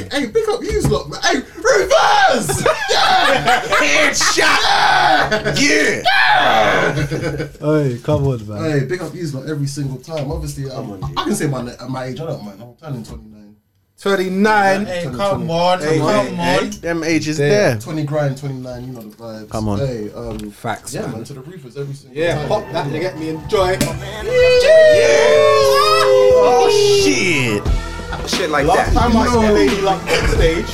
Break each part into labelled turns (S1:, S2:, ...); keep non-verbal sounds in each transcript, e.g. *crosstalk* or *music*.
S1: Hey, hey, pick up you lot, man. Hey, reverse! yeah! Headshot! Yeah!
S2: Hey, come on, man.
S1: Hey, pick up you lot every single time. Obviously, I'm,
S3: Come on,
S1: I can say my, my age, I don't mind. I'm turning 29.
S4: 29.
S1: Hey,
S3: Hey,
S1: come
S3: come on,
S4: Hey,
S3: come
S4: hey,
S3: on.
S4: Them ages
S2: There.
S4: there.
S1: 20 grind, 29, you know the vibes.
S4: Come on.
S1: Hey, um,
S2: Facts,
S1: Yeah,
S2: man.
S1: man. to the roofers every single
S4: Yeah,
S1: time.
S4: pop
S2: That you get me enjoy.
S4: Oh shit!
S5: Shit like
S3: Last
S5: that.
S3: time I saw Lady Luck on stage,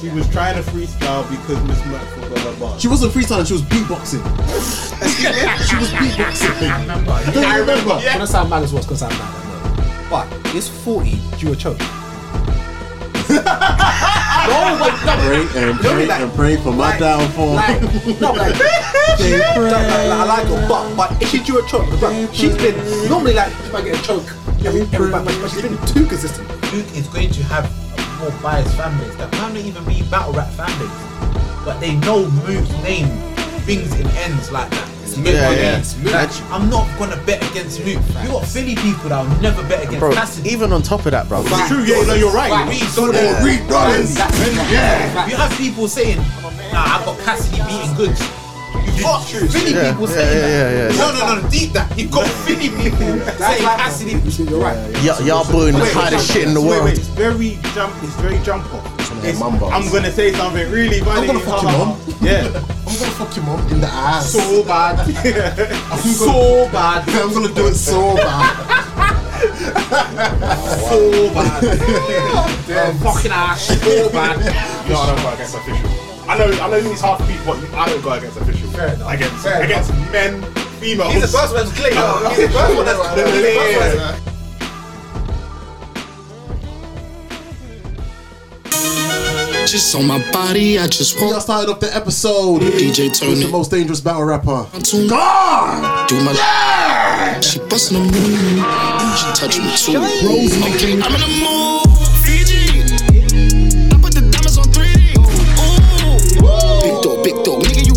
S3: she was trying to freestyle because Miss Merck forgot her bar.
S1: She wasn't freestyling, she was beatboxing. she was beatboxing. Don't you remember?
S2: I'm gonna sound mad as well, it's gonna sound mad. I know. But it's 40, you a
S6: *laughs*
S2: choke. no, but no,
S1: Pray and pray
S2: like-
S1: and pray for my
S2: like-
S1: downfall.
S2: like,
S1: *laughs*
S2: no, like, like, I like her, but, but if she drew a choke, bruv, she's been, normally like, she might get a choke, every, every, but, but she's been too consistent.
S6: Luke is going to have a more biased fan base. That might not even be battle rap fan base, but they know moves, name things in ends like that.
S4: yeah,
S6: Everybody
S4: yeah.
S6: needs Luke.
S4: Actu-
S6: I'm not gonna bet against Luke. You got Philly people that will never bet against
S4: Bro,
S6: Cassidy.
S4: even on top of that, bro.
S3: It's true, yeah, no, you're right.
S6: we don't know.
S1: Reed Rollins. Yeah.
S6: You have people saying, "Nah, I've got Cassidy beating goods." You've got Philly
S4: Yeah,
S6: people
S4: yeah,
S6: saying
S4: yeah, yeah,
S6: that. No, no, no, deep that. You've got Philly people saying Cassidy.
S2: You're right.
S4: Y- y'all booing the hottest shit in the
S3: Wait,
S4: world.
S3: wait, it's very jump. It's very jump off. It's-
S1: mamba.
S3: I'm gonna say something really funny.
S1: gonna fuck your
S3: ha,
S1: mum.
S3: ha. Yeah,
S1: I'm gonna fuck your mom in the ass.
S3: so bad. so
S1: *laughs*
S3: bad.
S1: I'm gonna do it so bad.
S3: So bad.
S6: Fucking ass. So bad.
S7: No, I don't go against official. I know, I know he's half beat, but I don't go against official. Fair enough. Against, against men, females.
S6: He's the first one that's clear. He's the first one that's
S7: Yeah,
S6: he's the
S7: yeah,
S6: first one
S7: yeah.
S6: that's-
S8: Just on my body, I just
S1: We
S8: want
S1: just started off the episode.
S8: DJ
S1: Who's the
S8: Tony.
S1: most dangerous battle rapper?
S8: To
S1: God!
S8: do my She bustin' a move. She touch me too. Okay, I'm in a mood. Fiji. I put the diamonds on 3D. Ooh. Big dog, big dog. Nigga, you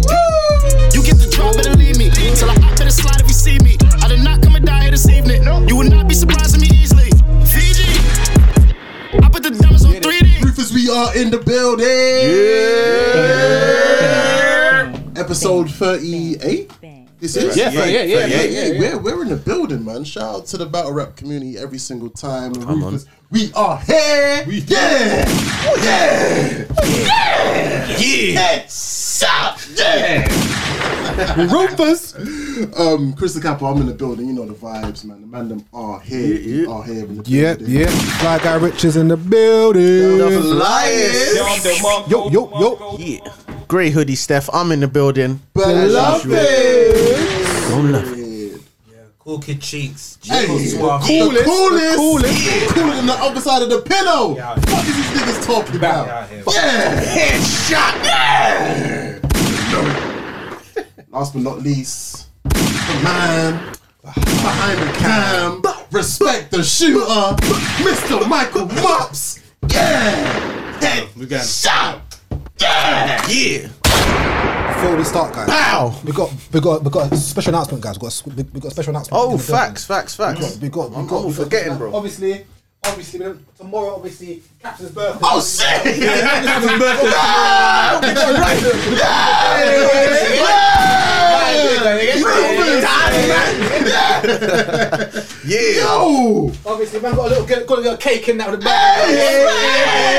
S8: You get the drop, better leave me. Till I, I better slide if you see me. I did not come and die here this evening. You would not be surprising me easily. Fiji. I put the diamonds on 3D.
S1: Roofers, we are in the building. Yeah. Episode 38. This is
S4: Yeah, yeah, yeah, yeah,
S1: yeah, yeah,
S4: yeah,
S1: We're, we're in the building, man. Shout out to the battle rap community every single time. The Roofers, we are here. We yeah, Oh, yeah, yeah. Stop. Yeah.
S2: Roofers!
S1: Um, Chris the Capo, I'm in the building. You know the vibes, man. The man them are here.
S4: Yeah, yeah.
S1: Are here. In the
S2: Yep,
S1: building.
S2: yep. Fly Guy Rich is in the building.
S1: Liars.
S2: Yo, yo, yo.
S4: Yeah. Grey hoodie, Steph. I'm in the building.
S1: Beloved.
S4: Don't love it.
S6: Cool kid cheeks.
S1: Hey,
S6: Cool
S1: the
S6: suave.
S1: coolest,
S2: the
S1: coolest,
S2: coolest.
S1: Yeah. cooler than the other side of the pillow.
S6: Yeah.
S1: What is these niggas talking about?
S6: out here.
S1: Yeah, headshot. Yeah. Last but not least, the man behind the cam, respect the shooter, Mr. Michael Mops. Yeah,
S3: We got him.
S1: headshot. Yeah,
S4: Yeah.
S2: Before we start, guys.
S4: Pow.
S2: We got, we got, we got a special announcement, guys. We got, a, we got a special announcement. in
S4: Oh,
S2: the building.
S4: facts, facts, facts.
S2: We got, we got,
S4: I'm
S2: we got.
S4: all forgetting,
S6: Oh,
S4: bro.
S2: Obviously, obviously, we don't- tomorrow, obviously, Captain's birthday.
S1: Oh shit.
S4: *laughs*
S6: Oh,
S4: Yeah.
S1: Yo.
S2: Obviously, man got a little, got a little cake in that with a bag.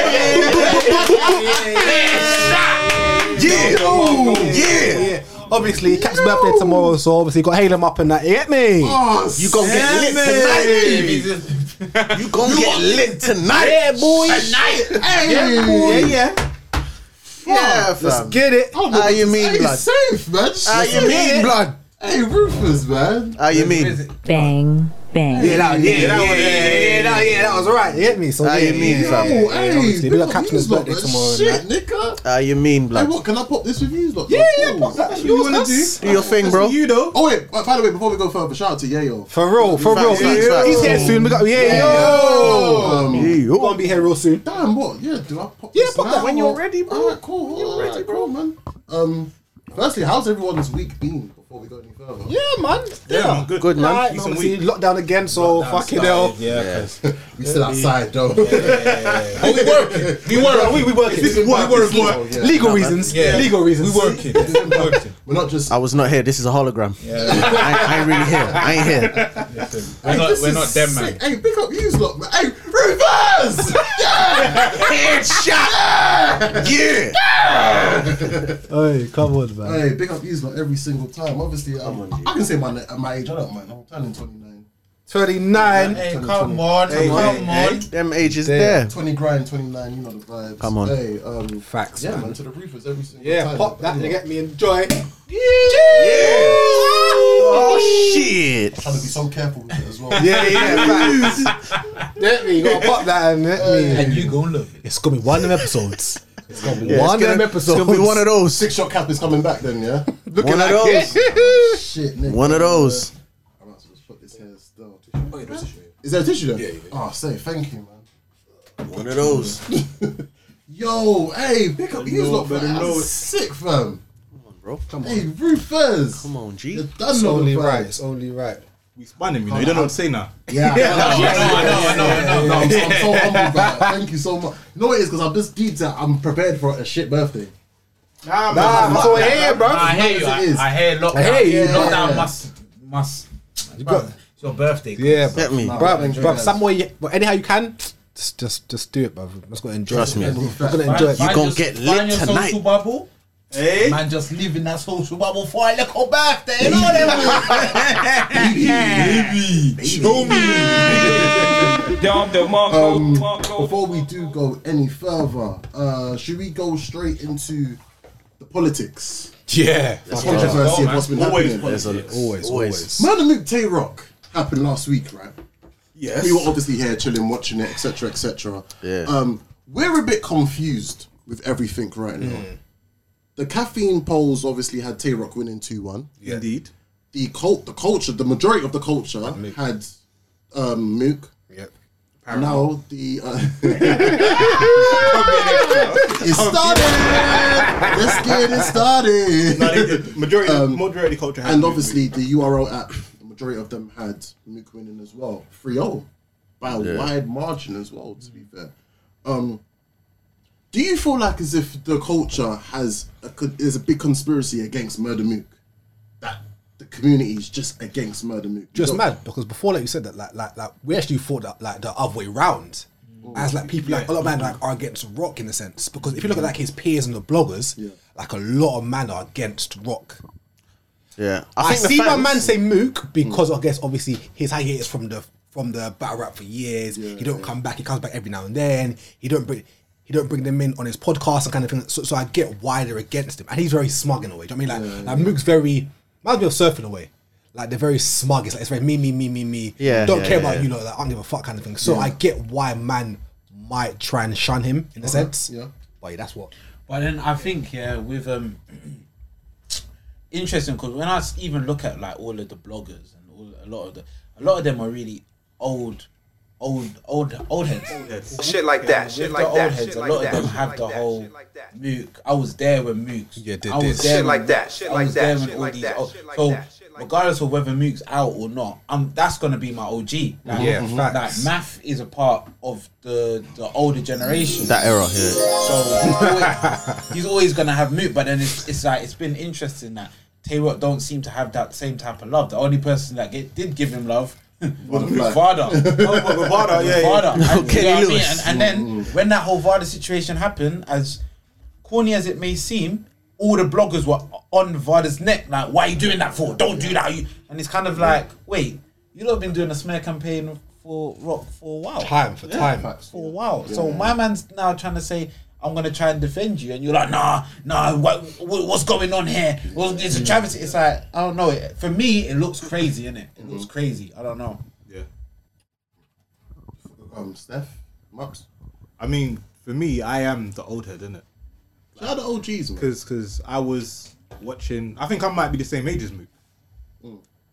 S4: Yeah.
S2: Yeah.
S4: Yeah.
S2: Obviously, Cap's birthday tomorrow, so obviously got Halem up in that. You get me?
S1: Oh,
S4: You gonna get
S1: yeah,
S4: lit
S1: man.
S4: tonight. You gonna get lit tonight. Yeah, boy.
S1: Tonight. Hey.
S2: Yeah, yeah.
S4: Yeah,
S2: Let's
S4: fam.
S2: get it.
S1: Oh,
S4: How you mean,
S1: hey,
S4: blood?
S1: safe, man.
S4: How you mean, blood?
S1: Hey, Rufus, man.
S4: How you mean?
S9: Bang, bang.
S2: Yeah, that, yeah, yeah,
S4: that one,
S2: yeah, yeah, yeah, that, yeah, that was right. You get me? So
S4: How
S2: yeah,
S4: you mean,
S2: yeah,
S4: fam?
S2: yeah,
S1: Yo,
S2: yeah,
S1: hey,
S2: obviously, we
S1: big
S2: got
S1: up
S2: Captain's
S1: yous lot,
S2: birthday
S1: man.
S2: tomorrow. and
S1: Shit,
S2: that.
S1: nigga.
S4: How you mean,
S1: Hey,
S4: blood?
S1: what can I pop this with you? Lot?
S3: Yeah,
S1: Cool.
S3: yeah, pop that. You wanna do?
S4: Do your thing, bro.
S3: You though.
S1: Oh wait, uh, by the way, before we go further, shout out to Yayo.
S2: For real, for real.
S4: Facts, facts, facts.
S2: He's here soon. We got yeah, yo.
S4: Oh,
S1: Um,
S2: We're gonna be here real soon.
S1: Oh, damn, what? Yeah, do I pop?
S2: Yeah,
S1: this
S2: pop
S1: now,
S2: that when
S1: or-
S2: you're ready, bro.
S1: Alright, cool. You're ready, bro, man. Um, firstly, how's everyone's week been? before we go any further.
S2: Yeah, man. Yeah,
S3: good.
S4: Good, man.
S2: Right,
S3: Decent
S2: obviously
S3: week.
S2: lockdown again, so
S6: Lockdown
S2: fucking
S6: started,
S2: hell.
S6: Yeah, 'cause-
S1: We still outside though.
S4: Oh, we working. We working.
S2: We, we working.
S1: This is work,
S2: We
S1: this
S2: working.
S1: is work. Yeah.
S2: Legal reasons.
S6: Yeah.
S2: Legal reasons.
S6: we working.
S1: *laughs*
S6: we working.
S1: We're not just.
S4: I was not here. This is a hologram.
S6: Yeah,
S4: I, ain't- I ain't really here. I ain't here.
S6: we're
S1: Hey,
S6: not,
S1: this
S6: we're
S1: is
S6: not them,
S1: sick.
S6: man.
S1: Hey, pick up you lot, man. Hey,
S6: *laughs*
S1: reverse. yeah.
S4: Yeah.
S2: Hey, come on, man.
S1: Hey, pick up you lot every single time. Obviously, I'm, I can say my na- at my age. I don't mind. I'm turning 29.
S2: 39.
S6: Hey,
S1: Twenty,
S6: come
S1: twenty.
S6: on,
S1: Hey,
S6: come on.
S4: Them ages
S2: Damn.
S4: there.
S1: 20 grand, 29. You know the vibes.
S4: Come on.
S1: Hey, um,
S2: Facts,
S1: Yeah,
S2: man.
S1: man. To the reefers every single time.
S2: Yeah, pop that. You
S1: Anyway,
S2: get me. Enjoy.
S4: Oh shit.
S1: Trying to be so careful with it as well.
S2: *laughs* Yeah, yeah, facts. Get me. You gotta pop that and get
S6: And
S2: me.
S6: you gonna love it.
S2: It's gonna be one of them *laughs* episodes. It's gonna be
S4: Yeah,
S2: one of them
S4: it's gonna
S2: episodes.
S4: be one of those.
S1: Six shot cap is coming back then,
S2: *laughs*
S1: yeah.
S4: One of those.
S1: Shit, nigga.
S4: One of those.
S1: I might as well just put this here still. Is there Oh, a tissue there? Yeah, yeah. Oh, say thank you, man.
S4: One of those.
S1: Yo, hey, pick up these lot,
S3: better
S1: man.
S3: know
S1: That's
S3: it.
S1: Sick, fam.
S4: Bro, come
S1: Hey, Rufus.
S4: Come on, G.
S1: You're
S4: You
S1: done
S2: It's
S1: know
S2: only
S1: the
S2: right.
S1: vibes.
S2: It's only right.
S3: We spun him, you know. You don't know what to say now.
S1: *laughs* Yeah, I know,
S6: I know, I know, I know, I know.
S1: I'm, I'm so humble, bro. Thank you so much. You know what it is? Because I'm just deep down. I'm prepared for a shit birthday.
S7: Nah,
S2: Nah, that's what I hear, bro.
S6: I hear
S1: as
S6: you.
S1: it is.
S6: I, I hear lockdown.
S2: I hear you.
S6: Lockdown
S1: Yeah.
S6: must must.
S2: got-
S6: Bruh, It's your birthday.
S2: Yeah,
S4: get me.
S1: Nah.
S2: Bruv,
S1: Enjoy
S2: bruv,
S1: that.
S2: some way, you- but anyhow you can, just, just, just do it, bruv. Just gotta enjoy
S4: Trust
S2: it.
S4: me.
S2: Just gotta enjoy it.
S4: You
S6: Find
S4: gonna
S6: your-
S4: get
S6: find
S4: lit
S6: your
S4: tonight.
S6: Social bubble.
S2: Eh?
S3: Hey,
S6: Man, just live in that social bubble for a little birthday. You know what I
S1: Um, Before we do go any further, uh, should we go straight into the politics?
S2: Yeah,
S1: Controversy of what's been
S3: Always
S1: happening.
S3: politics.
S2: always, always.
S1: Murder Nuke Tay Rock happened last week, right?
S7: Yes.
S1: We were obviously here chilling, watching it, etc., etc.
S4: Yeah.
S1: Um, we're a bit confused with everything right now. The caffeine polls obviously had Tay Rock winning two one.
S3: Indeed.
S1: The cult, the culture, the majority of the culture had um, Mook.
S2: Yep.
S1: Now the uh, *laughs* it started. Let's get it started.
S7: No, they did. Majority, majority culture has
S1: And
S7: to be
S1: obviously, the URL app, the majority of them had Mook winning as well. 3 0 by a wide margin as well, to be fair. Um, do you feel like as if the culture has a, co- is a big conspiracy against Murder Mook? That the community is just against Murder Mook?
S2: Just mad because before like you said that, like, like, like we actually thought that like the other way round. As like people like a lot of man like are against rock in a sense because if you look at like his peers and the bloggers,
S1: Yeah.
S2: like a lot of man are against rock.
S4: Yeah.
S2: I,
S4: think the
S2: see my
S4: fans- Mm.
S2: man say Mook because I guess obviously his hiatus from the from the battle rap for years. he don't come back. He comes back every now and then. He don't bring he don't bring them in on his podcast and kind of thing. So, so I get why they're against him, and he's very smug in a way. Do you know what I mean? Like, like Mook's very reminds me of surfing in a way. Like they're very smug. It's like it's very me me me me me.
S4: Yeah,
S2: don't
S4: yeah,
S2: care
S4: yeah,
S2: about
S4: yeah.
S2: you know. Like, I don't give a fuck kind of thing. So I get why man might try and shun him in a sense.
S1: yeah.
S2: But yeah, that's what.
S6: But then I think yeah, with um, *clears throat* interesting because when I s- even look at like all of the bloggers and all, a lot of the a lot of them are really old, old, old, old heads.
S5: Shit like that.
S6: With
S5: Shit
S6: the
S5: like
S6: old
S5: that.
S6: heads,
S5: Shit
S6: a
S5: like
S6: lot
S5: that.
S6: of them
S5: shit
S6: have
S5: like
S6: the
S5: that,
S6: whole
S5: shit like that.
S6: Mook. I was there when Mooks.
S2: Yeah, did
S6: I was
S2: this.
S6: there
S5: Shit
S6: when
S5: like
S6: Mook-
S5: that, shit
S6: I
S5: like
S6: was
S5: that,
S6: there when
S5: shit
S6: all
S5: like
S6: these
S5: that,
S6: old-
S5: shit like
S6: So
S5: that, shit like
S6: regardless of whether Mook's out or not, um, that's gonna be my OG. Like,
S2: Yeah,
S6: mhm.
S2: facts.
S6: like math is a part of the the older generation.
S4: that era. Yeah.
S6: So he's always, he's always gonna have Moot, but then it's, it's like it's been interesting that Tay Rock don't seem to have that same type of love. The only person that get, did give him
S3: *laughs*
S6: love was
S1: flag.
S6: Varda.
S3: Oh, but with Varda, yeah, Mm-hmm. yeah.
S6: Varda. And, you
S4: Kenny
S6: know what I mean?
S4: Lewis.
S6: And, and then when that whole Varda situation happened, as corny as it may seem, all the bloggers were on Varda's neck, like, "Why are you doing that for? Don't do that." You and it's kind of like, wait, you lot have been doing a smear campaign for Rock for a while
S2: Time for time.
S6: for a while. So my man's now trying to say, I'm gonna try and defend you, and you're like, nah, nah, what, what what's going on here? Well, it's a travesty. It's like I don't know. It, for me, it looks crazy, innit? It looks crazy. I don't know.
S3: Yeah.
S1: Um, Steph, Max.
S3: I mean, for me, I am the old head, innit?
S1: Shout out to OGs, man.
S3: Because cause I was watching, I think I might be the same age as Mook.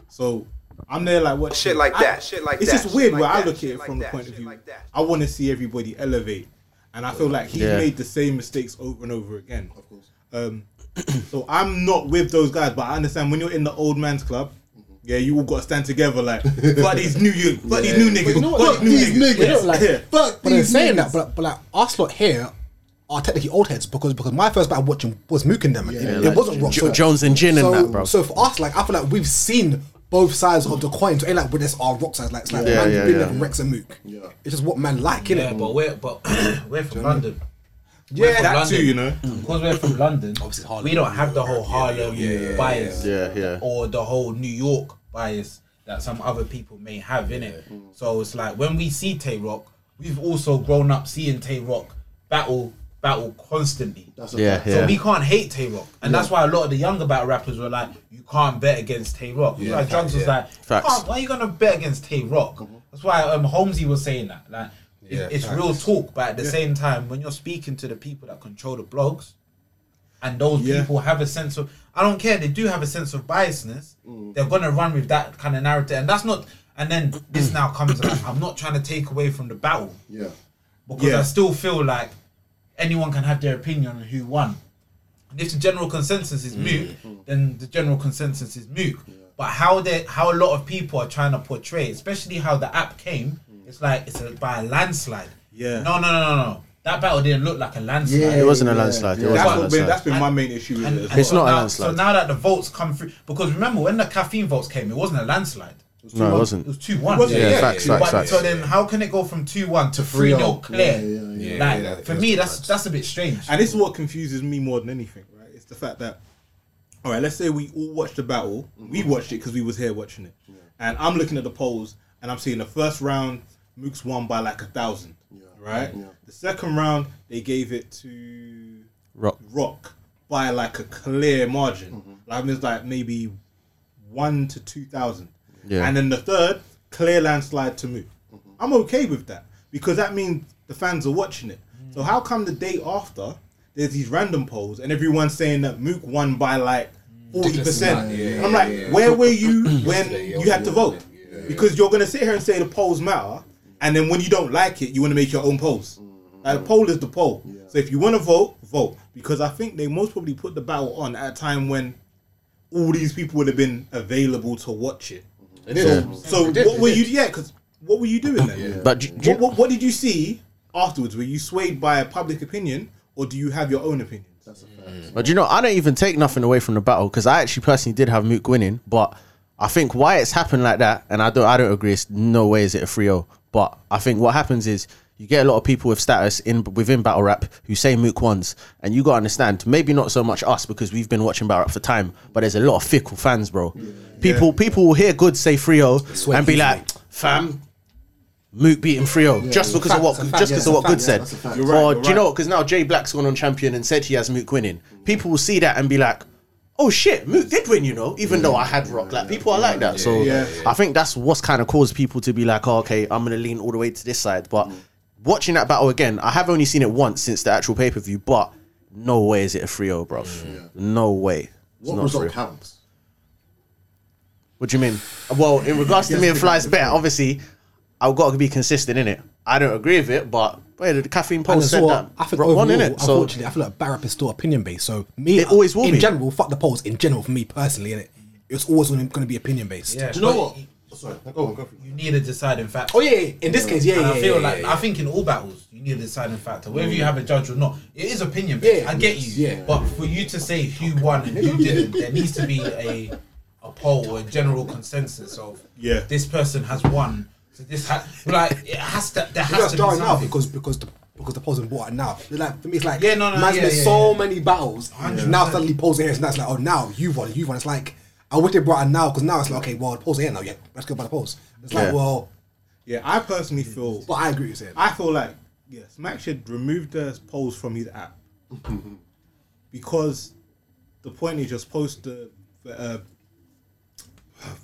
S3: So I'm there like watching.
S5: Mm. Shit like
S3: I-
S5: that, shit like
S3: it's
S5: that,
S3: just
S5: shit
S3: weird
S5: like
S3: where I
S5: that,
S3: look at
S5: shit
S3: it
S5: like
S3: from the
S5: that,
S3: point of
S5: shit
S3: view.
S5: like that.
S3: I want to see everybody elevate. and I feel like he
S4: Yeah.
S3: made the same mistakes over and over again. Of course. Um, *clears throat* so I'm not with those guys, but I understand when you're in the old man's club.
S5: Mm-hmm.
S3: Yeah, you all got to stand together like,
S5: *laughs*
S3: but these new, you, but these new niggas,
S2: know what?
S3: but
S2: Fuck
S3: these
S1: these
S3: new niggas.
S1: niggas.
S3: Yeah.
S2: Like,
S3: Yeah.
S1: Fuck
S2: But in
S1: these
S2: saying
S1: niggas.
S2: that, but, but like our slot here are technically old heads because because my first battle watching was Mook and them. it it
S4: like
S2: wasn't rock.
S4: Jo- Jones and Jin and
S2: so,
S4: that, bro.
S2: So for us, like I feel like we've seen both sides of the coin. So ain't like with this our rock sides, like it's like
S4: Yeah,
S2: man,
S4: yeah,
S2: been
S4: yeah.
S2: there from Rex and Mook.
S1: Yeah.
S2: It's just what man like, innit?
S6: Yeah, but we're but *coughs* we're from London.
S3: Yeah, that too, you know.
S6: Mm. Because we're from London,
S2: Obviously Harlem.
S6: we don't have the whole Harlem bias
S4: Yeah, yeah.
S6: or the whole New York bias that some other people may have in it.
S4: Mm.
S6: So it's like when we see Tay Rock, we've also grown up seeing Tay Rock battle battle constantly.
S1: That's
S4: Yeah,
S1: fact.
S4: yeah.
S6: So we can't hate Tay Rock, and that's why a lot of the younger battle rappers were like, "You can't bet against Tay Rock." like Drugs was like,
S4: Facts.
S6: "Can't- "Why are you gonna bet against Tay Rock?" That's why um, Holmesy was saying that. Like, it- it's real talk, but at the same time, when you're speaking to the people that control the blogs, and those
S3: Yeah.
S6: people have a sense of, I don't care, they do have a sense of biasness. They're gonna run with that kind of narrative, and that's not. And then this now comes. Like, I'm not trying to take away from the battle
S1: Yeah.
S6: because
S3: Yeah.
S6: I still feel like anyone can have their opinion on who won. And if the general consensus is
S3: Mm.
S4: Mm.
S6: Mook, then the general consensus is Mook. But how they how a lot of people are trying to portray, especially how the app came, it's like it's a, by a landslide.
S3: Mm. Yeah.
S6: No, no, no, no, no. That battle didn't look like a landslide.
S1: Yeah.
S4: It wasn't a landslide. It
S3: *laughs* That's,
S4: wasn't a
S3: what been,
S4: landslide.
S3: that's been my main issue with
S6: And-
S3: it. As
S6: and
S4: It's
S6: so
S4: not a
S6: now-
S4: landslide.
S6: So now that the votes come through, because remember when the caffeine votes came, it wasn't a landslide.
S4: No, it
S6: It
S4: wasn't.
S6: was two one.
S3: Was it? Yeah, Yeah,
S4: facts, facts,
S6: But-
S4: facts.
S6: So then, how can it go from two one to three 0
S1: 3-0?
S6: clear?
S1: Yeah, yeah, yeah.
S6: like
S7: yeah, that
S6: for
S7: is
S6: me, that's that's a bit strange.
S3: And this is what confuses me more than anything, right? It's the fact that, all right, let's say we all watched the battle. We watched it because we was here watching it, and I'm looking at the polls and I'm seeing the first round, Mook's won by like a thousand, right? The second round they gave it to
S4: Rock.
S3: Rock by like a clear margin. Like it was like maybe one to two thousand.
S4: Yeah.
S3: And then the third, clear landslide to Mook.
S7: Mm-hmm.
S3: I'm okay with that because that means the fans are watching it. So how come the day after there's these random polls and everyone's saying that Mook won by like forty percent?
S7: Yeah, Mm. yeah,
S3: I'm like,
S7: yeah, yeah.
S3: where
S7: *coughs*
S3: were you when
S7: yeah,
S3: you had to
S7: yeah,
S3: vote?
S7: yeah, yeah.
S3: Because you're gonna sit here and say the polls matter, and then when you don't like it, you want to make your own polls.
S7: Mm-hmm.
S3: Like the poll is the poll. So if you want to vote, vote. Because I think they most probably put the battle on at a time when all these people would have been available to watch it. So
S7: Mm-hmm. They did,
S3: what
S7: they
S3: were
S7: did.
S3: you? Yeah, because what were you doing then?
S4: But do- do you-
S3: What, what, what did you see afterwards? Were you swayed by a public opinion, or do you have your own opinions?
S4: But you know, I don't even take nothing away from the battle because I actually personally did have Mook winning, but I think why it's happened like that, and I don't, I don't agree. It's no way is it a 3-0. But I think what happens is you get a lot of people with status in within battle rap who say Mook ones, and you gotta understand. Maybe not so much us because we've been watching battle rap for time, but there's a lot of fickle fans, bro. People, people will hear good say 3-0
S2: Swear
S4: and be
S2: easily.
S4: like, fam. Mook beating 3-0 just because of what
S2: Facts, a
S4: just
S2: fact,
S4: because
S2: yeah,
S4: of
S2: a
S4: what
S2: fact,
S4: Good
S2: yeah,
S4: said.
S1: that's a fact.
S4: Or do you know because now Jay Black's gone on champion and said he has Mook winning. People will see that and be like, "Oh shit, Mook did win," you know. Even though I had Rock, like people are like that. so
S3: yeah,
S4: I think that's what's kind of caused people to be like, oh, "Okay, I'm gonna lean all the way to this side." But watching that battle again, I have only seen it once since the actual pay per view. But no way is it a 3-0, bro. No way. It's
S1: What
S4: not
S1: result
S4: 3-0.
S1: counts?
S4: What do you mean? Well, in regards to me and Fly's bet, obviously, I've got to be consistent in it. I don't agree with it, but wait, the caffeine poll
S2: And as
S4: said
S2: well, I
S4: that
S2: think
S4: Rock
S2: overall,
S4: won in it. So
S2: unfortunately, I feel like Barrap is still opinion based. So me,
S4: It always will
S2: in
S4: be.
S2: general, fuck the polls in general for me personally, innit? It's always going to be opinion based.
S6: Yeah,
S1: Do you know
S6: but
S1: what?
S6: You,
S1: Sorry, go on, go for it.
S6: you need a deciding factor.
S2: Oh yeah, yeah, in this case, yeah,
S6: And
S2: yeah.
S6: I feel
S2: yeah,
S6: like
S2: yeah,
S6: I think in all battles you need a deciding factor, whether you have a judge or not. It is opinion based.
S2: Yeah,
S6: I get
S2: yes,
S6: you.
S2: yeah.
S6: But for you to say who won and who didn't, there needs to be a a poll or a general consensus of
S3: Yeah.
S6: this person has won. So this ha- like it has to there
S2: yeah.
S6: has
S2: That's
S6: to be
S2: starting now
S6: something.
S2: because because the because the polls have bought it now. It's Like for me, it's like
S6: Yeah, no, no,
S2: man's
S6: yeah,
S2: been
S6: yeah,
S2: so
S6: yeah.
S2: many battles. Now suddenly polls are here, so now it's like oh now you've won, you've won. It's like I wish they brought it now because now it's like okay, well the polls are here now. Yeah, let's go by the polls. It's like
S4: Yeah.
S2: well,
S3: Yeah, I personally feel
S2: but I agree with you.
S3: I feel like yeah, Smack should remove the polls from his
S4: *laughs*
S3: app because the point is you're supposed to uh,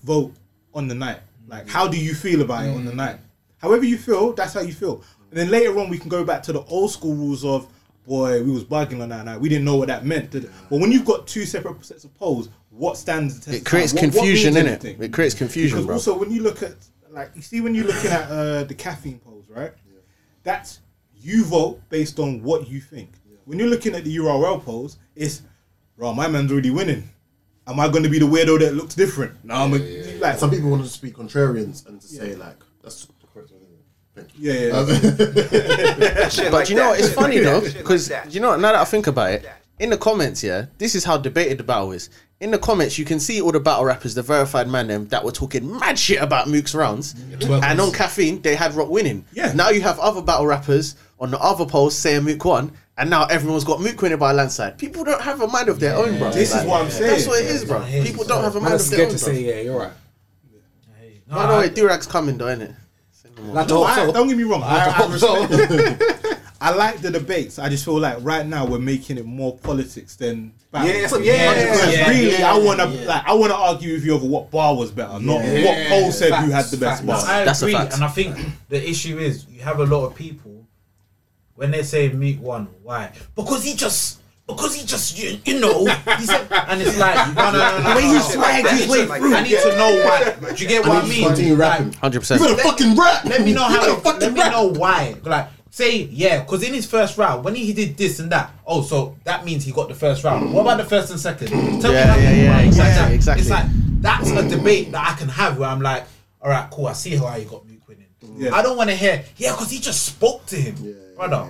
S3: vote on the night. Like, how do you feel about it on the night? However you feel, that's how you feel. And then later on, we can go back to the old school rules of boy, we was bugging on that night. We didn't know what that meant. Did it? But when you've got two separate sets of polls, what stands?
S4: it creates confusion, innit? It creates confusion,
S3: Because
S4: bro.
S3: also when you look at like you see when you're looking at uh, the caffeine polls, right? That's You vote based on what you think. When you're looking at the URL polls, it's, bro, my man's already winning. Am I going to be the weirdo that looks different? No, I'm a, like
S1: Some people wanted to speak contrarians and to say like that's the correct way. Thank you.
S3: yeah, yeah,
S2: *laughs*
S3: yeah.
S5: Shit
S4: But
S5: like
S4: you know,
S5: that.
S4: what? it's funny
S3: *laughs*
S5: Shit
S4: though,
S5: like that.
S4: because
S5: Shit like
S4: you know, what? now that I think about it,
S5: that.
S4: in the comments, yeah, this is how debated the battle is. In the comments, you can see all the battle rappers, the verified man them that were talking mad shit about Mook's rounds, and on caffeine they had Rock winning.
S3: Yeah.
S4: Now you have other battle rappers on the other polls saying Mook won, and now everyone's got Mook winning by a landslide. People don't have a mind of their own, bro.
S3: This is what I'm
S4: That's
S3: saying.
S4: what it is, bro.
S2: Yeah.
S4: People don't have a
S2: Man,
S4: mind
S2: I'm
S4: of their
S2: scared
S4: own.
S2: to
S4: Bro.
S2: say, yeah, you're right.
S4: By the way, Durag's coming though, isn't it?
S2: Like, the
S3: I-
S2: whole-
S3: don't get me wrong. I, I
S2: hope so.
S3: respect-
S2: *laughs*
S3: I like the debates. I just feel like right now we're making it more politics than battle.
S2: Yeah, so- yeah,
S3: Because
S2: yeah,
S3: really,
S2: yeah,
S3: I wanna
S6: yeah.
S3: like I wanna argue with you over what bar was better, not what poll said who had the best
S6: No,
S3: bar.
S6: I
S4: That's a
S6: agree,
S4: fact.
S6: and I think the issue is you have a lot of people when they say meet one, why? Because he just. Because he just, you, you know, he said, and it's like, no, no, no, no, the way he swags his way through. I need to know why. Do you get what I mean?
S1: Continue
S6: Like,
S1: rapping.
S4: Hundred
S1: You
S4: percent.
S1: better fucking rap.
S6: Let me know
S1: You
S6: how.
S1: better
S6: It, let
S1: fucking
S6: me
S1: rap.
S6: know why. Like, say yeah, because in his first round, when he did this and that, oh, so that means he got the first round. What about the first and second? Tell
S4: Yeah, yeah, yeah,
S6: round was
S4: exactly,
S6: like that.
S4: exactly.
S6: It's like that's a debate that I can have where I'm like, all right, cool. I see how you got Luke winning.
S3: Yeah.
S6: I don't want to hear yeah, because he just spoke to him, brother.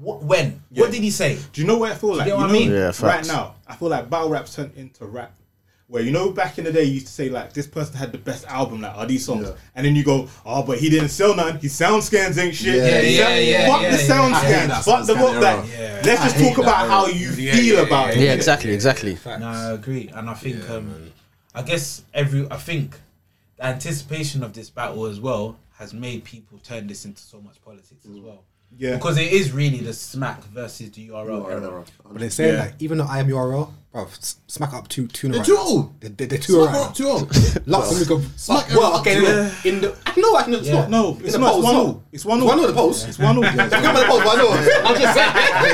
S6: What, when? What did he say?
S3: Do you know what I feel like?
S6: get what I
S3: know,
S6: mean?
S4: Yeah,
S3: right
S4: facts.
S3: now, I feel like battle rap's turned into rap. Where you know back in the day you used to say like this person had the best album, like are these songs? And then you go, Oh, but he didn't sell none, his sound scans ain't shit.
S1: Yeah,
S6: yeah, yeah,
S3: Fuck
S6: yeah,
S3: the
S6: yeah.
S3: sound
S1: I hate
S3: scans,
S1: that
S3: fuck the
S1: sound
S3: what
S1: scan
S3: that.
S6: era. Yeah.
S3: Let's just talk about how you feel about it.
S4: Yeah, exactly, exactly.
S6: No, I agree, and I think um, I guess every I think the anticipation of this battle as well has made people turn this into so much politics as well.
S3: Yeah.
S6: because it is really the smack versus the URL era.
S2: But they're saying that even though I am URL, bro, smack up two, two in a
S1: They're
S2: row.
S1: too old.
S2: They- they- They're two
S1: Smack
S2: right.
S1: up too old.
S2: Lots of people go.
S1: Smack
S2: oh, well,
S1: up
S2: okay,
S1: to
S2: no, no. in the no, I- no, it's
S6: Yeah.
S2: not.
S3: No,
S2: In
S3: it's
S2: the
S3: not.
S2: polls,
S3: It's one
S2: no.
S3: all. It's one
S2: It's
S3: all.
S2: one all the polls.
S3: It's one all.
S2: I can't remember the polls, but I know. I'm just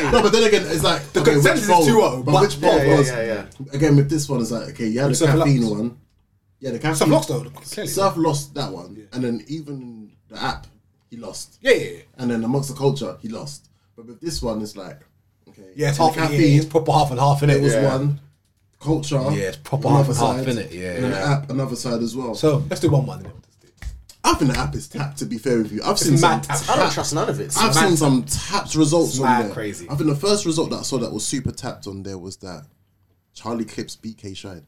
S2: saying.
S1: no, but then again, it's like the
S2: consensus is 2-0,
S1: But
S2: but-
S1: which poll
S2: yeah, yeah,
S1: was
S2: yeah,
S1: again with this one? It's like okay, you had the
S2: Surf
S1: caffeine
S2: Lux.
S1: one. Yeah, the caffeine.
S2: Some blocks though. Clearly.
S1: Surf lost that one, and then even the app, he lost.
S2: Yeah, yeah, yeah.
S1: And then amongst the culture, he lost. But with this one, it's like okay,
S2: Yeah, it's
S1: the
S2: half and yeah, It's proper half and half in
S1: It was
S2: yeah.
S1: one culture.
S2: Yeah, it's proper
S1: another
S2: half and half,
S1: side,
S2: innit? Yeah,
S1: and then the
S2: yeah.
S1: app another side as well. So
S2: So let's do one one. then.
S1: I think the app is tapped. To be fair with you, I've seen some
S2: mad
S1: tapped.
S2: tap.
S4: I don't trust none of it.
S1: I've seen some tapped results
S2: It's
S1: on
S2: mad
S1: there.
S2: crazy.
S1: I think the first result that I saw that was super tapped on there was that Charlie Clips beat K Shine.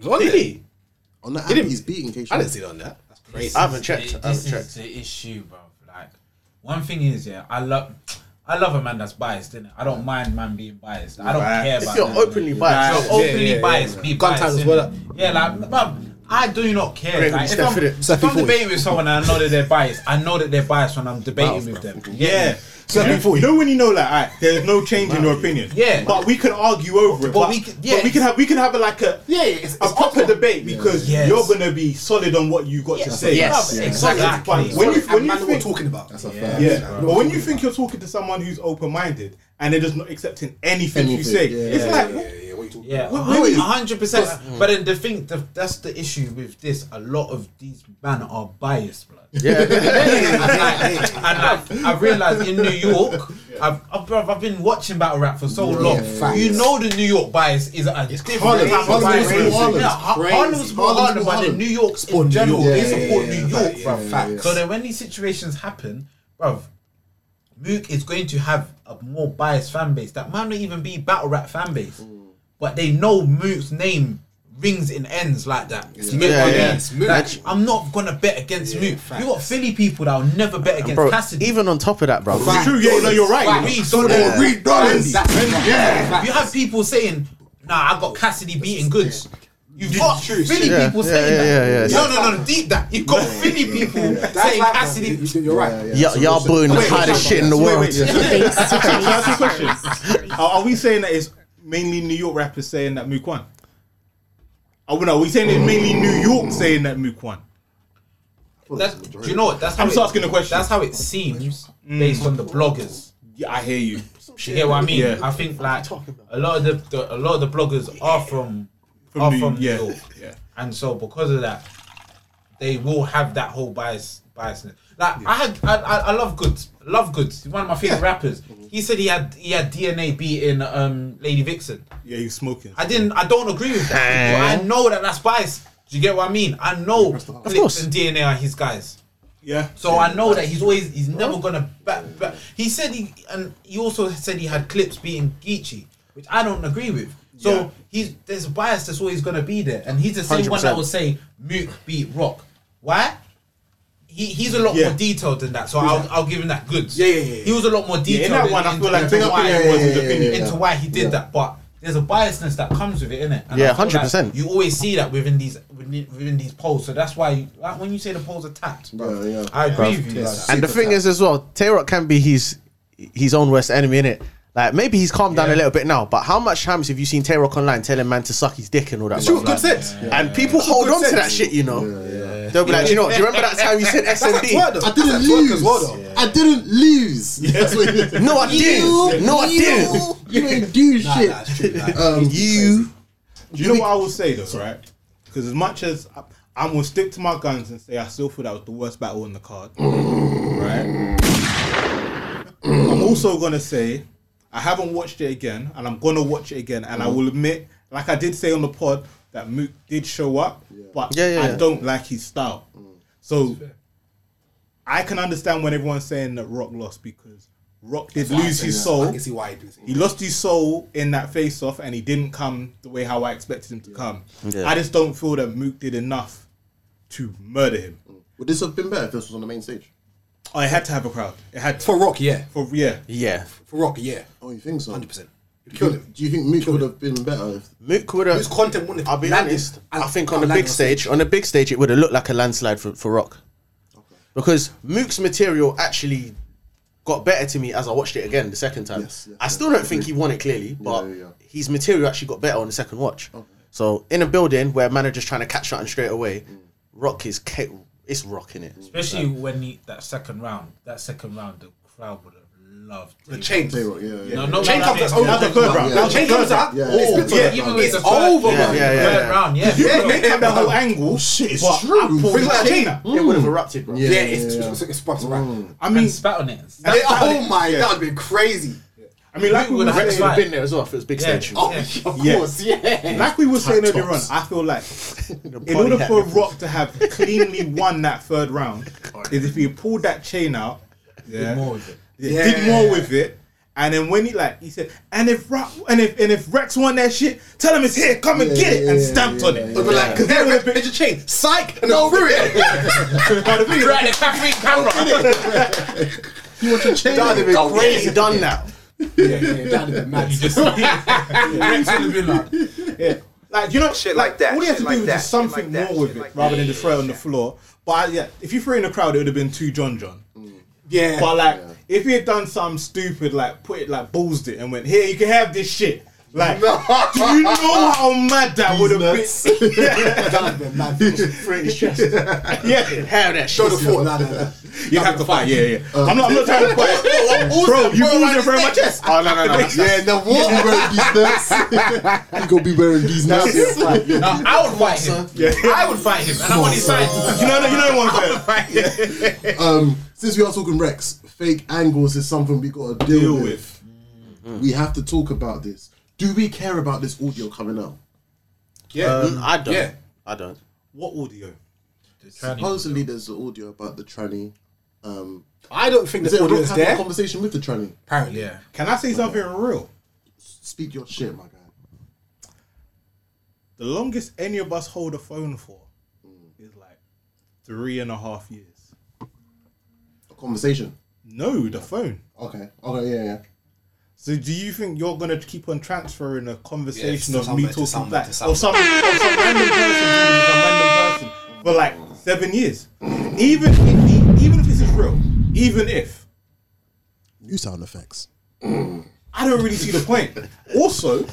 S2: Did he?
S1: On that app,
S2: didn't-
S1: he's beating K
S2: I
S1: Shine.
S2: didn't see it on that. That's crazy.
S4: I haven't checked. I
S6: This
S4: haven't
S6: is
S4: checked.
S6: the issue, bro. Like one thing is, yeah, I love. I love a man that's biased, innit? I don't mind man being biased. I don't care about
S4: If you're
S6: that,
S4: openly
S6: innit?
S4: biased,
S6: If you're
S2: Yeah,
S6: openly
S2: yeah, yeah,
S6: biased, be
S2: Gun
S6: biased.
S2: titles, well
S6: innit? Yeah, like, bro, I do not care.
S4: Gregory,
S6: like, if
S4: step
S6: I'm,
S4: with it.
S6: if
S2: Step
S6: I'm
S2: forward.
S6: debating with someone and I know that they're biased, I know that they're biased when I'm debating with them.
S3: Yeah. So
S2: Yeah.
S3: you know when you know like alright, there's no change in your opinion.
S6: Yeah.
S3: But we can argue over it.
S6: But we can- yeah.
S3: but we can have we can have a, like a
S2: Yeah, yeah, it's,
S3: a
S2: it's
S3: proper debate because
S6: Yes.
S3: you're gonna be solid on what you got to say.
S4: Yes,
S6: Yeah.
S4: exactly.
S3: Solid. But when you when
S2: And
S3: you
S2: man, we're
S3: think
S2: talking about. That's a
S6: fact.
S3: yeah, but when you think you're talking to someone who's open minded and they're just not accepting anything, you
S1: Anything,
S3: say,
S1: yeah.
S3: it's like
S2: Yeah, yeah, what are you talking
S6: Yeah,
S3: Wh- where is-
S6: a hundred percent. But then the thing, the, that's the issue with this. A lot of these men are biased, blood.
S4: Yeah.
S6: *laughs* and like, I've realized in New York, I've I've, bruv, I've been watching battle rap for so long.
S2: facts.
S6: you know the New York bias is a different
S1: Harlem.
S6: type of
S1: Harlem
S6: bias.
S1: is Harlem.
S6: Yeah, Har-
S2: Crazy.
S6: Harlem's more
S1: Harlem's more
S6: Harlem, but then
S1: Harlem.
S6: New York's in
S2: New
S6: general,
S2: York.
S6: they
S2: Yeah,
S6: support
S2: yeah,
S6: New
S2: yeah,
S6: York,
S2: yeah,
S6: bro.
S2: yeah, facts.
S6: So then when these situations happen, bruv, Mook is going to have a more biased fan base that might not even be battle rap fan base, but they know Mook's name rings and ends like that. Mook
S4: yeah,
S6: on
S4: yeah.
S6: it.
S4: It's Mook.
S6: Like, I'm not gonna bet against Mook. You got Philly people that will never bet against
S4: Bro,
S6: Cassidy.
S4: even on top of that, bro.
S3: it's true, yeah, no, you're right.
S6: Like, we don't know.
S1: Reed Dollins.
S2: Yeah.
S6: You have people saying, "Nah, I got Cassidy beating goods." You've got Philly
S4: Yeah,
S6: people
S4: yeah,
S6: saying
S4: yeah, yeah,
S6: that.
S4: yeah.
S6: No, no, no, deep that. You've got Philly people saying Cassidy.
S2: You're right.
S4: Y- y'all booing the hottest shit in the world.
S3: Can I ask you a question? Are, are we saying that it's mainly New York rappers saying that Mook won? Are we, no, are we saying it's mainly New York saying that Mook won?
S6: That's, do you know what? That's how
S3: I'm just
S6: it-
S3: asking a question. Mm.
S6: That's how it seems based on the bloggers.
S3: Yeah, I hear you.
S6: Do you get what I mean?
S3: Yeah.
S6: I think like a lot of the, the a lot of the bloggers are from,
S3: From
S6: are
S3: New-
S6: Oh, from New
S3: yeah,
S6: York,
S3: yeah.
S6: and so because of that, they will have that whole bias biasness. Like I had, I, I, I love Goods, love Goods. He's one of my favorite rappers. He said he had he had DNA beating um Lady Vixen.
S3: Yeah, you smoking.
S6: I didn't. I don't agree with that. but I know that that's bias. Do you get what I mean? I know of
S4: course.
S6: and DNA are his guys.
S3: Yeah.
S6: So I know that he's always he's never gonna back, back. He said he and he also said he had clips beating Geechee, which I don't agree with. So
S3: Yeah.
S6: he's there's a bias that's always gonna be there, and he's the same one
S4: 100%.
S6: that will say Mook beat Rock. Why? He, he's a lot
S3: Yeah.
S6: more detailed than that, so I'll, I'll give him that goods.
S3: Yeah, yeah, yeah, yeah.
S6: He was a lot more detailed
S3: Yeah, in that one, I
S6: into
S3: feel like
S6: into
S3: Big Up
S6: why-
S3: in Air was his opinion.
S1: yeah.
S6: into why he did that, but there's a biasness that comes with it, innit? And
S4: Yeah,
S6: I feel like
S4: 100%.
S6: You always see that within these within, within these polls, so that's why you, like when you say the polls are tapped,
S1: Yeah, yeah.
S6: I agree with you.
S1: Yes.
S6: like,
S4: And the thing is as well, Tay-Rock can be his his own worst enemy, innit? Like maybe he's calmed down a little bit now, but how much times have you seen Tay-Rock online telling man to suck his dick and all that?
S3: It's
S4: man?
S3: all good
S4: Like,
S3: sense.
S4: And people hold
S3: good
S4: on to that
S3: sense.
S4: shit, you know. They'll be like, you know, what, do you remember that time you said SMD?
S1: I didn't lose. I didn't lose. That's what
S2: *laughs*
S1: it is.
S4: No, I didn't. No, I didn't.
S1: You didn't do shit.
S2: Nah, it's true, nah.
S1: Um,
S4: You.
S3: Do you know what I will say though, right? Because as much as I, I'm gonna stick to my guns and say I still feel that was the worst battle on the card, right? I'm also gonna say I haven't watched it again, and I'm gonna watch it again, and I will admit, like I did say on the pod, that Mook did show up, but
S4: Yeah, Mm. yeah,
S3: I
S4: yeah.
S3: don't like his style. So I can understand when everyone's saying that Rock lost because Rock did lose his soul.
S2: I can see why he does it.
S3: He lost his soul in that face off and he didn't come the way how I expected him to come. I just don't feel that Mook did enough to murder him.
S1: Would this have been better if this was on the main stage?
S3: Oh, it had to have a crowd. It had to.
S2: For Rock, yeah.
S3: For, yeah.
S4: Yeah.
S2: For Rock, yeah.
S1: Oh, you think so?
S2: 100%.
S1: Do
S2: Kill
S1: you,
S2: him.
S1: do you think Mook would have been better? If,
S4: Mook would have.
S2: His content wouldn't have
S4: I'll be
S2: landed-
S4: honest.
S2: and-
S4: I think on
S2: not
S4: the
S2: landed
S4: big stage, on the big stage, it would have looked like a landslide for, for Rock, because Mook's material actually got better to me as I watched it again the second time.
S1: Yes, yes,
S4: I still don't think he won it clearly, but
S1: yeah, yeah.
S4: his material actually got better on the second watch. So in a building where manager's trying to catch something straight away,
S2: Mm.
S4: Rock is ca- it's rocking it.
S6: especially when he, that second round, that second round, the crowd would have loved.
S2: The chain.
S1: Tay Rock, yeah, yeah.
S6: No, no,
S2: Chain
S6: no,
S2: comes
S6: no,
S2: out.
S6: no,
S2: Oh,
S6: no,
S2: that's
S3: the
S2: the
S3: third
S2: third
S3: round.
S1: Yeah.
S2: round. Chain comes out.
S1: Yeah.
S2: Oh,
S1: Yeah.
S2: spits on
S3: Yeah.
S2: it.
S6: Even with
S2: It's
S6: the third-
S2: over.
S4: Yeah,
S2: man.
S4: yeah, yeah.
S6: Third
S2: *laughs*
S6: round, yeah.
S3: You
S2: Yeah,
S3: may
S2: yeah.
S3: have that whole angle.
S1: Shit, it's
S3: but
S1: true.
S3: I pulled
S1: Bring
S3: the
S1: that
S3: chain Mm.
S1: chain
S3: out.
S4: It would have erupted, bro.
S2: Yeah,
S1: Yeah,
S2: it's
S1: yeah,
S2: it's- it's sparks
S3: Mm.
S2: right.
S6: I mean, spat on it.
S2: And they- Oh my,
S3: Yeah.
S2: that would be crazy.
S3: I mean, like we
S6: would
S3: were
S6: have
S4: Rex
S3: saying,
S4: would have been there as well if it was big
S6: Yeah.
S4: stage.
S2: Oh,
S6: Yeah.
S2: of
S3: Yeah.
S2: course, yeah.
S3: like we were saying
S4: Tight
S3: earlier on,
S4: tops.
S3: I
S6: *laughs*
S3: feel like in order for Rock to have cleanly won that third round, is if he pulled that chain out, yeah,
S6: more with it.
S3: Yeah. did more with it. And then when he like he said, and if Rock, and if and if Rex won that shit, tell him it's here, come and get it, and stamped on it.
S2: They'll be like, because they're a bitch of
S5: *laughs*
S2: chain. Psych! No, through
S1: *laughs*
S2: it.
S3: Now, the thing is,
S6: Right, the caffeine camera.
S2: That'd be
S4: Crazy done now.
S2: Yeah, yeah, that'd be mad.
S3: *laughs*
S2: Rex would have been like,
S3: yeah. Like you know,
S5: Shit like that,
S3: All you have to
S5: shit like
S3: do is
S5: that,
S3: just
S5: shit like
S3: something
S5: that,
S3: more with
S5: shit
S3: it
S5: like
S3: rather
S5: that.
S3: than just throw it on the floor. But I, yeah, if you threw it in the crowd, it would have been two John John.
S2: yeah.
S3: But like, if he had done something stupid, like put it like ballsed it and went, here, you can have this shit. Like, do you know how mad that would have
S1: nuts.
S3: been?
S2: that'd be mad.
S3: *laughs* yeah.
S4: Hell that
S2: Show
S4: shit.
S2: the fort. Nah, nah, nah.
S3: You have to fight, yeah, yeah. I'm not, I'm not trying to fight. Bro, you pulled it from my chest. Oh, no, no, no.
S1: Yeah, now what? You wearing these nuts? *laughs* you gonna be wearing these nuts?
S6: No, I would fight him. I would fight him, and I'm on
S2: *laughs*
S6: his side.
S3: You know, you know what I'm saying?
S1: um, since we are talking Rex, fake angles is something we gotta deal,
S3: Deal
S1: with.
S3: with.
S1: We have to talk about this. Do we care about this audio coming out?
S2: Yeah.
S4: Um, I don't.
S2: Yeah.
S4: I don't.
S3: What audio?
S1: Supposedly, there's the audio about the tranny. Um,
S2: I don't think
S1: is
S2: the
S1: it Rock
S2: audience
S1: having a
S2: there.
S1: conversation with the tranny?
S2: Apparently, yeah.
S3: Can I say something real?
S1: Speak your shit, my guy.
S3: The longest any of us hold a phone for is like three and a half years.
S1: A conversation.
S3: No, the phone.
S1: Okay. Okay. Yeah. Yeah.
S3: So do you think you're gonna keep on transferring a conversation
S2: Yeah,
S3: of
S2: to
S3: me
S2: somebody, to
S3: talking
S2: somebody,
S3: back
S2: to
S3: or some,
S2: somebody.
S3: or some random person to some random person for like seven years? Even if, even if this is real, even if
S1: New sound effects.
S3: I don't really see the point. Also,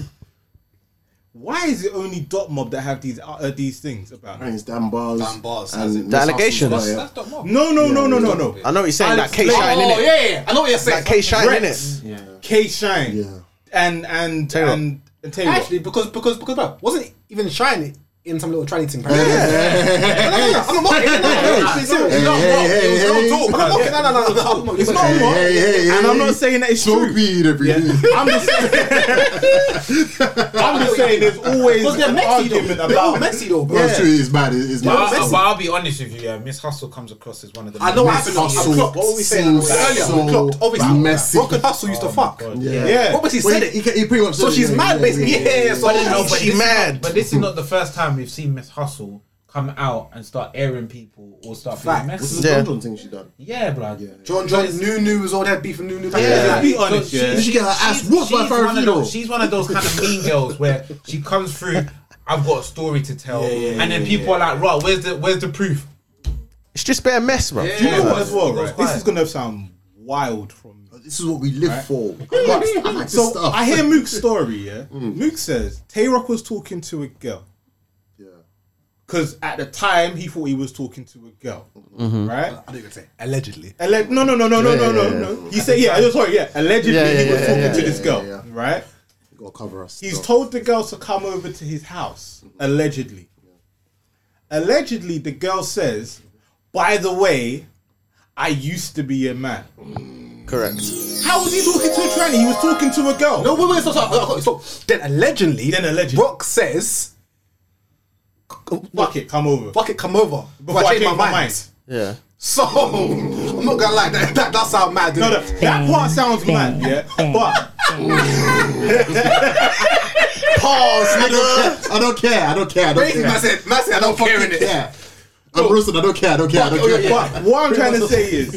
S3: why is it only Dot Mob that have these uh, these things about? it?
S1: Prince Dan Bars.
S2: Dan Bars, as in-
S1: And
S4: The allegations.
S1: That's
S3: No, no, no, no, no, no.
S4: I know what you're saying. That K
S2: Oh,
S4: Shine in it.
S2: yeah, yeah. I know what you're saying.
S4: That K Shine in
S3: Rex.
S4: it.
S3: K Shine
S1: Yeah.
S3: and and
S4: Tay-Rock.
S3: and and Tay-Rock.
S2: Actually, because because because bro, wasn't even Shine in some little tranny thing. Yeah. I'm not mocking. I'm not mocking.
S1: Hey,
S2: Seriously, no,
S1: hey,
S2: no,
S1: hey,
S2: it was real
S1: hey.
S2: talk. I'm not mocking. No, no, no, no, I'm not
S3: It's
S2: mocking.
S3: not
S2: Hey,
S3: wrong.
S1: Hey, hey, hey,
S3: and I'm
S1: hey.
S3: not saying that it's
S1: Smoke
S3: true.
S1: weed every
S3: Yeah.
S1: week.
S3: I'm just I'm just saying there's always
S2: Because they're
S3: an
S2: messy though.
S3: argument
S2: They're all
S3: about
S2: messy though, bro.
S1: Well, it's true, it's bad. It's, it's
S6: But,
S1: bad.
S6: I'll, but I'll be honest with you, yeah. Miss Hustle comes across as one of the.
S2: I know what
S6: most-
S2: happened. I'm
S1: Hustle
S2: clocked. What were we saying
S1: seems
S2: earlier?
S1: so
S2: we clocked. Obviously,
S1: messy.
S2: Rock and Hustle used to fuck.
S1: Yeah.
S3: Yeah.
S2: Obviously,
S1: Well,
S2: said
S1: he,
S2: it.
S1: he, he pretty much
S2: So
S1: said it,
S2: she's mad, basically. Yeah. So
S6: No, but
S2: she
S6: this is
S2: mad.
S6: not- But this is not the first time we've seen Miss Hustle come out and start airing people or start
S2: Fact.
S6: being
S1: This
S6: messy.
S1: is
S4: Yeah.
S1: a condom thing she done.
S6: Yeah, blood.
S2: John John Nunu was all that beef and Nunu.
S6: Yeah,
S3: be honest,
S6: so
S3: yeah.
S1: Did she get her ass
S6: she's-
S1: whooped by
S6: she's one of
S1: Farrah
S6: those-
S1: Fino?
S6: She's one of those kind of mean girls where she comes through. I've got a story to tell, and then people are like, "Right, where's the where's the proof?"
S4: It's just bare mess, bro.
S3: Do you know what as well,
S6: Those
S3: right? This
S6: quiet.
S3: is gonna sound wild from
S1: This is what we live *laughs* for. I like this
S3: so
S1: stuff.
S3: I hear Mook's story, yeah. Mook says Tay Rock was talking to a girl.
S1: Yeah.
S3: Because at the time he thought he was talking to a girl. Right?
S2: I don't even say allegedly.
S3: Alle- no, no, no, no, no, no, no, no. He said, yeah, sorry, yeah. Allegedly,
S4: Yeah, yeah,
S3: he was
S4: yeah,
S3: talking
S4: yeah,
S3: to
S1: yeah,
S3: this girl,
S1: yeah, yeah.
S3: right?
S1: You gotta cover us.
S3: He's
S1: stuff.
S3: told the girl to come over to his house, allegedly. Allegedly, the girl says, by the way, I used to be a man.
S4: Correct.
S3: How was he talking to a tranny? He was talking to a girl.
S2: No, wait, wait, stop, stop, stop, stop. Then allegedly,
S3: Then allegedly.
S2: Rock says,
S3: Fuck it, come over.
S2: "Fuck it, come over."
S3: Before I changed my mind.
S4: Yeah.
S2: So I'm not gonna lie, that that, that sounds mad.
S3: No, no,
S2: innit?
S3: that part sounds mad, yeah? But
S1: Pause, nigga. Oh, I don't care. I don't care. I don't
S2: Basically,
S1: care.
S2: man said, man said, I don't fucking
S1: fucking
S2: care.
S1: care. I'm Russian. I don't care. I don't care. I
S2: Oh,
S1: don't
S2: yeah,
S1: care.
S2: yeah.
S3: but what I'm trying to say is,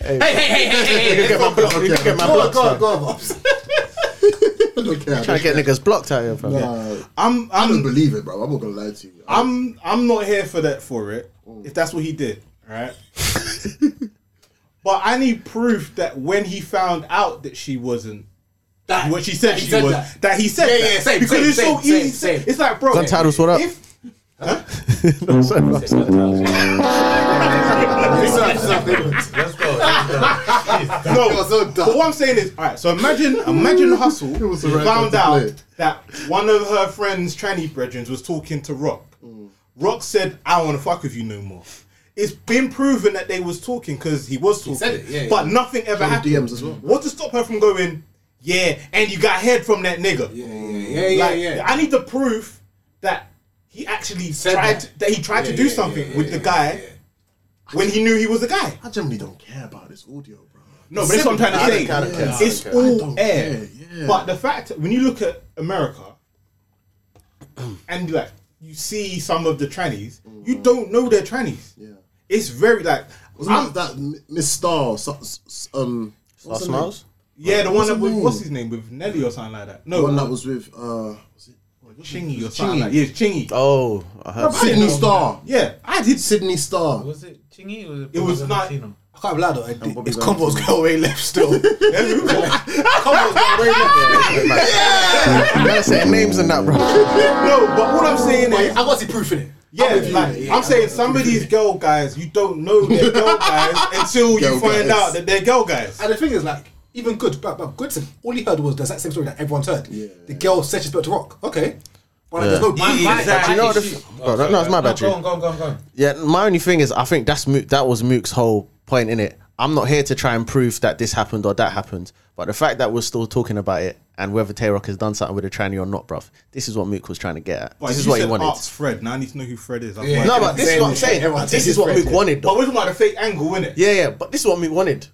S6: Hey, hey, hey, hey, hey, hey!
S4: Get my block.
S1: Okay.
S4: Get my
S2: Go on,
S4: block.
S2: go on, go on.
S1: *laughs* I don't care. I
S4: Trying
S1: don't
S4: to get niggas blocked out here, bro.
S1: Uh,
S3: I'm,
S1: I don't
S3: I'm,
S1: believe it, bro. I'm not gonna lie to you.
S3: I'm, I'm not here for that for it.
S2: Mm.
S3: If that's what he did, all right. *laughs* but I need proof that when he found out that she wasn't
S2: That-
S3: what she said
S2: that he
S3: she
S2: said
S3: was,
S2: that.
S3: that. he said
S2: Yeah,
S3: that.
S2: yeah, same,
S3: because
S2: same,
S3: it's so
S2: same, same,
S3: easy.
S2: same.
S3: It's like, bro.
S4: Gun titles, what up?
S3: If, *laughs*
S6: Let's go. Let's go.
S3: no,
S1: It was so dumb.
S3: but what I'm saying is, all right. So imagine,
S2: *laughs*
S3: imagine Hustle
S1: was a random
S3: found
S1: to play.
S3: out that one of her friends, tranny brethren, was talking to Rock.
S2: Mm.
S3: Rock said, "I don't want to fuck with you no more." It's been proven that they was talking because he was talking,
S2: said it, yeah,
S3: but nothing ever
S1: Some
S3: happened.
S1: DMs as well.
S3: What to stop her from going? Yeah, and you got head from that nigga.
S2: Yeah, yeah,
S3: Like, I need the proof that he actually tried that. he tried to do something with the guy when he knew he was a guy.
S1: I generally don't care about this audio, bro.
S3: No, but that's what I'm trying to say.
S4: I don't care, I don't
S3: It's
S4: care.
S1: I
S3: all
S1: don't
S3: air.
S1: care, yeah.
S3: But the fact when you look at America and like you see some of the trannies, you don't know they're trannies.
S1: Yeah.
S3: It's very like
S1: Wasn't
S3: I'm-
S1: that, that M- Miss Star? so- s- Um,
S4: Star Smiles?
S3: yeah, the one
S1: what's
S3: that
S1: her
S3: with,
S1: name?
S3: what's his name with Nelly or something like that.
S1: the
S3: No,
S1: one that was with uh, was it-
S3: Chingy or
S1: Chingy.
S3: something like yeah, Chingy.
S4: Oh, I heard.
S1: Sydney Star.
S3: Yeah, I
S1: *laughs*
S3: did.
S1: Sydney Star.
S6: Was it Chingy? Or was it,
S3: It was not-
S6: Valentino?
S2: I can't lie though. It,
S1: Bobby
S2: it's
S1: Valentine.
S2: Convo's girl way left
S4: *laughs*
S2: still.
S3: *laughs*
S4: Come on, man. saying names and that, bro.
S3: No, but what I'm saying is
S2: I got to see proof in it.
S3: Yeah, like, I'm saying some of these girl guys, you don't know they're girl guys until
S1: Girl
S3: you find
S1: guys.
S3: out that they're girl guys.
S2: And the thing is, like, even good, but, but good. said- All he heard was the exact same story that everyone's heard.
S1: Yeah.
S2: The girl said she spoke to Rock. Okay, but like, there's no
S6: My-
S2: proof.
S6: my
S2: It's like,
S4: Do you know what the
S6: issue-
S4: f- Bro, that- no, it's my
S6: No,
S4: battery.
S6: Go on, go on, go on, go on.
S4: Yeah, my only thing is, I think that's Mook, that was Mook's whole point in it. I'm not here to try and prove that this happened or that happened, but the fact that we're still talking about it and whether Tay Rock has done something with a tranny or not, bruv, this is what Mook was trying to get at.
S3: But
S4: this
S3: if
S4: is
S3: you
S4: what he
S3: said,
S4: wanted.
S3: "Ask Fred. Now I need to know who Fred is. I'm like,
S4: no, but this is what I'm "Ah, saying.
S2: Everyone
S4: this
S2: takes
S4: is what
S2: his
S4: Mook wanted,
S3: But
S4: though.
S3: we're talking about the fake angle, innit?
S4: Yeah, yeah, but this is what Mook wanted.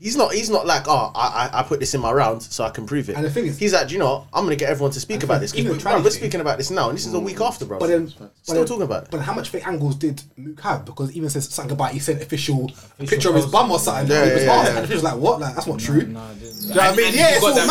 S4: He's not. He's not like, oh, I, I, I put this in my round, so I can prove it.
S2: And the thing is-
S4: he's like, "Do you know, I'm gonna get everyone to speak about this.
S2: even
S4: Because
S2: the
S4: we're,
S2: tranny
S4: we're
S2: thing-
S4: speaking about this now, and this is a week after, bro.
S2: But then,
S4: still
S2: but then-
S4: talking about it.
S2: But how much fake angles did Mook have? Because even says something about he sent official, picture of his
S6: post.
S2: bum or something.
S4: Yeah,
S2: Yeah, he was
S4: yeah,
S2: asked,
S4: yeah.
S2: and he was like, "What? Like that's not true."
S6: No, I didn't.
S2: know what I mean?
S6: And- and
S2: Yeah,
S6: you
S2: it's
S6: got
S2: all
S6: that-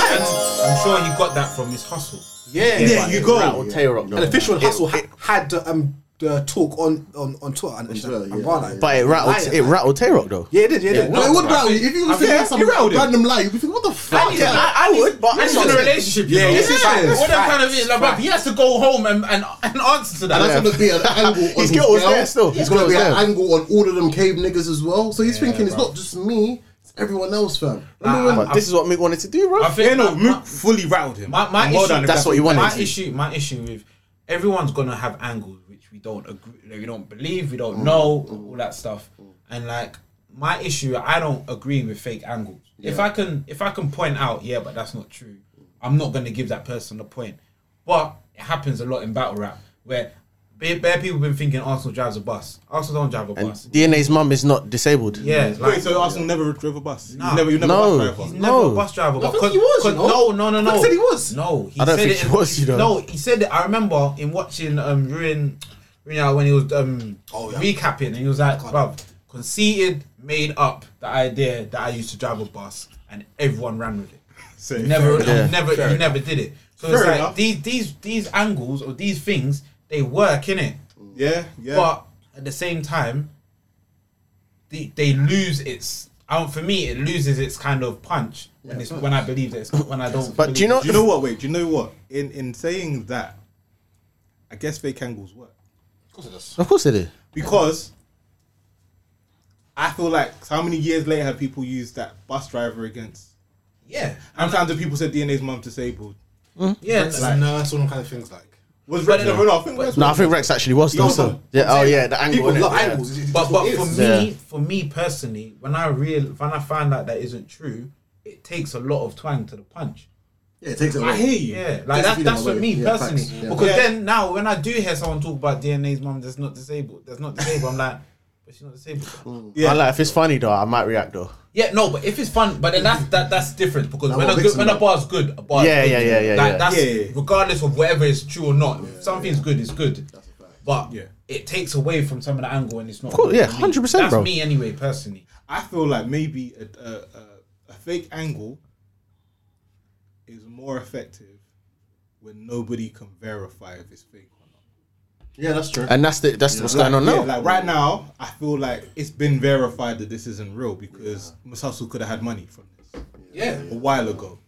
S2: mad.
S6: I'm sure he got that from his hustle.
S2: Yeah,
S3: Yeah, you go.
S4: Rattle Tay Rock,
S2: An
S4: bro.
S2: official and
S4: It-
S2: hustle ha-
S4: it-
S2: had the, um, the talk on on on Twitter and, and,
S1: Twitter,
S2: and
S1: yeah,
S2: Barline.
S1: yeah.
S4: But it rattled. It rattled Tay Rock though.
S2: yeah, it did. Yeah, it did.
S1: No, it would rattle you. If you was thinking
S3: yeah,
S1: some
S3: it rattled him.
S1: random lie, you'd be thinking, what the fuck?
S6: Yeah, I, I would, but I in a relationship. You
S2: Yeah,
S6: know?
S2: yeah, it's facts,
S6: All that
S2: facts,
S6: kind of is like, bruv, he has to go home and, and, and answer to that.
S1: And that's gonna *laughs* be an angle on
S4: His
S1: his
S4: guilt was
S1: girl.
S4: there still. His
S1: It's gonna
S4: guilt
S1: be
S4: was
S1: an
S4: there.
S1: angle on all of them cave niggas as well. So he's thinking it's not just me, it's everyone else, fam. Remember when-
S4: But this is what Mook wanted to do, bro.
S6: I
S3: Yeah,
S6: Ah, think
S3: no,
S6: my,
S3: Mook fully rattled him.
S6: my, my
S3: And well
S6: issue,
S3: done if
S4: That's what
S3: what
S4: he wanted.
S6: My issue, my issue with everyone's gonna have angles which we don't agree, like, we don't believe, we
S3: Mm.
S6: don't know, all that stuff. And like my issue, I don't agree with fake angles. If I can, if I can point out, yeah, but that's not true. I'm not gonna give that person a point. But it happens a lot in battle rap where bare, bare people been thinking Arsenal drives a bus. Arsenal don't drive a bus.
S4: DNA's mum is not disabled.
S6: yeah,
S3: Wait,
S6: like,
S3: so Arsenal never drove a bus?
S6: Nah.
S3: You never, you never
S4: No.
S3: bus driver.
S6: He's
S4: No.
S6: never a bus driver. but
S2: think
S6: cause-
S2: he was, you
S6: cause-
S2: know.
S6: No, no, no,
S2: I
S6: no.
S2: said he was.
S6: No, he
S4: I don't
S6: said
S4: think
S6: it
S4: he
S6: in-
S4: was, you know.
S6: No, he said it. I remember in watching um Ruin, you know, when he was um
S2: Oh, yeah.
S6: recapping, and he was like, "Bruv, conceited made up the idea that I used to drive a bus, and everyone ran with it.
S3: So-
S6: Never,
S4: enough. Yeah.
S6: never, you never did it. So it's
S3: Fair
S6: like
S3: enough.
S6: these these these angles or these things they work in it,
S3: Yeah, yeah.
S6: but at the same time, they, they lose its. I don't, for me, it loses its kind of punch when it's when I believe that it's when I don't.
S4: But do you
S6: believe
S4: know?
S3: do you know what? Wait, do you know what? In in saying that, I guess fake angles work
S4: Of course they do.
S3: because I feel like so how many years later have people used that bus driver against?
S6: it. yeah,
S3: How many times have people said DNA's mum disabled?
S6: yeah.
S2: It's
S6: it's
S2: like
S6: like-
S2: nurse, all them kind of things like.
S3: Was Rex
S6: no,
S3: never enough? I think Rex
S4: No, I
S3: was-
S4: think Rex actually was though.
S2: Yo,
S4: So.
S2: man,
S4: Yeah.
S2: I'm
S4: Oh
S2: saying,
S4: yeah, the angle.
S2: People
S4: innit?
S2: love
S4: Yeah.
S2: angles. It's just
S6: but
S2: what
S6: but
S2: it
S6: for
S2: is.
S6: me, for me personally, when I real when I find out that isn't true, it takes a lot of twang to the punch.
S1: Yeah, it takes it.
S3: I hear you.
S6: Yeah,
S1: Just
S6: like that's
S1: feeling
S6: that's
S1: my
S6: for
S1: way.
S6: me
S1: Yeah,
S6: personally.
S1: facts. Yeah.
S6: Because
S3: Yeah.
S6: then now when I do hear someone talk about DNA's mum that's not disabled, that's not disabled, I'm like, but she's not disabled.
S4: I like if it's funny though, I might react though.
S6: Yeah, no, but if it's fun, but then that's that, that's different because when
S1: what
S6: a good,
S1: Vixen
S6: when a
S1: done.
S6: bar's good, a bar's
S4: Yeah,
S6: good.
S4: yeah, yeah, yeah,
S6: Like,
S4: yeah.
S6: That's
S3: Yeah, yeah, yeah.
S6: regardless of whatever is true or not. if something's good, it's good. But
S3: Yeah.
S6: it takes away from some of the angle and it's not.
S4: course,
S6: good
S4: yeah,
S6: for me.
S4: 100%,
S6: That's
S4: bro.
S6: me anyway, personally.
S3: I feel like maybe a, a, a, a fake angle is more effective when nobody can verify if it's fake or not.
S1: Yeah, that's true.
S4: And that's the that's what's going on
S3: Yeah,
S4: now.
S3: like right now, I feel like it's been verified that this isn't real because yeah. could have had money from this
S6: Yeah,
S3: a while ago.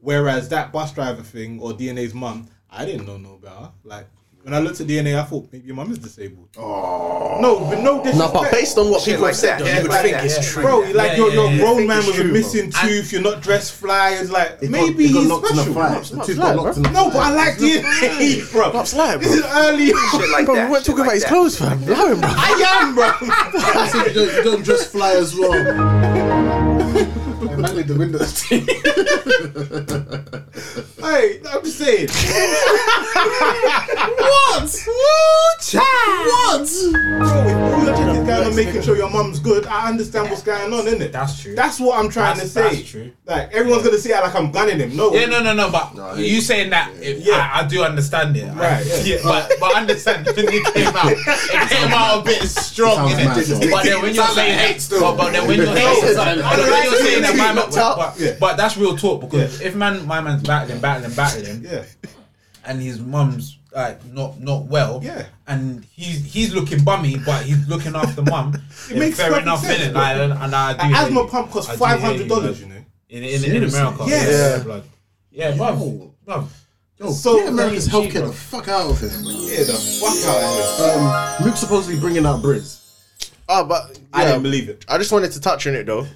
S3: Whereas that bus driver thing or DNA's mum, I didn't know no better. Like when I looked at DNA, I thought maybe your mum is disabled. No, but no
S4: no,
S3: disrespect.
S4: Oh. but based on what people have said,
S5: yeah,
S4: you would
S5: like
S4: think
S5: that,
S4: it's
S5: yeah.
S4: true.
S3: Bro, like
S6: Yeah,
S3: you're,
S6: yeah,
S3: you're
S6: yeah.
S3: a grown
S1: Fake
S3: man
S1: is
S3: with a
S1: true,
S3: missing tooth. You're not dressed fly. It's like maybe
S1: it got
S3: he's
S1: locked in a
S3: special.
S1: fight. The tooth got locked in a
S3: No, but
S1: fight.
S3: I like DNA, *laughs* bro.
S4: Not fly,
S3: This is
S4: bro.
S3: early.
S5: Shit like
S4: Bro,
S5: that.
S4: we weren't
S5: shit
S4: talking
S5: like
S4: about his
S5: that.
S4: clothes,
S5: *laughs*
S4: fam. Blow him, bro.
S3: I am, bro.
S1: I said you don't, you don't dress fly as well. Man, leave the window. *laughs*
S3: Hey, I'm just saying. Bro, if all you're thinking is going on making sure your mum's good, I understand what's going on, innit?
S6: That's true.
S3: That's what I'm trying
S6: That's-
S3: to say.
S6: that's true.
S3: Like everyone's gonna see it like I'm gunning him. No.
S6: Yeah, no, no, no. But you saying that, if,
S3: Yeah.
S6: I, I do understand it.
S3: Right,
S6: I,
S3: yeah.
S6: but but understand when it came out, it came out a bit strong.
S1: It sounds
S6: innit?
S1: mad.
S6: But then when you're saying hate, but, but then when you're saying, but then when you're saying that my man, but, but, but that's real talk because if man, my man's battling, battling, battling,
S3: Yeah.
S6: and his mum's like not not well.
S3: Yeah.
S6: And he's he's looking bummy, but he's looking after
S3: *laughs*
S6: mum. it
S3: makes
S6: fair
S3: fucking
S6: enough,
S3: sense,
S6: innit?
S3: bro.
S6: Like, and, and I do.
S3: An
S6: hear
S3: asthma
S6: you.
S3: pump costs
S6: I do hear
S3: five
S6: you,
S3: hundred dollars,
S6: bro.
S3: you know.
S6: In in, in America.
S3: Yes.
S6: Yeah. blood. Yeah, bruv.
S1: Yo.
S6: Bruv.
S1: Yo,
S3: So-
S1: get America's
S6: Cheap,
S1: healthcare
S6: bro.
S1: the fuck out of here, man.
S3: Yeah, the fuck out of here.
S1: Um, Luke's supposedly bringing out Briz.
S4: Oh, but
S3: I
S4: yeah,
S3: didn't believe it.
S4: I just wanted to touch on it though.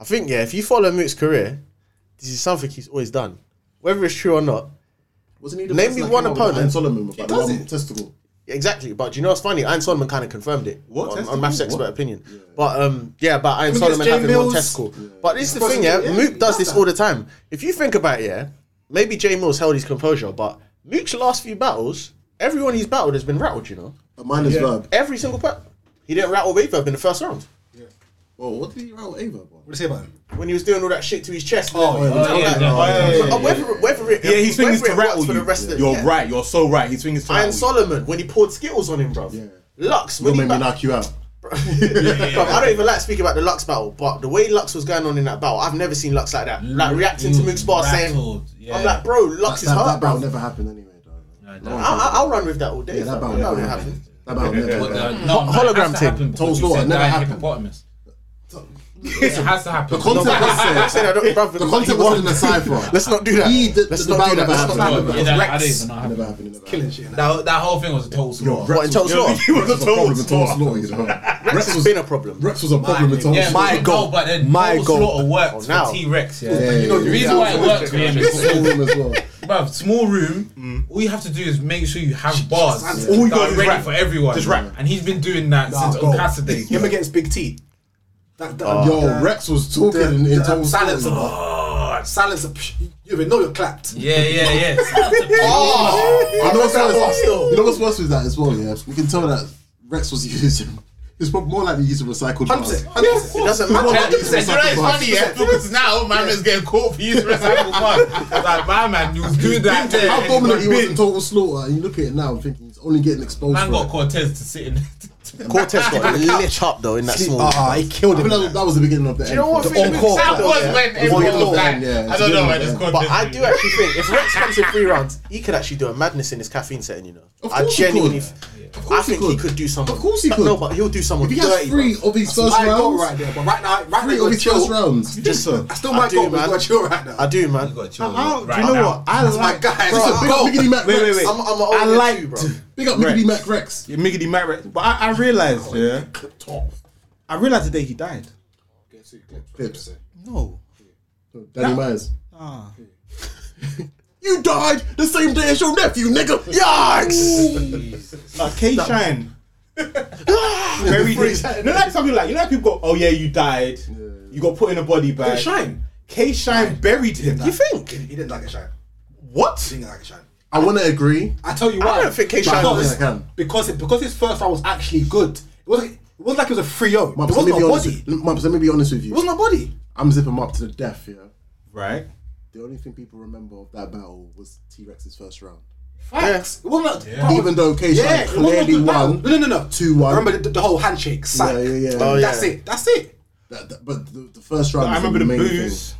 S4: I think yeah, if you follow Mook's career, this is something he's always done, whether it's true or not.
S1: Wasn't he the
S4: Name
S1: person
S4: me
S1: that
S4: one
S1: came out with
S4: opponent.
S1: Ian Solomon about the
S3: does
S1: one
S3: it.
S1: testicle.
S4: Exactly, but do you know what's funny? Ian Solomon kind of confirmed it
S3: What
S4: on,
S3: testicle?
S4: on Maths Expert Opinion. But um, yeah, but Ian
S2: it's
S4: Solomon
S2: Jay
S4: having one
S2: Mills.
S4: testicle. But this is the
S2: Because
S4: thing,
S2: of
S4: yeah.
S2: Jay- yeah,
S4: Mook does
S2: he does
S4: this
S2: that.
S4: all the time. If you think about it, yeah, maybe Jay Mills held his composure, but Mook's last few battles, everyone he's battled has been rattled. You know,
S1: A minus verb.
S4: every single battle, he didn't rattle Reverb in the first round.
S1: Whoa, what did he write with Ava? bro?
S2: What do you say about him?
S4: when he was doing all that shit to his chest.
S1: yeah,
S6: Oh, yeah, yeah.
S4: Uh, whether, whether it,
S3: Yeah, he swings
S4: whether
S3: to
S4: it works
S3: rattle you.
S4: for the rest of
S3: you're
S4: yeah.
S3: right. You're so right. He swings to rattle
S4: Iron
S3: you.
S4: Solomon when he poured Skittles on him, bro.
S1: Yeah.
S4: Lux
S1: You'll make
S4: when he
S1: me
S4: ba- *laughs*
S1: knock you out.
S4: Bruv, I don't even like speaking about the Lux battle, but the way Lux was going on in that battle, I've never seen Lux like that. Like reacting to Mook's bar saying,
S6: Rattled, yeah.
S4: "I'm like, bro, Lux is
S1: That, that
S4: hurt,
S1: battle
S4: bro."
S1: never happened anyway, though.
S6: I don't-
S1: No one
S4: I- I-
S1: cares.
S4: I'll run with that all day.
S1: Yeah, that
S4: fam.
S1: battle
S4: That
S1: never
S4: won't
S1: happened.
S4: happen.
S1: That battle never
S6: But, uh,
S1: happened.
S6: no, no, it has
S4: hologram
S6: to
S4: thing.
S6: happen because
S1: Tom's
S6: you
S1: daughter
S6: said
S1: never
S6: that
S1: happened.
S6: hippopotamus. It has to happen.
S1: The concept was
S4: I'm saying I
S1: said.
S4: don't,
S1: *laughs*
S4: bruv,
S1: The concept was in the cipher.
S4: Let's not do that.
S1: He, the,
S4: Let's
S1: the
S4: not do
S1: battle
S4: that.
S1: never
S4: Let's
S1: happened.
S4: not do that.
S1: Never
S6: Yeah, that, I don't
S1: happened.
S6: even know how
S1: Never
S6: happened.
S1: happened. Never
S2: Killing
S1: happened.
S2: shit. Now.
S6: That, that whole thing was a total slaughter.
S4: What in total slaughter?
S3: He was a
S1: Rex was a problem with Tom
S3: total
S1: Slaughter, you know. Rex
S4: Rex has
S1: was-
S4: been a problem.
S1: Rex was a problem with Tom
S6: Yeah,
S1: Slaughter.
S6: my goal. But then
S2: My
S6: total
S2: goal.
S6: slaughter worked
S4: now.
S6: for T Rex. Yeah.
S1: Yeah, yeah,
S6: The
S1: yeah.
S6: reason why it worked for him is
S1: It's all him as well.
S6: bruv, small room. All you have to do is make sure you have bars
S3: just-
S6: all
S3: all
S6: you
S3: you
S6: that are
S3: gotta do is
S6: ready
S3: rap.
S6: for everyone.
S3: Just rap.
S6: and he's been doing that
S2: Nah,
S6: since
S2: bro.
S6: Okasa days.
S2: Him
S6: bro.
S2: against Big T. That, that,
S1: Yo,
S2: that-
S1: Rex was talking in, in
S2: that
S1: Tom's
S2: silence.
S1: corner.
S2: Oh, silence. You even know you're clapped.
S6: Yeah, yeah, yeah.
S1: I know what's worse. You know what's worse with that as well. Yeah, we can tell that Rex was *laughs* using. He's probably more likely using recycled bars.
S2: 100%.
S1: It doesn't matter.
S6: Said, oh, you know it's funny, yeah, because now my man's getting caught for using recycled bars. Like my man, you was doing that. there,
S1: How
S6: and he
S1: dominant he
S6: was
S1: was in
S6: big.
S1: total slaughter, and you look at it now and thinking he's only getting exposed.
S6: Man
S1: for
S6: got
S1: it.
S6: Cortez to sit in.
S1: *laughs*
S4: Cortez got lit up though in that small.
S1: Uh-huh.
S2: Ah, he killed
S1: I
S2: him.
S1: mean, that, was- that was the beginning of the end.
S4: know what
S1: The
S4: thing-
S1: encore.
S2: Encore.
S5: That was when everyone
S1: Long,
S5: was like,
S1: yeah,
S5: I
S1: it's
S5: don't know
S1: long,
S5: why this
S1: yeah.
S5: called
S4: But I do actually think if Rex comes in three rounds, he could actually do a madness in his caffeine setting. You know,
S1: Of
S4: I
S1: course he
S4: genuinely.
S1: could. Of course
S4: I think he could. do something.
S1: Of course he could.
S4: No, but he'll do
S1: If
S4: someone
S1: he
S4: dirty.
S1: has three
S4: bro.
S1: of his first
S2: My goal
S1: rounds,
S2: right there, but right now, right now,
S1: three
S2: you
S1: of
S2: gotta
S1: his first
S2: chill.
S1: rounds.
S4: Just so.
S2: That's still
S4: I
S2: my
S4: do,
S2: goal, but you
S4: man.
S2: gotta chill right now.
S4: I do, man. Uh-huh.
S3: How-
S6: Right
S3: do you know
S6: now.
S3: what? I
S2: That's my
S3: like.
S2: guy.
S1: Bro,
S2: That's a
S1: big
S2: goal.
S1: up Biggity Mac
S3: Wait, wait,
S1: Rex.
S3: wait.
S4: I'm, I'm
S3: I
S4: I
S3: like
S4: bro.
S3: to-
S1: Big up Biggity
S3: Rex.
S1: Mac Rex.
S3: Yeah, Miggity Matt Rex. But I, I realized, yeah,
S1: Top
S3: I realized the day he died.
S1: tips.
S3: No.
S1: Danny Myers. You died the same day as your nephew, nigga. Yikes!
S3: Like K Shine. Very No, like some people like, you know, how people go, oh yeah, you died. You got put in a body bag.
S2: Shine.
S3: K Shine buried him. You
S2: He he didn't like a shine.
S3: What?
S2: He didn't like a shine.
S1: I want to agree.
S2: I tell you why.
S4: don't think Keyshawn
S1: was-
S2: because,
S1: I can.
S2: because it, because his first round was actually good. It wasn't. It wasn't like it was a free o.
S1: Mubs,
S2: It
S1: let,
S2: wasn't
S1: me
S2: a
S1: be honest
S2: body.
S1: with, Mubs, let me be honest with
S2: It
S1: you.
S2: wasn't a body.
S1: I'm zipping him up to the death, yeah.
S3: Right.
S1: The only thing people remember of that battle was T Rex's first round.
S2: Facts. It wasn't. Like, bro,
S1: Even though K
S2: yeah, it wasn't a
S1: clearly
S2: good battle.
S1: won.
S2: No, no, no, no.
S1: 2-1.
S2: Remember the, the whole handshake. Sack.
S1: Yeah, yeah, yeah.
S4: Oh,
S2: That's
S4: yeah.
S2: it. That's it.
S1: That- that- but the, the first round.
S3: I
S1: was
S3: remember the
S1: main
S3: booze.
S1: thing.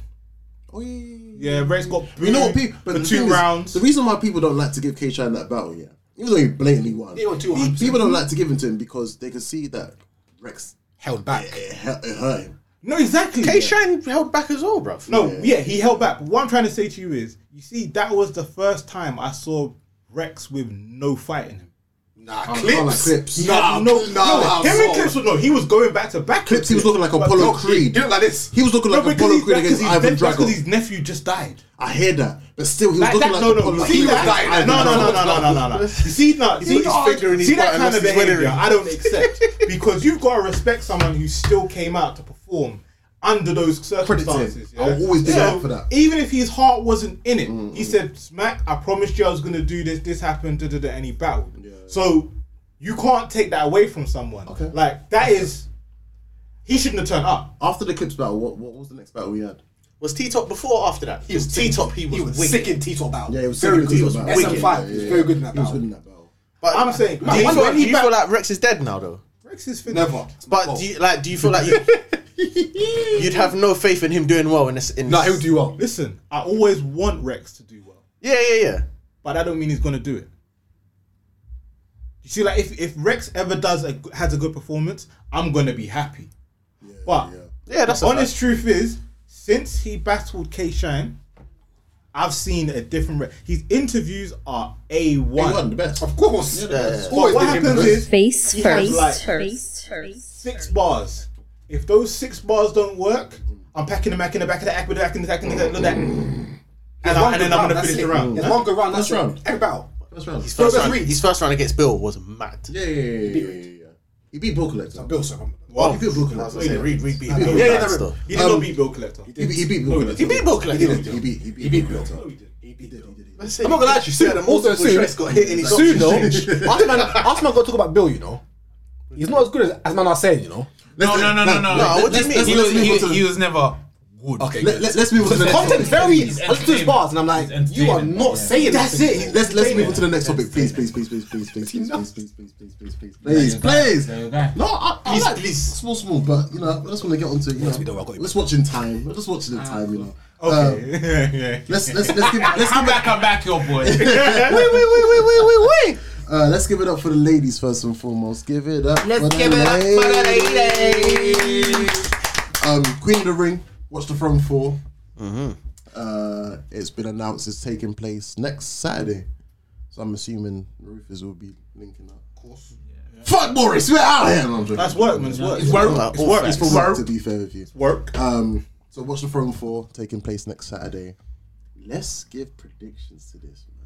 S1: Oh, yeah, yeah, yeah, yeah.
S3: Yeah, Rex got booed
S1: You know what people. But
S3: for
S1: the
S3: two
S1: thing is,
S3: rounds.
S1: the reason why people don't like to give K Shine that battle, yeah, even though he blatantly won,
S2: He won two
S1: pe-
S2: 100%.
S1: people don't like to give him to him because they can see that Rex
S2: Held back.
S1: it, hurt- it hurt him.
S3: no, exactly.
S4: K Shine held back as well, bro.
S3: No, yeah. he held back. But what I'm trying to say to you is, you see, that was the first time I saw Rex with no fight in him.
S2: Nah,
S1: Kinda like
S2: clips.
S1: Clips.
S3: No, no, no.
S2: nah,
S3: him and
S2: so-
S3: Clips was no. He was going back to back.
S1: Clips, he was looking like
S3: But
S1: Apollo
S3: no,
S1: Creed.
S2: He looked like this.
S1: He was looking
S3: No,
S1: like
S3: because
S1: Apollo
S3: he's
S1: Creed
S3: back
S1: against
S3: because he's
S1: Ivan
S3: dead- that's
S1: Drago.
S3: because his nephew just died.
S1: I hear that, but still, he was
S3: Like
S1: looking
S3: that,
S1: like
S3: no, no,
S1: Apollo
S3: you
S1: Creed.
S3: see that?
S1: Like Ivan
S3: No, no,
S1: Drago.
S3: no, no, no, no, no, no. You see, no, you see,
S4: He's figuring he's
S3: see that
S4: fighting
S3: kind
S4: us,
S3: of
S4: he's winning.
S3: behavior. I don't accept because you've got to respect someone who still came out to perform under those circumstances.
S1: I'll always be
S3: So,
S1: up for that.
S3: Even if his heart wasn't in it, he said, "Smack, I promised you I was going to do this. This happened, da, da, da, and he battled." So you can't take that away from someone.
S1: Okay.
S3: Like that is, he shouldn't have turned up.
S1: After the Clips battle, what, what was the next battle we had?
S4: Was T Top before or after that? He was T Top. He was,
S2: He was
S4: wicked.
S2: sick in Tito Bow.
S1: Yeah, it was
S2: very
S1: second
S2: good.
S1: Clips
S2: He was
S1: battle.
S2: SM5.
S1: Yeah,
S2: He was
S1: yeah,
S2: very
S1: yeah.
S2: good in that
S1: He was good in
S2: battle.
S1: that battle.
S4: But
S3: I'm saying,
S4: do you,
S3: man,
S4: feel,
S3: when
S4: do
S3: he
S4: you
S3: back-
S4: feel like Rex is dead now, though?
S3: Rex is finished.
S2: Never.
S4: But
S2: Oh.
S4: do you like? Do you feel like
S1: *laughs*
S4: you, you'd have no faith in him doing well in this? In
S2: Nah,
S4: this-
S2: he'll do well.
S3: Listen, I always want Rex to do well.
S4: Yeah, yeah, yeah.
S3: but that don't mean he's gonna do it. You see, like if, if Rex ever does a, has a good performance, I'm gonna be happy. but
S4: Yeah, that's
S3: the
S4: a
S3: honest truth is, since he battled K Shine, I've seen a different. Re- His interviews are a
S1: He won the
S3: one.
S1: best.
S2: Of course.
S4: yeah.
S3: But what happens is
S9: Face
S3: he has
S9: first.
S3: like
S9: Face first.
S3: six bars. If those six bars don't work, I'm packing them back in the back of the back of the back in the back in the back of the back. And, I, and then I'm gonna finish the round.
S2: There's one good round. That's
S1: First round.
S2: round. Every battle.
S1: First round.
S4: His first,
S2: Best
S4: round,
S2: reads.
S4: his first round against Bill was mad.
S1: Yeah, yeah, yeah, yeah, yeah, yeah. He beat Bill Collector.
S2: Bill, sir. come on.
S1: Well, he beat Bill Collector.
S4: Reed, Reed, Reed beat Bill.
S3: Yeah, yeah,
S4: That's
S3: no,
S4: the-
S3: he did not beat Bill Collector.
S1: He beat, he beat Bill Collector.
S4: He beat Bill Collector.
S1: He beat, he beat, he beat Bill Collector.
S2: I'm not gonna lie to you. Soon, also soon,
S4: Rex got hit in his
S1: *laughs*
S2: soon though.
S4: options.
S2: Osman, Osman got to talk about Bill. You know, he's not as good as, as man are saying. You know,
S6: No, no, no, no, no.
S4: No, what do you mean?
S6: He
S1: let's
S6: was,
S1: move
S6: he,
S1: on to the-
S6: he was never good. Okay,
S1: Let, let, let's move on to the
S2: the
S1: next
S2: content's
S1: topic.
S2: very.
S6: He's
S2: I looked at his
S6: entertaining.
S2: bars and I'm like,
S6: He's
S2: you are
S6: entertaining,
S2: not
S6: yeah.
S2: saying
S1: That's
S2: nothing.
S1: it. Let's let's move on to the next topic, please, please, please, please, please, please, please, please, please, please, please, please, please, please, please.
S6: There you go.
S1: No, I, I like please. small, small, but you know, I just want to get onto you know,
S2: we don't, I've got you.
S1: let's watch in time. Let's watch it in time, you know.
S6: *laughs*
S1: Um,
S3: Okay.
S1: let's let's let's give let's
S6: I'm
S1: give it,
S6: back, I'm back, your boy.
S4: Wait, wait, wait, wait, wait, wait, wait.
S1: uh, let's give it up for the ladies first and foremost. Give it up.
S6: Let's
S1: for the
S6: give it up for the ladies.
S1: Um, Queen of the Ring, Watch the Throne 4 Uh, it's been announced it's taking place next Saturday, so I'm assuming the Rufus will be linking up. Of course. Fuck Boris, we're out of here. No, I'm joking.
S3: That's work, man. It's work. It's
S4: Uh,
S3: work. It's
S4: all
S3: work.
S4: facts.
S3: It's
S1: For work, Uh, to
S3: work.
S1: be fair with you.
S3: Work.
S1: Um, so Watch the Throne 4 taking place next Saturday. Let's give predictions to this, man.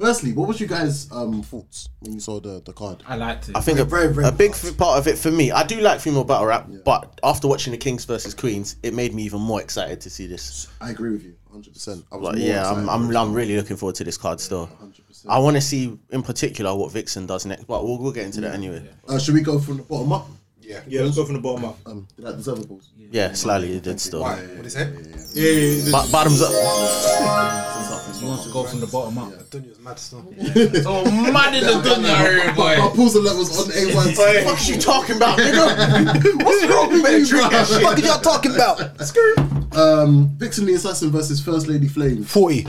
S1: Firstly, what was you guys' um, thoughts when you saw the, the card?
S3: I liked it.
S4: I think a,
S1: Very, very
S4: a big
S1: fast.
S4: f- part of it for me, I do like female battle rap, but after watching the Kings versus Queens, it made me even more excited to see this.
S1: I agree with you, hundred percent. I was
S4: But
S1: more
S4: yeah, I'm,
S1: excited.
S4: I'm, I'm really looking forward to this card still.
S1: 100%.
S4: I want to see in particular what Vixen does next, but we'll, we'll get into that anyway.
S1: Uh, should we go from the bottom up?
S3: Yeah, let's go from the bottom up.
S1: Um, did that deserve a balls?
S4: Yeah, slightly it did still.
S1: Why?
S2: What is it?
S3: Yeah, yeah, yeah.
S4: But bottoms up.
S3: You want to go from the bottom up.
S2: Dunya's mad stuff.
S6: So mad in the dunya,
S1: Our
S6: boy.
S1: pulls and levels on A
S4: *laughs*
S1: one.
S4: What are you talking about, nigga? *laughs* What's wrong with you,
S2: What the fuck are y'all talking about?
S1: Um, Vixen the Assassin versus First Lady Flame.
S2: 40.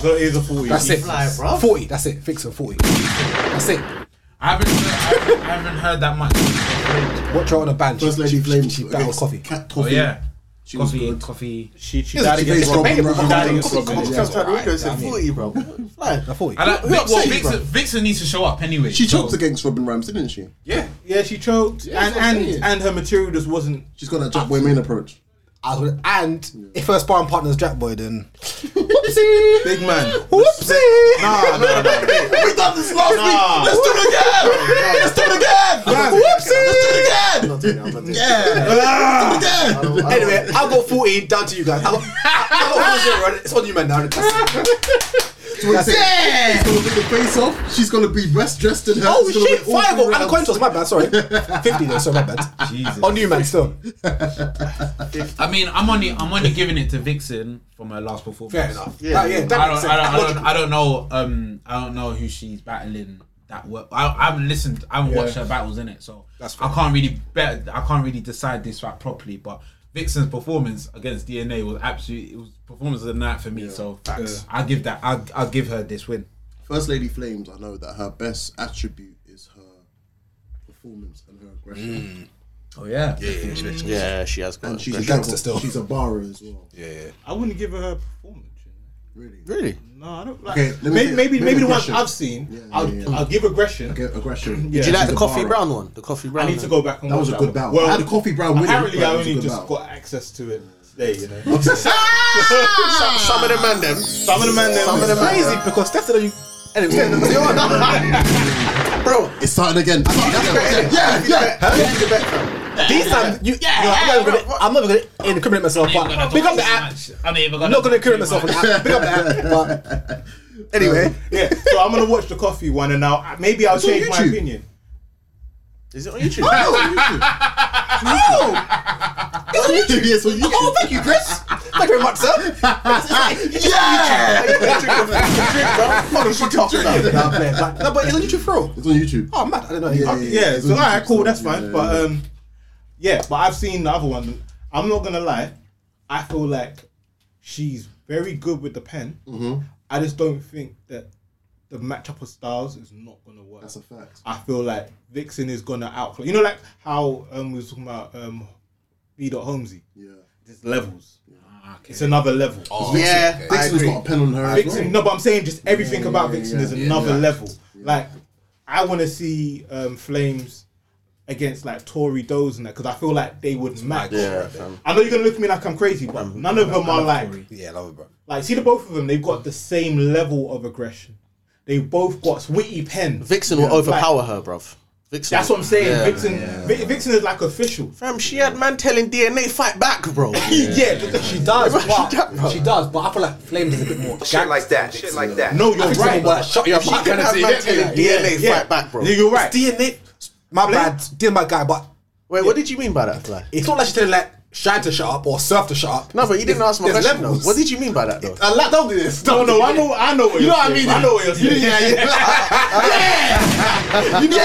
S3: So it is a 40.
S2: That's it.
S4: bruv.
S2: 40. That's it. Fix it. 40. That's it.
S6: I haven't, heard, I haven't, I haven't heard that much.
S2: Watch her on a band.
S1: First Lady Flame.
S2: She, she battles
S1: against
S2: coffee.
S1: Cat
S6: Oh
S1: Coffee.
S6: yeah,
S1: she was
S6: coffee,
S1: good.
S6: coffee.
S3: She, she
S2: Yes,
S3: died
S2: she
S3: against
S2: faced
S3: Robin.
S2: Robin
S3: Robin died
S2: Robin.
S3: against Robin.
S2: Robin.
S3: yeah.
S2: Robin.
S4: bro. Fly.
S2: Now 40.
S6: I like
S4: Who upset
S6: Vixen,
S4: you,
S6: Vixen,
S4: bruv?
S6: Vixen needs to show up anyway.
S1: She
S6: so-
S1: choked against Robin Rams, didn't she?
S6: Yeah,
S3: Yeah, she choked.
S1: Yeah, that's what I'm
S3: and
S1: saying.
S3: and, and her material just wasn't.
S1: She's got that Jack Boy main approach.
S2: I was- and if her sparring partner's Jack Boy, then
S3: Big man.
S2: whoopsie.
S1: Ah,
S3: Nah, nah, nah.
S1: We done this last
S3: Nah.
S1: week. Let's do it again. Let's do it again. Let's do it again.
S3: Ah!
S1: Let's do it again.
S2: Anyway, I've got 14 down to you guys. I've got, I've got 40. It's on you, man. Now
S1: So what you're saying, She's gonna win the face off. She's gonna be best dressed in her.
S2: Oh
S1: She's gonna
S2: shit,
S1: win all
S2: fireball
S1: three
S2: and a
S1: rounds.
S2: coin toss. My bad, *laughs* sorry. 50 though, sorry, my bad. On you, man, still.
S6: I mean, I'm only, I'm only giving it to Vixen from her last performance.
S2: Fair enough. Yeah, yeah, that
S6: I
S2: makes
S6: don't,
S2: sense.
S6: I don't, I don't, I don't know. Um, I don't know who she's battling. That work. I, I haven't listened. I haven't watched her battles in it, so
S2: That's fair.
S6: I can't really bet. I can't really decide this fight properly. But Vixen's performance against DNA was absolute. It was performance of the night for me. So
S2: Facts.
S6: I give that. I I give her this win.
S1: First Lady Flames, I know that her best attribute is her performance and her aggression.
S6: Oh yeah.
S4: Yeah, she has got
S1: And she's a
S4: aggression.
S2: gangster
S1: gangster
S2: still.
S1: still. She's a barra as well.
S3: I wouldn't give her her performance. you know.
S1: Really?
S4: Really?
S3: No, I don't like.
S1: Okay, let me
S3: maybe,
S1: think-
S3: maybe,
S1: maybe
S3: maybe the ones
S1: aggression.
S3: I've seen,
S1: Yeah,
S3: I'll,
S1: yeah, yeah.
S3: I'll give aggression.
S1: Okay, aggression.
S3: Yeah.
S4: Did you like
S1: She's
S4: the
S1: a
S4: coffee
S1: barra. *laughs*
S4: brown one? The coffee brown.
S3: I need to go back and
S1: That
S3: watch
S1: was a
S3: that
S1: good
S3: one.
S1: battle.
S3: Well,
S1: I had a coffee brown winning,
S3: Apparently,
S1: but
S3: I
S1: it was a
S3: only
S1: good
S3: just
S1: battle.
S3: got access to it today. You know, *laughs*
S4: Some, some of them man them.
S3: some of the man there,
S4: Some of
S3: was-
S4: them man
S2: Crazy because Steph said you. Anyway, Steph, you on.
S4: Bro,
S1: It's starting again. It's starting again. Yeah, yeah.
S2: These times, you, you know, I'm, not even gonna, I'm not even gonna incriminate myself, but big up the app.
S6: I'm even
S2: I'm
S6: gonna.
S2: not gonna incriminate myself on the app. Big up the app. But anyway,
S3: yeah. So I'm gonna watch the coffee one, and now maybe I'll
S1: on
S3: change my
S1: YouTube.
S3: opinion.
S4: is it on YouTube?
S1: Yes, well, you
S4: *laughs*
S2: oh, thank you, Chris. Thank you very much, *laughs* sir.
S1: Yeah.
S2: What is she talking about? Nah, man, like- No, but it's on YouTube for real.
S1: It's on YouTube.
S2: Oh, mad. I don't know.
S1: Yeah,
S2: Okay.
S3: Yeah.
S1: it's
S3: So
S1: on
S3: all right,
S1: YouTube,
S3: cool.
S1: so-
S3: That's
S1: yeah,
S3: fine.
S1: yeah,
S3: But
S4: uh,
S1: yeah.
S3: um, yeah. But I've seen the other one. I'm not gonna lie. I feel like she's very good with the pen.
S1: Mm-hmm.
S3: I just don't think that the matchup of styles is not gonna work.
S1: That's a fact.
S3: I feel like Vixen is gonna outclass. You know, like how um, we was talking about um, B. Holmesy.
S1: Yeah.
S3: There's levels. It's another level.
S4: yeah.
S1: Dixon's
S3: agree.
S1: got a pen on her. as
S3: Vixen.
S1: well.
S3: No, but I'm saying just everything about
S1: yeah,
S3: Vixen
S1: yeah,
S3: is
S1: yeah.
S3: another
S1: Yeah.
S3: level. Like, I want to see um, Flames against like Tory Doze and that because I feel like they would match.
S4: Yeah, fam.
S3: I know you're gonna look at me like I'm crazy, but none of them are like
S2: Yeah, love it, bro.
S3: like see the both of them. They've got the same level of aggression. They both got witty pen.
S4: Vixen will overpower her, bruv. Vixen.
S3: That's what I'm saying.
S4: Yeah.
S3: Vixen, Vi- Vixen is like official.
S4: Fam, she had man telling DNA fight back,
S3: *laughs*
S4: bro. *laughs*
S3: Yeah, just-
S2: She
S4: does,
S2: does,
S4: bro.
S2: but she does, but I feel like Flames is a bit more.
S5: Shit like that. Shit like that.
S3: no, you're right.
S2: Shut your
S4: She
S2: mouth.
S4: can have man telling DNA
S3: yeah.
S4: fight back, bro.
S3: Yeah,
S4: Wait,
S3: You're right.
S2: DNA. My bad, DNA, my guy, but
S4: what did you mean by that, Fly?
S2: it's not like she didn't like Shad to shut up or Surf to shut up.
S4: No, but you didn't ask
S2: There's-
S4: my
S2: there's
S4: question. though.
S2: levels.
S4: What did you mean by that,
S3: *laughs*
S4: though?
S2: I like, don't do this.
S3: No,
S2: Don't
S3: no,
S2: do
S3: I know, I know what
S2: You
S3: you're
S2: know what I
S3: saying.
S2: mean?
S3: I know what you're saying.
S2: Yeah,
S3: *laughs*
S2: yeah.
S1: You know-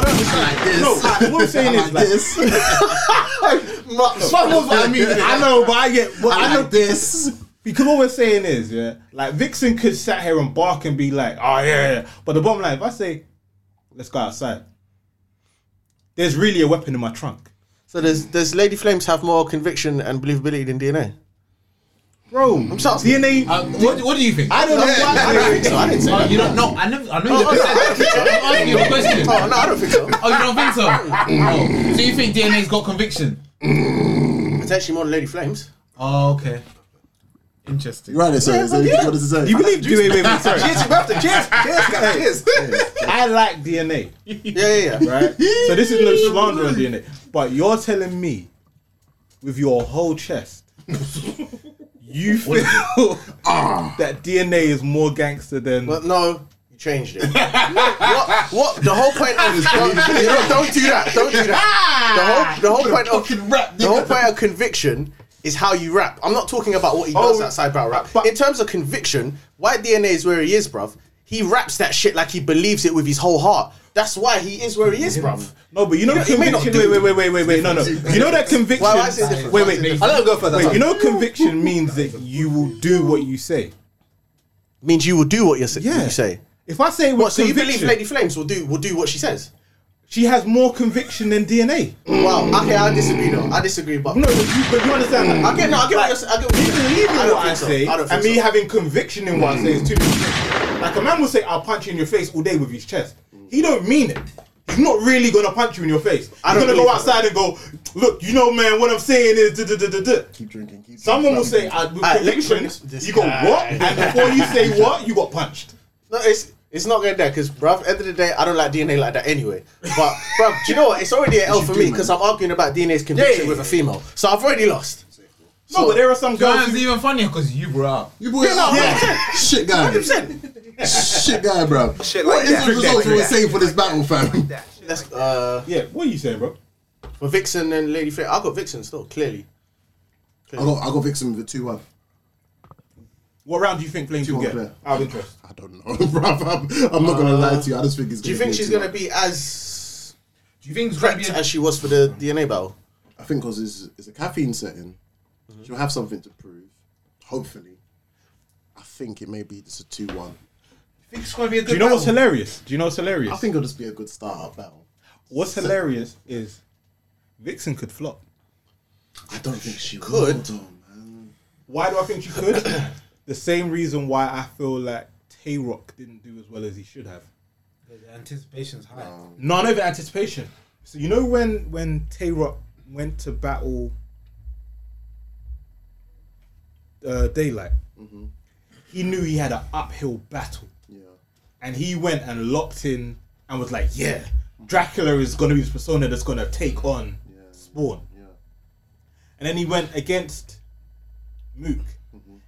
S1: I don't understand. Like this.
S3: No, like, what I'm saying is like,
S1: this.
S3: *laughs*
S2: Fuck off, I mean,
S3: I know, but I get. But I,
S1: I
S3: know
S1: like this.
S3: because what we're saying is, yeah, like Vixen could sat here and bark and be like, oh yeah, yeah. But the bottom line, if I say, let's go outside, there's really a weapon in my trunk,
S4: So there's there's Lady Flames have more conviction and believability than DNA.
S3: bro. I'm
S4: sorry.
S3: DNA.
S6: Uh, what, what do you think?
S3: I don't
S2: *laughs*
S3: know why.
S1: *laughs*
S4: I didn't say
S6: Oh, you don't know. I never. I know you never said that. I'm asking you a question.
S4: Oh no, I don't think so.
S6: Oh, you don't think so? Oh, so you think DNA's got conviction?
S4: Potentially more than Lady Flames.
S6: Oh, okay.
S10: Interesting.
S1: Right, so, so what does it say?
S3: You believe? Wait, wait, wait. Sorry.
S10: Cheers, your birthday.
S3: *laughs*
S10: Cheers, cheers, guys. Cheers.
S3: I like DNA,
S4: Yeah, yeah, yeah.
S3: right? so this is no slander on DNA. But you're telling me, with your whole chest,
S4: *laughs*
S3: you feel
S4: Ah.
S3: that DNA is more gangster than.
S4: But no, you
S1: *laughs*
S4: changed it. what, what? The whole point of don't, you know, don't do that. Don't do
S3: Ah!
S1: Ah!
S4: that. The whole, the whole point of
S1: rap,
S4: the whole point of conviction is how you rap. I'm not talking about what he does
S3: Oh,
S4: outside battle rap. In terms of conviction, why DNA is where he is, bruv. He raps that shit like he believes it with his whole heart. That's why he is where he is, bruv.
S3: No, but you know,
S4: You may not
S3: conviction.
S4: do-
S3: Wait, wait, wait, wait, wait, wait. No, no. You know that conviction.
S4: Why- why is it different?
S3: Wait, wait.
S11: I'll let him go first.
S3: Wait, you know conviction means that you will do what you say.
S4: Means you will do what you say.
S3: Yeah.
S4: You say.
S3: If I say
S4: What?
S3: what,
S4: So you
S3: conviction,
S4: believe Lady Flames will do will do what she says?
S3: she has more conviction than DNA.
S4: Wow. Okay, I disagree though. I disagree, but
S3: No, but you, but you understand that.
S4: I get no. I get what you're saying. I get what
S3: Me
S4: you're saying.
S3: believing
S4: I don't
S3: what
S4: think
S3: I
S4: so.
S3: say
S4: I don't
S3: and
S4: think
S3: me
S4: so.
S3: having conviction in what I say is two different things. Like a man will say, "I'll punch you in your face all day with his chest." He don't mean it. He's not really gonna punch you in your face. He's
S4: don't
S3: gonna go
S4: believe that.
S3: outside and go, "Look, you know, man, what I'm saying is." Da, da, da, da, da.
S1: Keep drinking. Keep
S3: Someone will say, uh, "With
S4: Alright, let me
S3: conviction,"
S4: bring this-
S3: you go,
S4: this guy.
S3: "What?" And before you say what, you got punched.
S4: No, it's it's not going there because, bruv, end of the day, I don't like DNA like that anyway. But, *laughs* bruv, do you know what? It's already an L for me because I'm arguing about DNA's conviction with a female. So I've already lost.
S3: No, but there are some girls.
S6: It's
S3: Who,
S6: even funnier because you brought up.
S1: You boy, yeah. *laughs* shit guy, shit guy, bro.
S12: Shit
S1: what
S12: like
S1: is
S12: that.
S1: the results
S12: Shit like
S1: we're
S12: that.
S1: saying for this battle, fam?
S4: That's, uh,
S3: yeah, what are you saying, bro?
S4: for Vixen and Lady Fair. I got Vixen still, clearly.
S1: I got, I got Vixen with a two one.
S3: What round do you think Flames
S1: Two
S3: will
S1: on
S3: get?
S1: clear.
S3: Out of interest.
S1: I don't know, *laughs* bro. I'm, I'm not gonna lie to you. I just think it's.
S4: Uh, Do you
S1: gonna be
S4: think
S1: a
S4: she's
S1: two-one.
S4: going to be as
S6: Do you think it's gonna be
S4: correct
S6: a,
S4: as she was for the DNA battle?
S1: I think because it's, it's a caffeine setting, she'll have something to prove. Hopefully, I think it may be just a two-one.
S10: think it's gonna be a good.
S3: Do you know what's
S10: battle?
S3: hilarious? Do you know what's hilarious?
S1: I think it'll just be a good start-up battle.
S3: What's hilarious is Vixen could flop.
S1: I don't think she
S4: Could.
S1: will, though, man.
S3: Why do I think she could? *coughs* the same reason why I feel like Tay Rock didn't do as well as he should have.
S10: The anticipation's high.
S3: None of anticipation. So you know when when Tay Rock went to battle uh, Daylight,
S1: Mm-hmm.
S3: he knew he had an uphill battle,
S1: Yeah,
S3: and he went and locked in and was like, "Yeah, Dracula is gonna be this persona that's gonna take on Spawn."
S1: yeah.
S3: and then he went against Mook,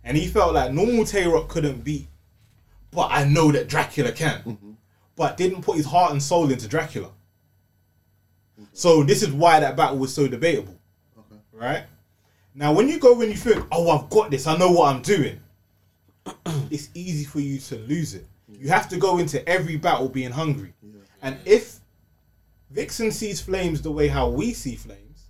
S3: and he felt like normal Tay Rock couldn't beat, but I know that Dracula can, but didn't put his heart and soul into Dracula. So this is why that battle was so debatable, right? Now, when you go and you think, "Oh, I've got this. I know what I'm doing," *clears throat* it's easy for you to lose it. You have to go into every battle being hungry, and if Vixen sees flames the way how we see flames,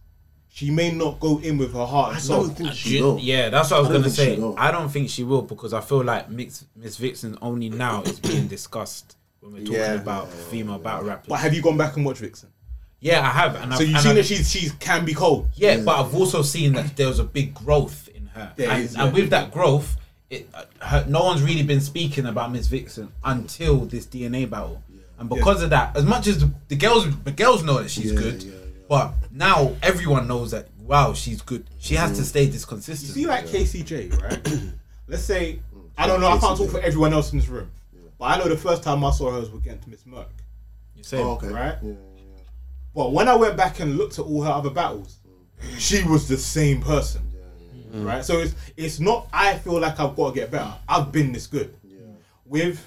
S3: she may not go in with her heart and
S1: I
S3: soul.
S1: don't think
S6: Do
S1: she
S6: you-
S1: will.
S6: yeah, that's what I was
S1: I don't
S6: gonna
S1: think she
S6: say.
S1: will.
S6: I don't think she will because I feel like Miss, Miss Vixen only now is being discussed when we're talking
S4: Yeah.
S6: about female battle rappers.
S3: But have you gone back and watched Vixen?
S6: yeah, I have, and
S3: So
S6: I've,
S3: you've
S6: and
S3: seen
S6: I've-
S3: that she's she's can be cold.
S6: Yeah, but I've also seen that there was a big growth in her,
S3: There
S6: and,
S3: is,
S6: and
S3: yeah.
S6: with that growth, it, uh, her, no one's really been speaking about Miss Vixen until this DNA battle, and because of that, as much as the, the girls, the girls know that she's
S1: Yeah,
S6: good,
S1: yeah, yeah.
S6: but now everyone knows that wow, she's good. She has to stay this consistent.
S3: See, like KCJ, *coughs* right? Let's say
S6: Mm.
S3: I don't know. I can't talk for everyone else in this room, but I know the first time I saw her was against Miss Merck.
S6: You say
S1: Oh, okay.
S3: Right?
S1: Yeah, yeah,
S3: But when I went back and looked at all her other battles, she was the same person, right? So it's it's not. I feel like I've got to get better. I've been this good. With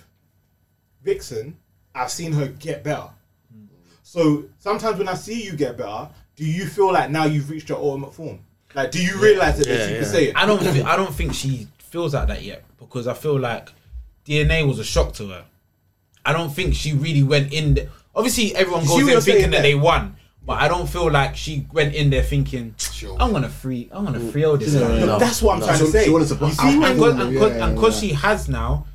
S3: Vixen, I've seen her get better. So sometimes when I see you get better, do you feel like now you've reached your ultimate form? Like, do you realize that that you can say it?
S6: I don't. thi- I don't think she feels like that yet because I feel like DNA was a shock to her. I don't think she really went in. The, obviously, everyone
S3: She
S6: goes in
S3: was saying
S6: thinking that
S3: that.
S6: they won, but I don't feel like she went in there thinking, "I'm gonna free. I'm gonna free all this." guy."
S3: But that's what I'm trying to
S1: She-
S3: say.
S1: she wanted to
S3: you
S1: put
S3: see,
S1: out-
S3: when
S6: And because and
S1: Yeah,
S6: cause,
S1: yeah,
S6: and 'cause
S1: yeah.
S6: she has now,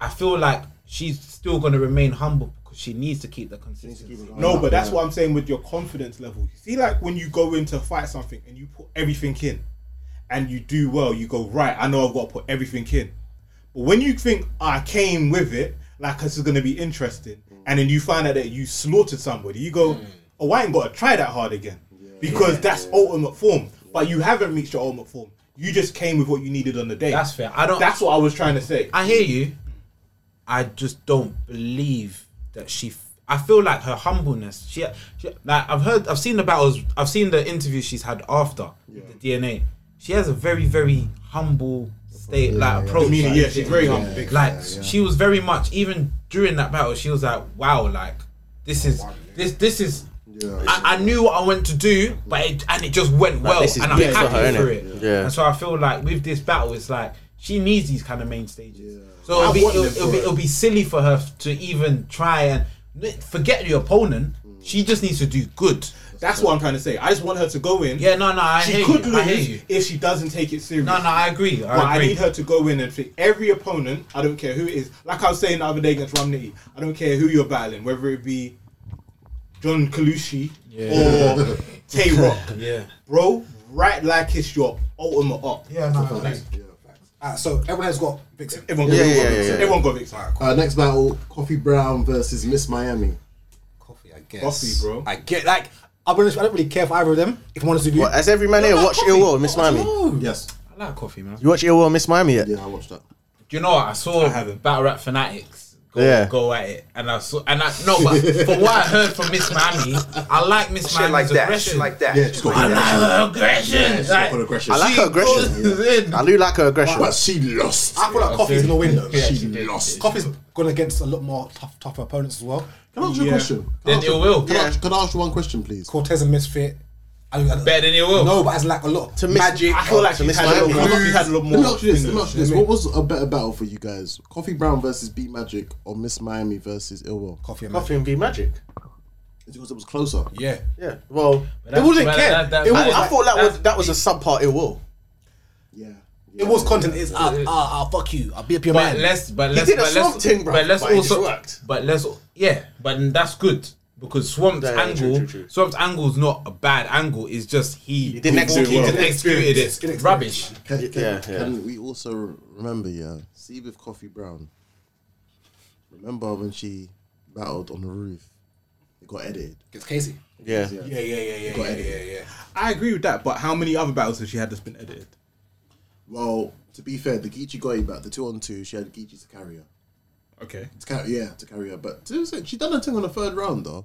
S6: I feel like she's still gonna remain humble because she needs to keep the consistency.
S3: No, but that's what I'm saying with your confidence level. You see, like when you go in to fight something and you put everything in and you do well, you go, right, I know I've got to put everything in. But when you think, I came with it, like this is going to be interesting, and then you find out that you slaughtered somebody, you go, oh, I ain't got to try that hard again because that's ultimate form. But you haven't reached your ultimate form. You just came with what you needed on the day.
S6: That's fair. I don't.
S3: That's what I was trying to say.
S6: I hear you. I just don't believe that she. F- I feel like her humbleness. She, she like I've heard. I've seen the battles. I've seen the interviews she's had after the DNA. She has a very very humble state like approach.
S3: I mean,
S6: Like,
S3: yeah, she's very humble. big
S6: like she was very much even during that battle. She was like, wow, like this
S3: Oh,
S6: is this this is. I, I knew what I went to do, but it, and it just went well,
S4: this is
S6: and I'm
S4: big for
S6: happy
S4: her,
S6: for it.
S4: innit? Yeah.
S6: And so I feel like with this battle, it's like she needs these kind of main stages. So
S3: I
S6: it'll be
S3: want
S6: it'll,
S3: them
S6: it'll
S3: for
S6: be
S3: it.
S6: it'll be silly for her to even try and forget your opponent. She just needs to do good.
S3: That's what I'm trying to say. I just want her to go in.
S6: Yeah, no, no, I
S3: she
S6: hear
S3: could
S6: you.
S3: lose
S6: I hear you.
S3: if she doesn't take it seriously.
S6: No, no, I agree. I
S3: But I
S6: agree.
S3: need her to go in and pick every opponent. I don't care who it is. Like I was saying the other day against Romney, I don't care who you're battling, whether it be John Kalushi or Tay Rock.
S6: Yeah.
S3: Bro, right like it's your ultimate up.
S2: Yeah, no, no, no. Alright, so everyone has got Vixen.
S3: Everyone go
S4: Yeah,
S3: Vixen.
S4: yeah, yeah, yeah.
S3: Everyone go Vixen.
S1: Uh, next battle: Coffee Brown versus Miss Miami.
S2: Coffee, I guess.
S3: Coffee, bro.
S2: I get like. I'm honest, I don't really care for either of them. If I'm honest with you,
S4: What, has every man here watched Ill Will and Miss Miami?
S1: Yes.
S6: I like coffee, man.
S4: You watch Ill Will and Miss Miami yet?
S1: Yeah, I watched that.
S6: Do you know what I saw? Battle rap fanatics. Go,
S4: Yeah.
S6: go at it, and I saw, and I no, but from what I heard from Miss Miami, I like Miss
S13: Shit
S6: Miami's
S13: like that. Shit
S6: aggression.
S13: like that.
S1: Yeah, she's got
S6: I like
S1: aggression.
S6: her aggression.
S1: Yeah, she's
S6: like,
S1: got aggression.
S4: I like her aggression.
S6: goes in.
S4: I do like her aggression.
S1: But she lost.
S2: I feel like Coffee's gonna
S6: *laughs*
S2: win though.
S1: she,
S6: she did.
S1: lost.
S2: Coffee's gone against a lot more tough, tougher opponents as well.
S1: Can I ask you a question? Can I
S6: Then
S1: ask you-
S6: it will.
S1: Can, I, ask- can I ask you one question, please?
S2: Cortez and Misfit. I, I,
S6: Better than it will.
S2: No, but has like a lot.
S4: To Miss-
S2: Magic.
S3: I feel like
S4: So
S3: she
S4: Miss
S3: had, a
S4: Miami.
S3: little more- she had a little more.
S1: Let me ask you this. Let me ask you this.
S2: Yeah.
S1: What was a better battle for you guys? Coffee Brown versus B Magic or Miss Miami versus Ill Will?
S2: Coffee and
S4: Coffee and be magic.
S1: It's because it was closer.
S2: Magic. Yeah.
S4: Yeah. Well,
S6: But that-
S2: wouldn't
S6: but
S2: care.
S6: that- that-
S2: It
S6: that-
S2: wouldn't-
S4: I thought that was
S6: that's-
S4: that was a subpart Ill Will.
S1: Yeah.
S2: It was content. It's ah ah ah. Fuck you. I'll beat up your
S6: But
S2: man.
S6: let's but
S4: He
S6: let's
S4: did a
S6: but let's,
S4: swamp thing, bruv,
S6: but let's
S4: but it
S6: also
S4: just worked.
S6: but let's yeah, but that's good because Swamp's
S4: Yeah, yeah,
S6: angle
S4: true, true, true.
S6: Swamp's angle's not a bad angle. It's just he,
S4: didn't execute
S6: he
S4: well.
S6: just executed it. Rubbish.
S1: Can, can,
S4: Yeah, yeah.
S1: can we also remember, yeah, see with Coffee Brown, remember when she battled on the roof? It got edited.
S2: It's Casey.
S4: Yeah.
S2: Yeah yeah yeah yeah yeah yeah. yeah.
S3: I agree with that, but how many other battles has she had that's been edited?
S1: Well, to be fair, the Geechee got it back, the two on two, she had Geechee to carry her.
S3: Okay.
S1: To carry, yeah, to carry her. But to be fair, she done her thing on the third round, though.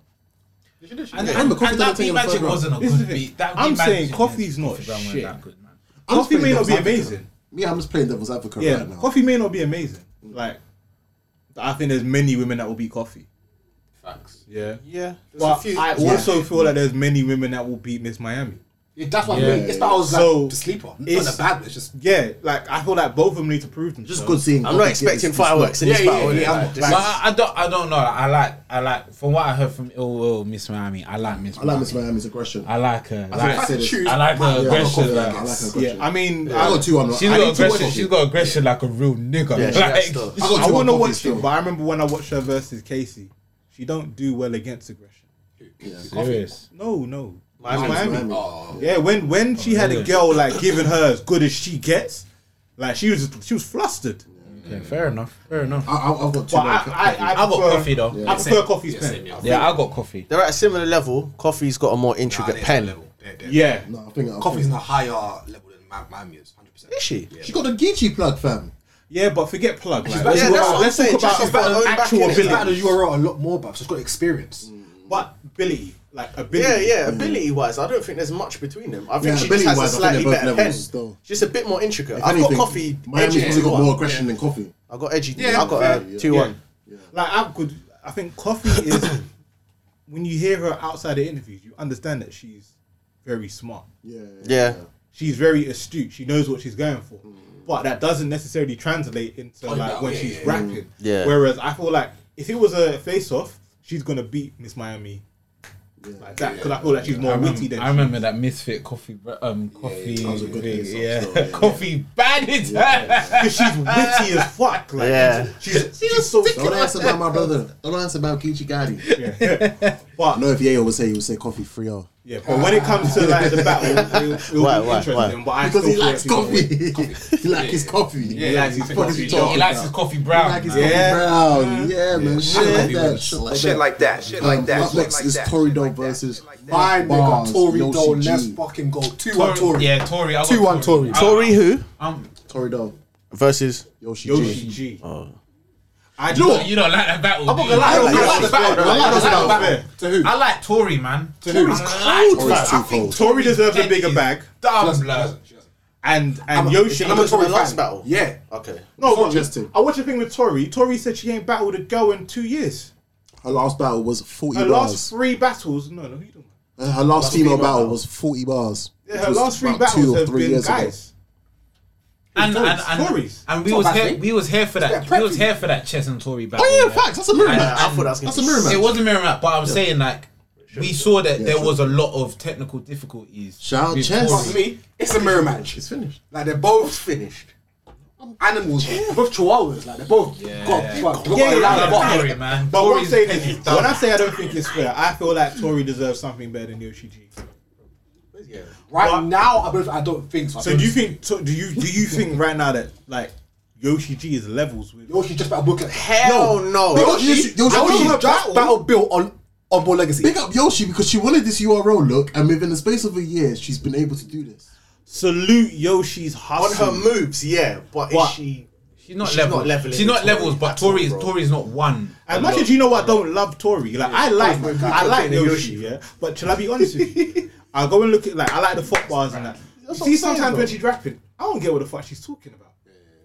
S6: And,
S1: Remember,
S6: and,
S1: Coffee
S6: and
S1: done her
S6: that
S1: thing on
S6: beat
S1: the
S6: magic
S1: third round.
S6: wasn't a
S3: This is
S6: good
S3: the thing.
S6: beat. That
S3: I'm
S6: Beat
S3: saying
S6: Magic
S3: Coffee's
S6: is-
S3: not
S6: Coffee Brown weren't
S3: shit.
S6: that good, man.
S1: I'm just
S3: Coffee may
S1: playing
S3: not be
S1: devil's advocate.
S3: amazing.
S1: Yeah, I'm just playing devil's advocate
S3: Yeah,
S1: right now.
S3: coffee may not be amazing. Like, I think there's many women that will beat coffee.
S6: Facts.
S3: Yeah.
S4: Yeah.
S3: But I also feel that there's many women that will beat Miss Miami.
S2: Yeah, That's what
S6: Yeah.
S2: I mean. It's not I was like
S3: So,
S2: the sleeper. Not
S3: it's-
S2: the bad. It's just
S3: Yeah, like I feel like both of them need to prove themselves.
S1: Just good seeing.
S4: I'm not expecting fireworks in this battle. innit? Like, just-
S6: But I, I don't I don't know. I like I like from what I heard from Ill Will Miss Miami. I like Miss.
S1: I like Miss Miami's aggression.
S6: I like her.
S1: I
S6: Like,
S1: said this.
S6: I like her
S1: Yeah,
S6: aggression.
S1: I like
S6: like-
S1: her aggression.
S3: Yeah, I mean,
S1: I got two on.
S6: She's
S1: I need
S6: got
S1: to watch
S6: aggression.
S1: it.
S6: She's got aggression like a real nigga.
S4: Yeah, she
S6: Like,
S4: has though.
S1: I got
S3: I
S1: two
S3: want
S1: on
S3: to
S1: coffee
S3: watch
S1: still.
S3: it, but I remember when I watched her versus Casey, she don't do well against aggression.
S6: serious.
S3: No, no,
S1: Miami's
S3: Miami.
S1: Miami.
S3: Yeah, when when she had a
S6: really?
S3: girl like giving her as good as she gets, like she was she was flustered.
S6: Yeah, fair enough. Fair enough.
S1: I, I- I've got two.
S3: But
S1: on
S3: I,
S1: coffee.
S3: I, I,
S6: I got
S3: prefer-
S6: coffee though.
S3: I prefer coffee's pen.
S6: Yeah, I got coffee.
S4: They're at a similar level. Coffee's got a more
S2: Ah,
S4: intricate pen.
S3: Yeah,
S1: no, I think I-
S2: coffee's in a higher level than Mi- Miami is. Hundred percent.
S4: Is she?
S1: She got a Geechee plug, fam.
S3: yeah, but forget plug. Like, let's
S4: yeah,
S3: talk
S4: that's
S3: about,
S4: what I'm
S3: let's talk
S4: saying,
S3: about
S4: she's got her own back
S3: actual
S4: in it.
S2: It's better
S3: ability.
S2: than URL a lot more, but she's got experience.
S3: But ability, like ability.
S4: Yeah, yeah. Ability wise, I don't think there's much between them. I think
S1: Mm. Yeah,
S4: she just has a
S1: ability-wise, I think
S4: slightly
S1: they're both
S4: better pen.
S1: levels, though.
S4: Just a bit more intricate.
S1: If
S4: I've
S1: anything,
S4: got coffee.
S1: Miami's
S4: edgy
S1: probably got more
S4: 2-1.
S1: aggression than coffee.
S4: I got edgy.
S2: Yeah,
S4: I got uh,
S2: fair, yeah.
S4: two one.
S3: Like I could, I
S4: *coughs*
S3: think coffee is. when you hear her outside the interviews, you understand that she's very smart.
S1: Yeah.
S4: Yeah.
S3: She's very astute. She knows what she's going for.
S4: Mm.
S3: But that doesn't necessarily translate into like
S2: no,
S3: when
S2: yeah,
S3: she's
S2: yeah.
S3: rapping.
S4: Oh, Yeah.
S3: Whereas I feel like if it was a face-off, she's gonna beat Miss Miami. Like that, because I feel like she's more
S6: I
S3: witty
S6: remember,
S3: than
S6: I remember that misfit coffee, um, coffee, yeah,
S1: was a good insult,
S6: yeah. *laughs*
S1: so, yeah.
S6: coffee bandit.
S3: because she's witty as fuck. Like
S4: Yeah.
S3: she's, she's so.
S1: Don't answer *laughs* about my brother. Don't answer about Geechee Gotti.
S3: Yeah. But
S1: I know if Yeo would say, he would say coffee free. oh.
S3: Yeah, but when it comes to like the battle, it'll, it'll
S4: Why,
S3: be
S4: why,
S3: interesting.
S4: why?
S3: But I
S1: Because
S3: still
S1: he likes
S3: feel like people-
S1: coffee. *laughs* he likes his coffee.
S3: he likes his
S1: That's what
S3: coffee.
S1: he's
S3: Yo,
S1: talking
S6: He likes
S1: about.
S6: his coffee brown. Uh,
S1: Like his
S6: yeah.
S3: Yeah.
S1: coffee brown. Yeah, man. Shit like that. Shit like
S5: Shit
S1: that.
S5: like that. Shit like
S1: Um,
S5: that.
S1: Up
S5: shit
S1: next
S5: like
S1: is
S5: that,
S1: Tory
S5: shit
S1: Doe
S5: like that,
S1: versus
S5: shit like that.
S2: My nigga,
S1: Bars,
S2: Tory
S1: Yoshi
S2: Dole,
S1: G.
S2: let's fucking go. 2 1 Tory.
S6: Yeah, Tory. I got Uh,
S2: 2 1 Tory.
S4: Tory who
S6: Um,
S1: Tory Doe
S4: versus
S1: Yoshi,
S3: Yoshi Oh.
S1: G.
S3: G.
S6: I do. You don't like that battle. I'm not gonna
S2: I
S6: lie.
S2: like
S6: I
S2: that
S6: like the battle.
S2: battle.
S6: I like
S2: I like
S6: the
S2: that
S6: battle.
S2: battle. To who?
S6: I like Tory, man. Tory's
S1: Tory's too cold.
S3: Tory deserves a bigger bag.
S6: Dumb blood.
S3: And and Yoshi,
S4: I'm a Tory fan. battle.
S2: Yeah.
S4: Okay.
S3: No, but
S1: Interesting.
S3: I watched a thing with Tori. Tori said she ain't battled a girl in two years.
S1: Her last battle was 40
S3: Her
S1: bars.
S3: last three battles, no, no, who you talking about?
S1: Uh, her last female,
S4: female
S1: battle
S4: battle.
S1: was 40 bars.
S3: Yeah,
S1: which
S3: her
S1: was
S3: last three
S1: about
S3: battles have been
S1: ago.
S3: guys.
S6: And
S3: Tories,
S6: and and,
S3: Tories.
S6: and we
S2: It's
S6: was
S2: not bad
S6: here.
S2: thing.
S6: We was here for that.
S2: Yeah,
S6: We was
S2: preppy.
S6: here for that chess and Tory battle.
S1: Oh, yeah,
S6: yeah.
S1: facts. That's a mirror
S6: And-
S1: match.
S6: and-
S4: that was gonna
S1: That's
S4: be-
S1: a mirror match.
S6: It was a mirror match, but I'm saying like we saw that there was a lot of technical difficulties.
S1: Shout out
S6: with
S1: chess.
S2: Fuck
S6: Tory.
S2: me, it's a mirror match.
S1: It's finished.
S2: Like they're both finished. Animals, both chihuahuas, like they're both
S6: yeah.
S2: got fucked.
S3: Yeah, yeah,
S6: I
S3: yeah.
S6: love Tory, man.
S3: But what I'm
S6: Tory's-
S3: saying is, when I say I don't think it's fair, I feel like Tori deserves something better than Yoshi G.
S2: Right
S3: But-
S2: now, I don't, I don't think so. I
S3: So
S2: don't
S3: do you think? So do you do you think right now that like Yoshi G is levels with?
S2: Yoshi just about book
S4: Hell no.
S2: Yoshi,
S1: Yoshi-
S2: Yoshi,
S1: Yoshi-
S2: Yoshi
S1: Yoshi
S2: just
S1: battle-
S2: battle, built on on Born Legacy.
S1: Big up Yoshi because she wanted this URL look, and within the space of a year, she's been able to do this.
S3: Salute Yoshi's
S7: On
S3: hustle.
S7: her moves, yeah, but is
S3: What?
S7: she?
S6: She's not
S7: She's
S6: level.
S7: not leveling
S6: She's not
S7: Tory
S6: levels, but
S7: at all,
S6: Tory is
S7: bro.
S6: Tory is not one.
S3: As much as you know, I don't love Tory. Like I like, I like
S7: Yoshi.
S3: Yoshi, yeah. But shall I be honest with you? I go and look at like I like the fuck bars and that. You
S1: what I'm
S3: see, sometimes
S1: saying, bro.
S3: when she's rapping, I don't get what the fuck she's talking about.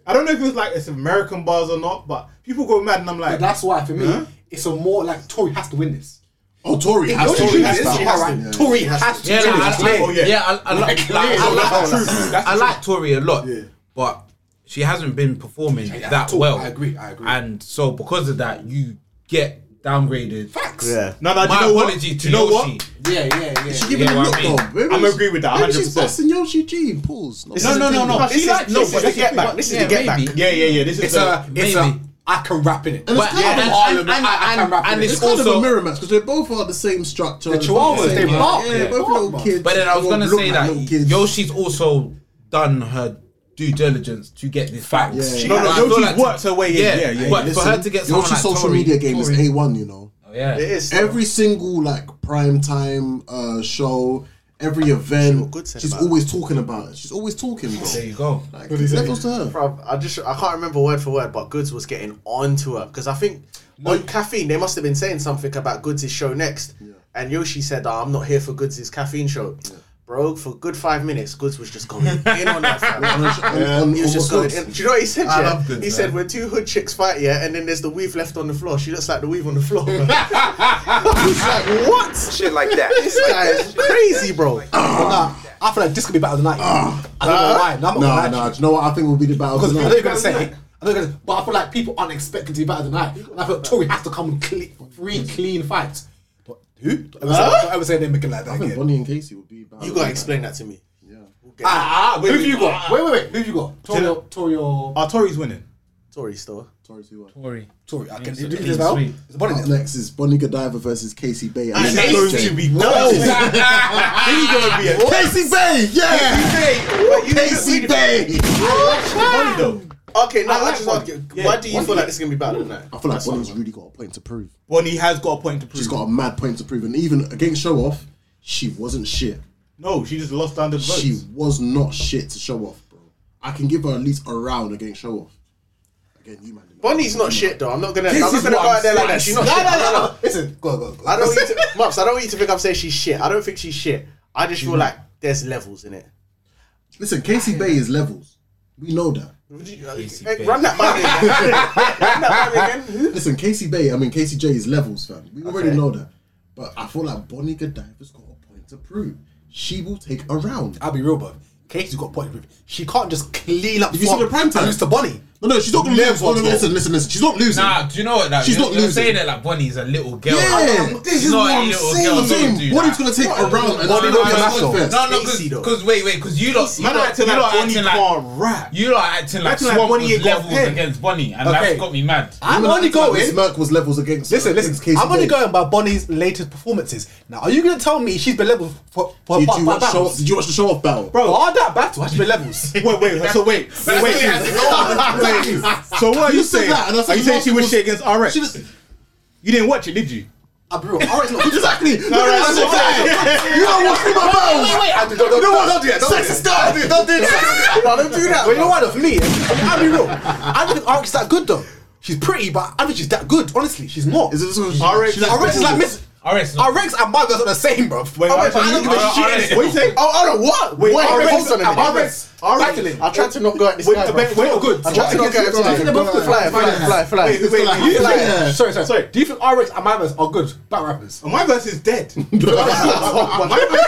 S3: I don't know if it's like it's American bars or not, but people go mad and I'm like,
S2: But that's why for me, it's a more like Tory has to win this.
S1: Oh, Tory has
S2: Yoshi
S1: Tory
S2: G
S1: has
S2: is
S1: to.
S2: alright. Tory has to.
S6: Yeah,
S2: win
S6: like,
S2: this.
S6: I, I,
S3: Oh, yeah.
S6: yeah, I, I, like, like, I,
S3: that's
S6: like,
S3: the truth. That's
S6: I like Tori a lot, but she hasn't been performing that
S2: Tory,
S6: well.
S2: I agree, I agree.
S6: And so because of that, you get downgraded.
S2: Facts.
S4: Yeah.
S3: no, no. Do you
S6: My
S3: know what?
S6: apology
S3: Do
S6: to
S3: you know
S6: Yoshi.
S3: what?
S2: Yeah, yeah, yeah.
S1: She give it
S6: Yeah,
S1: a
S6: what I
S1: look
S6: mean.
S1: though. Maybe
S3: I'm
S1: it's-
S3: agree with that,
S1: Maybe she's
S3: 100%.
S1: busting Yoshi G. Pause. No,
S6: No, no, no, no.
S7: This
S6: She
S7: is-
S6: like
S7: this
S6: no, but
S7: is the
S6: that's
S7: get
S6: the
S7: back.
S6: thing.
S7: This is
S6: Yeah,
S7: the get back.
S6: maybe.
S3: Yeah, yeah, yeah. This
S2: It's
S3: is
S2: a,
S3: a.
S2: it's
S6: maybe.
S2: a, I can rap in it.
S1: And it's
S6: But-
S1: kind
S6: yeah,
S1: of a-
S6: and- and- and-
S2: I can rap in
S6: and
S2: it.
S1: It's
S2: *laughs*
S6: it's
S1: kind of a
S6: also
S1: mirror match because they both are the same structure.
S2: The Chihuahuas,
S1: Same-
S2: they bark.
S1: Yeah,
S2: Yeah.
S1: both little
S2: Bark,
S1: kids.
S6: But then I was
S1: They
S6: gonna
S1: look
S6: say
S1: like little
S6: that
S1: kids.
S6: Yoshi's also done her due diligence to get this fact.
S1: Yeah, yeah.
S3: No, no,
S6: I feel
S3: Yoshi's
S6: to-
S3: worked her way in. Yeah, yeah,
S6: But
S1: Listen,
S6: for her to get someone
S1: Yoshi's
S6: like
S1: social
S6: Tory-
S1: media game is
S6: Tory-
S1: A1, you know.
S6: Oh, yeah.
S7: It is
S1: every single like prime time uh, show, every event,
S4: good said
S1: she's
S4: about it.
S1: always talking about it. She's always talking. Bro.
S6: There you go.
S1: Like, levels to her.
S4: Bruv, I just I can't remember word for word, but Goods was getting onto her because I think on caffeine they must have been saying something about Goods' show next, and Yoshi said, oh, "I'm not here for Goods' caffeine show." Bro, for a good five minutes, Goods was just going in on that. fam.
S1: And-
S4: He was just
S1: and-
S4: going in. Do you know what he said? yeah?
S6: love Goods,
S4: he said, "When two hood chicks fight, yeah, and then there's the weave left on the floor. She looks like the weave on the floor." bro." I was like, "What?
S5: Shit like that.
S4: This guy is crazy, bro."
S2: But nah, I feel like this could be better than that. I don't know why. No, I'm not
S1: Nah,
S2: gonna lie
S1: nah.
S2: to
S1: Do you know what I think will be the battle
S2: Because people
S1: tonight?
S2: are going to say, I know you're gonna, but I feel like people aren't expecting to be better than that. And I feel Tory has to come with clean, three clean fights. But who? Don't ever say- don't ever say they're making like
S1: I
S2: that
S1: think
S2: again.
S1: Bonnie and Casey will be. battle
S4: You gotta
S1: tonight.
S4: explain that to me.
S2: Ah, ah, who have you got? Wait, wait, wait. Who have you got? Tory, or- Tory or
S3: Our Tori's winning.
S4: Tory store.
S1: Sorry, see what?
S6: Tory.
S2: Tory? I can
S6: Clean
S2: do this
S6: sweep.
S2: now. It's a body
S1: Up
S2: there.
S1: next is Bonnie Godiva versus Casey Bay. And
S3: This
S1: then that's
S3: is going to
S1: Jay.
S2: *laughs*
S3: be no. He's gonna be a
S1: Casey Bay, yeah, Casey Bay.
S3: Money though.
S4: Okay, now I,
S3: like
S4: just
S3: one.
S4: want to.
S3: Yeah.
S4: Why do you feel like this is gonna be better than that?
S1: I feel like Bonnie's really got a point to prove.
S3: Bonnie has got a point to prove.
S1: She's got a mad point to prove, and even against Show Off, she wasn't shit.
S3: no, she just lost down the votes.
S1: She was not shit to show off, bro. I can give her at least a round against show off. Again, you man. didn't-
S4: Bonnie's not shit though. I'm not gonna. I'm
S2: is
S4: not gonna
S2: what
S4: go
S2: I'm
S4: out there like that. She's not
S2: saying.
S4: shit.
S2: No,
S4: No,
S2: no,
S4: no,
S2: no. Listen, go, go, go.
S4: I don't want you to, Mops, I don't want you to think I'm saying she's shit. I don't think she's shit. I just
S2: Mm-hmm.
S4: feel like there's levels in it.
S1: Listen, Casey Bay is levels. We know that.
S4: Would you- eh, Run that by me again. Run that by me again.
S1: Listen, Casey Bay, I mean Casey J is levels, fam. We already know that. But I feel like Bonnie Godiva's got a point to prove. She will take a round.
S2: I'll be real, bro. Casey's got a point to prove. She can't just clean up.
S1: If you see
S2: front
S1: the prime time-
S2: and lose to Bonnie.
S1: No, no, she's not gonna lose.
S9: Never
S1: No, no,
S9: drop.
S1: listen, listen, listen. She's not losing.
S9: Nah, do you know what? Like,
S1: She's
S9: you're,
S1: not
S9: you're
S1: losing.
S9: saying it like Bonnie's a little girl.
S1: Yeah, this
S9: she's
S1: is
S9: not
S1: what
S9: a
S1: I'm
S9: little
S1: saying.
S9: girl.
S1: I'm saying,
S9: Don't do
S1: Bonnie's
S9: that.
S1: gonna take a round
S9: Bonnie
S1: and she's not
S9: don't
S1: gonna
S9: matter.
S1: first.
S9: No, no,
S3: Casey, though.
S9: because wait, wait, because you lot,
S3: Man,
S9: you lot
S3: acting
S9: you
S3: like
S9: lot
S3: Bonnie
S9: acting like
S3: can't rap.
S9: you lot acting like
S3: Acting like
S9: Swamp
S3: Bonnie
S9: was
S3: ain't got
S9: levels
S3: pen.
S9: against Bonnie, and
S3: Okay.
S9: that's got me mad.
S2: I'm
S1: Women
S2: only
S1: acting like Miss
S2: going.
S1: Merck was levels against.
S3: Listen, listen,
S1: against Casey
S2: I'm only
S1: Bates.
S2: going by Bonnie's latest performances. Now, are you going to tell me she's been levels for for
S1: Did
S2: for-
S1: you
S2: for
S1: watch show?
S2: battles?
S1: Did you watch the show off battle?
S2: Bro, all that battle has
S1: *laughs*
S2: been levels.
S3: Wait, wait, so wait, wait, wait. So what are you,
S1: You said
S3: saying?
S1: that, and I said
S3: are you saying she
S1: Mark
S3: was
S1: was-
S3: shit against RX?
S1: She just-
S3: You didn't watch it, did you?
S2: I bro, all right, look,
S1: Exactly. Look
S3: right,
S1: at
S3: so-
S1: that shit. You don't watch my battles.
S2: wait, wait,
S1: You know what? Don't do that. Sex is done. Don't do
S4: *laughs*
S1: that. No, don't do that.
S2: But you know what? For me, I'll be real. I don't think Arx is that good though. She's pretty, but I don't think she's that good. Honestly, she's not.
S1: Is it this one?
S3: RX
S1: She's like-
S2: Arx is like Miss.
S9: RX not-
S2: Arx and Margaret are the same, bro. Wait,
S3: wait,
S2: I don't give a
S9: RX
S2: shit.
S9: is-
S3: What you say?
S1: Oh, I don't what? Wait,
S3: RX
S1: hold
S3: is-
S1: on a minute.
S3: RX
S1: Wait, I tried to not go at this
S3: Wait,
S1: guy.
S3: wait,
S1: bro.
S3: wait, good.
S1: I tried to not go at this guy.
S2: They're both good.
S1: Fly, fly, fly, fly.
S3: Wait, wait, wait, you
S2: Like,
S3: think-
S2: Sorry, sorry,
S3: Sorry.
S2: sorry. Do you think Arx and Margaret are good battle rappers?
S3: My verse is
S2: *laughs*
S3: dead. My verse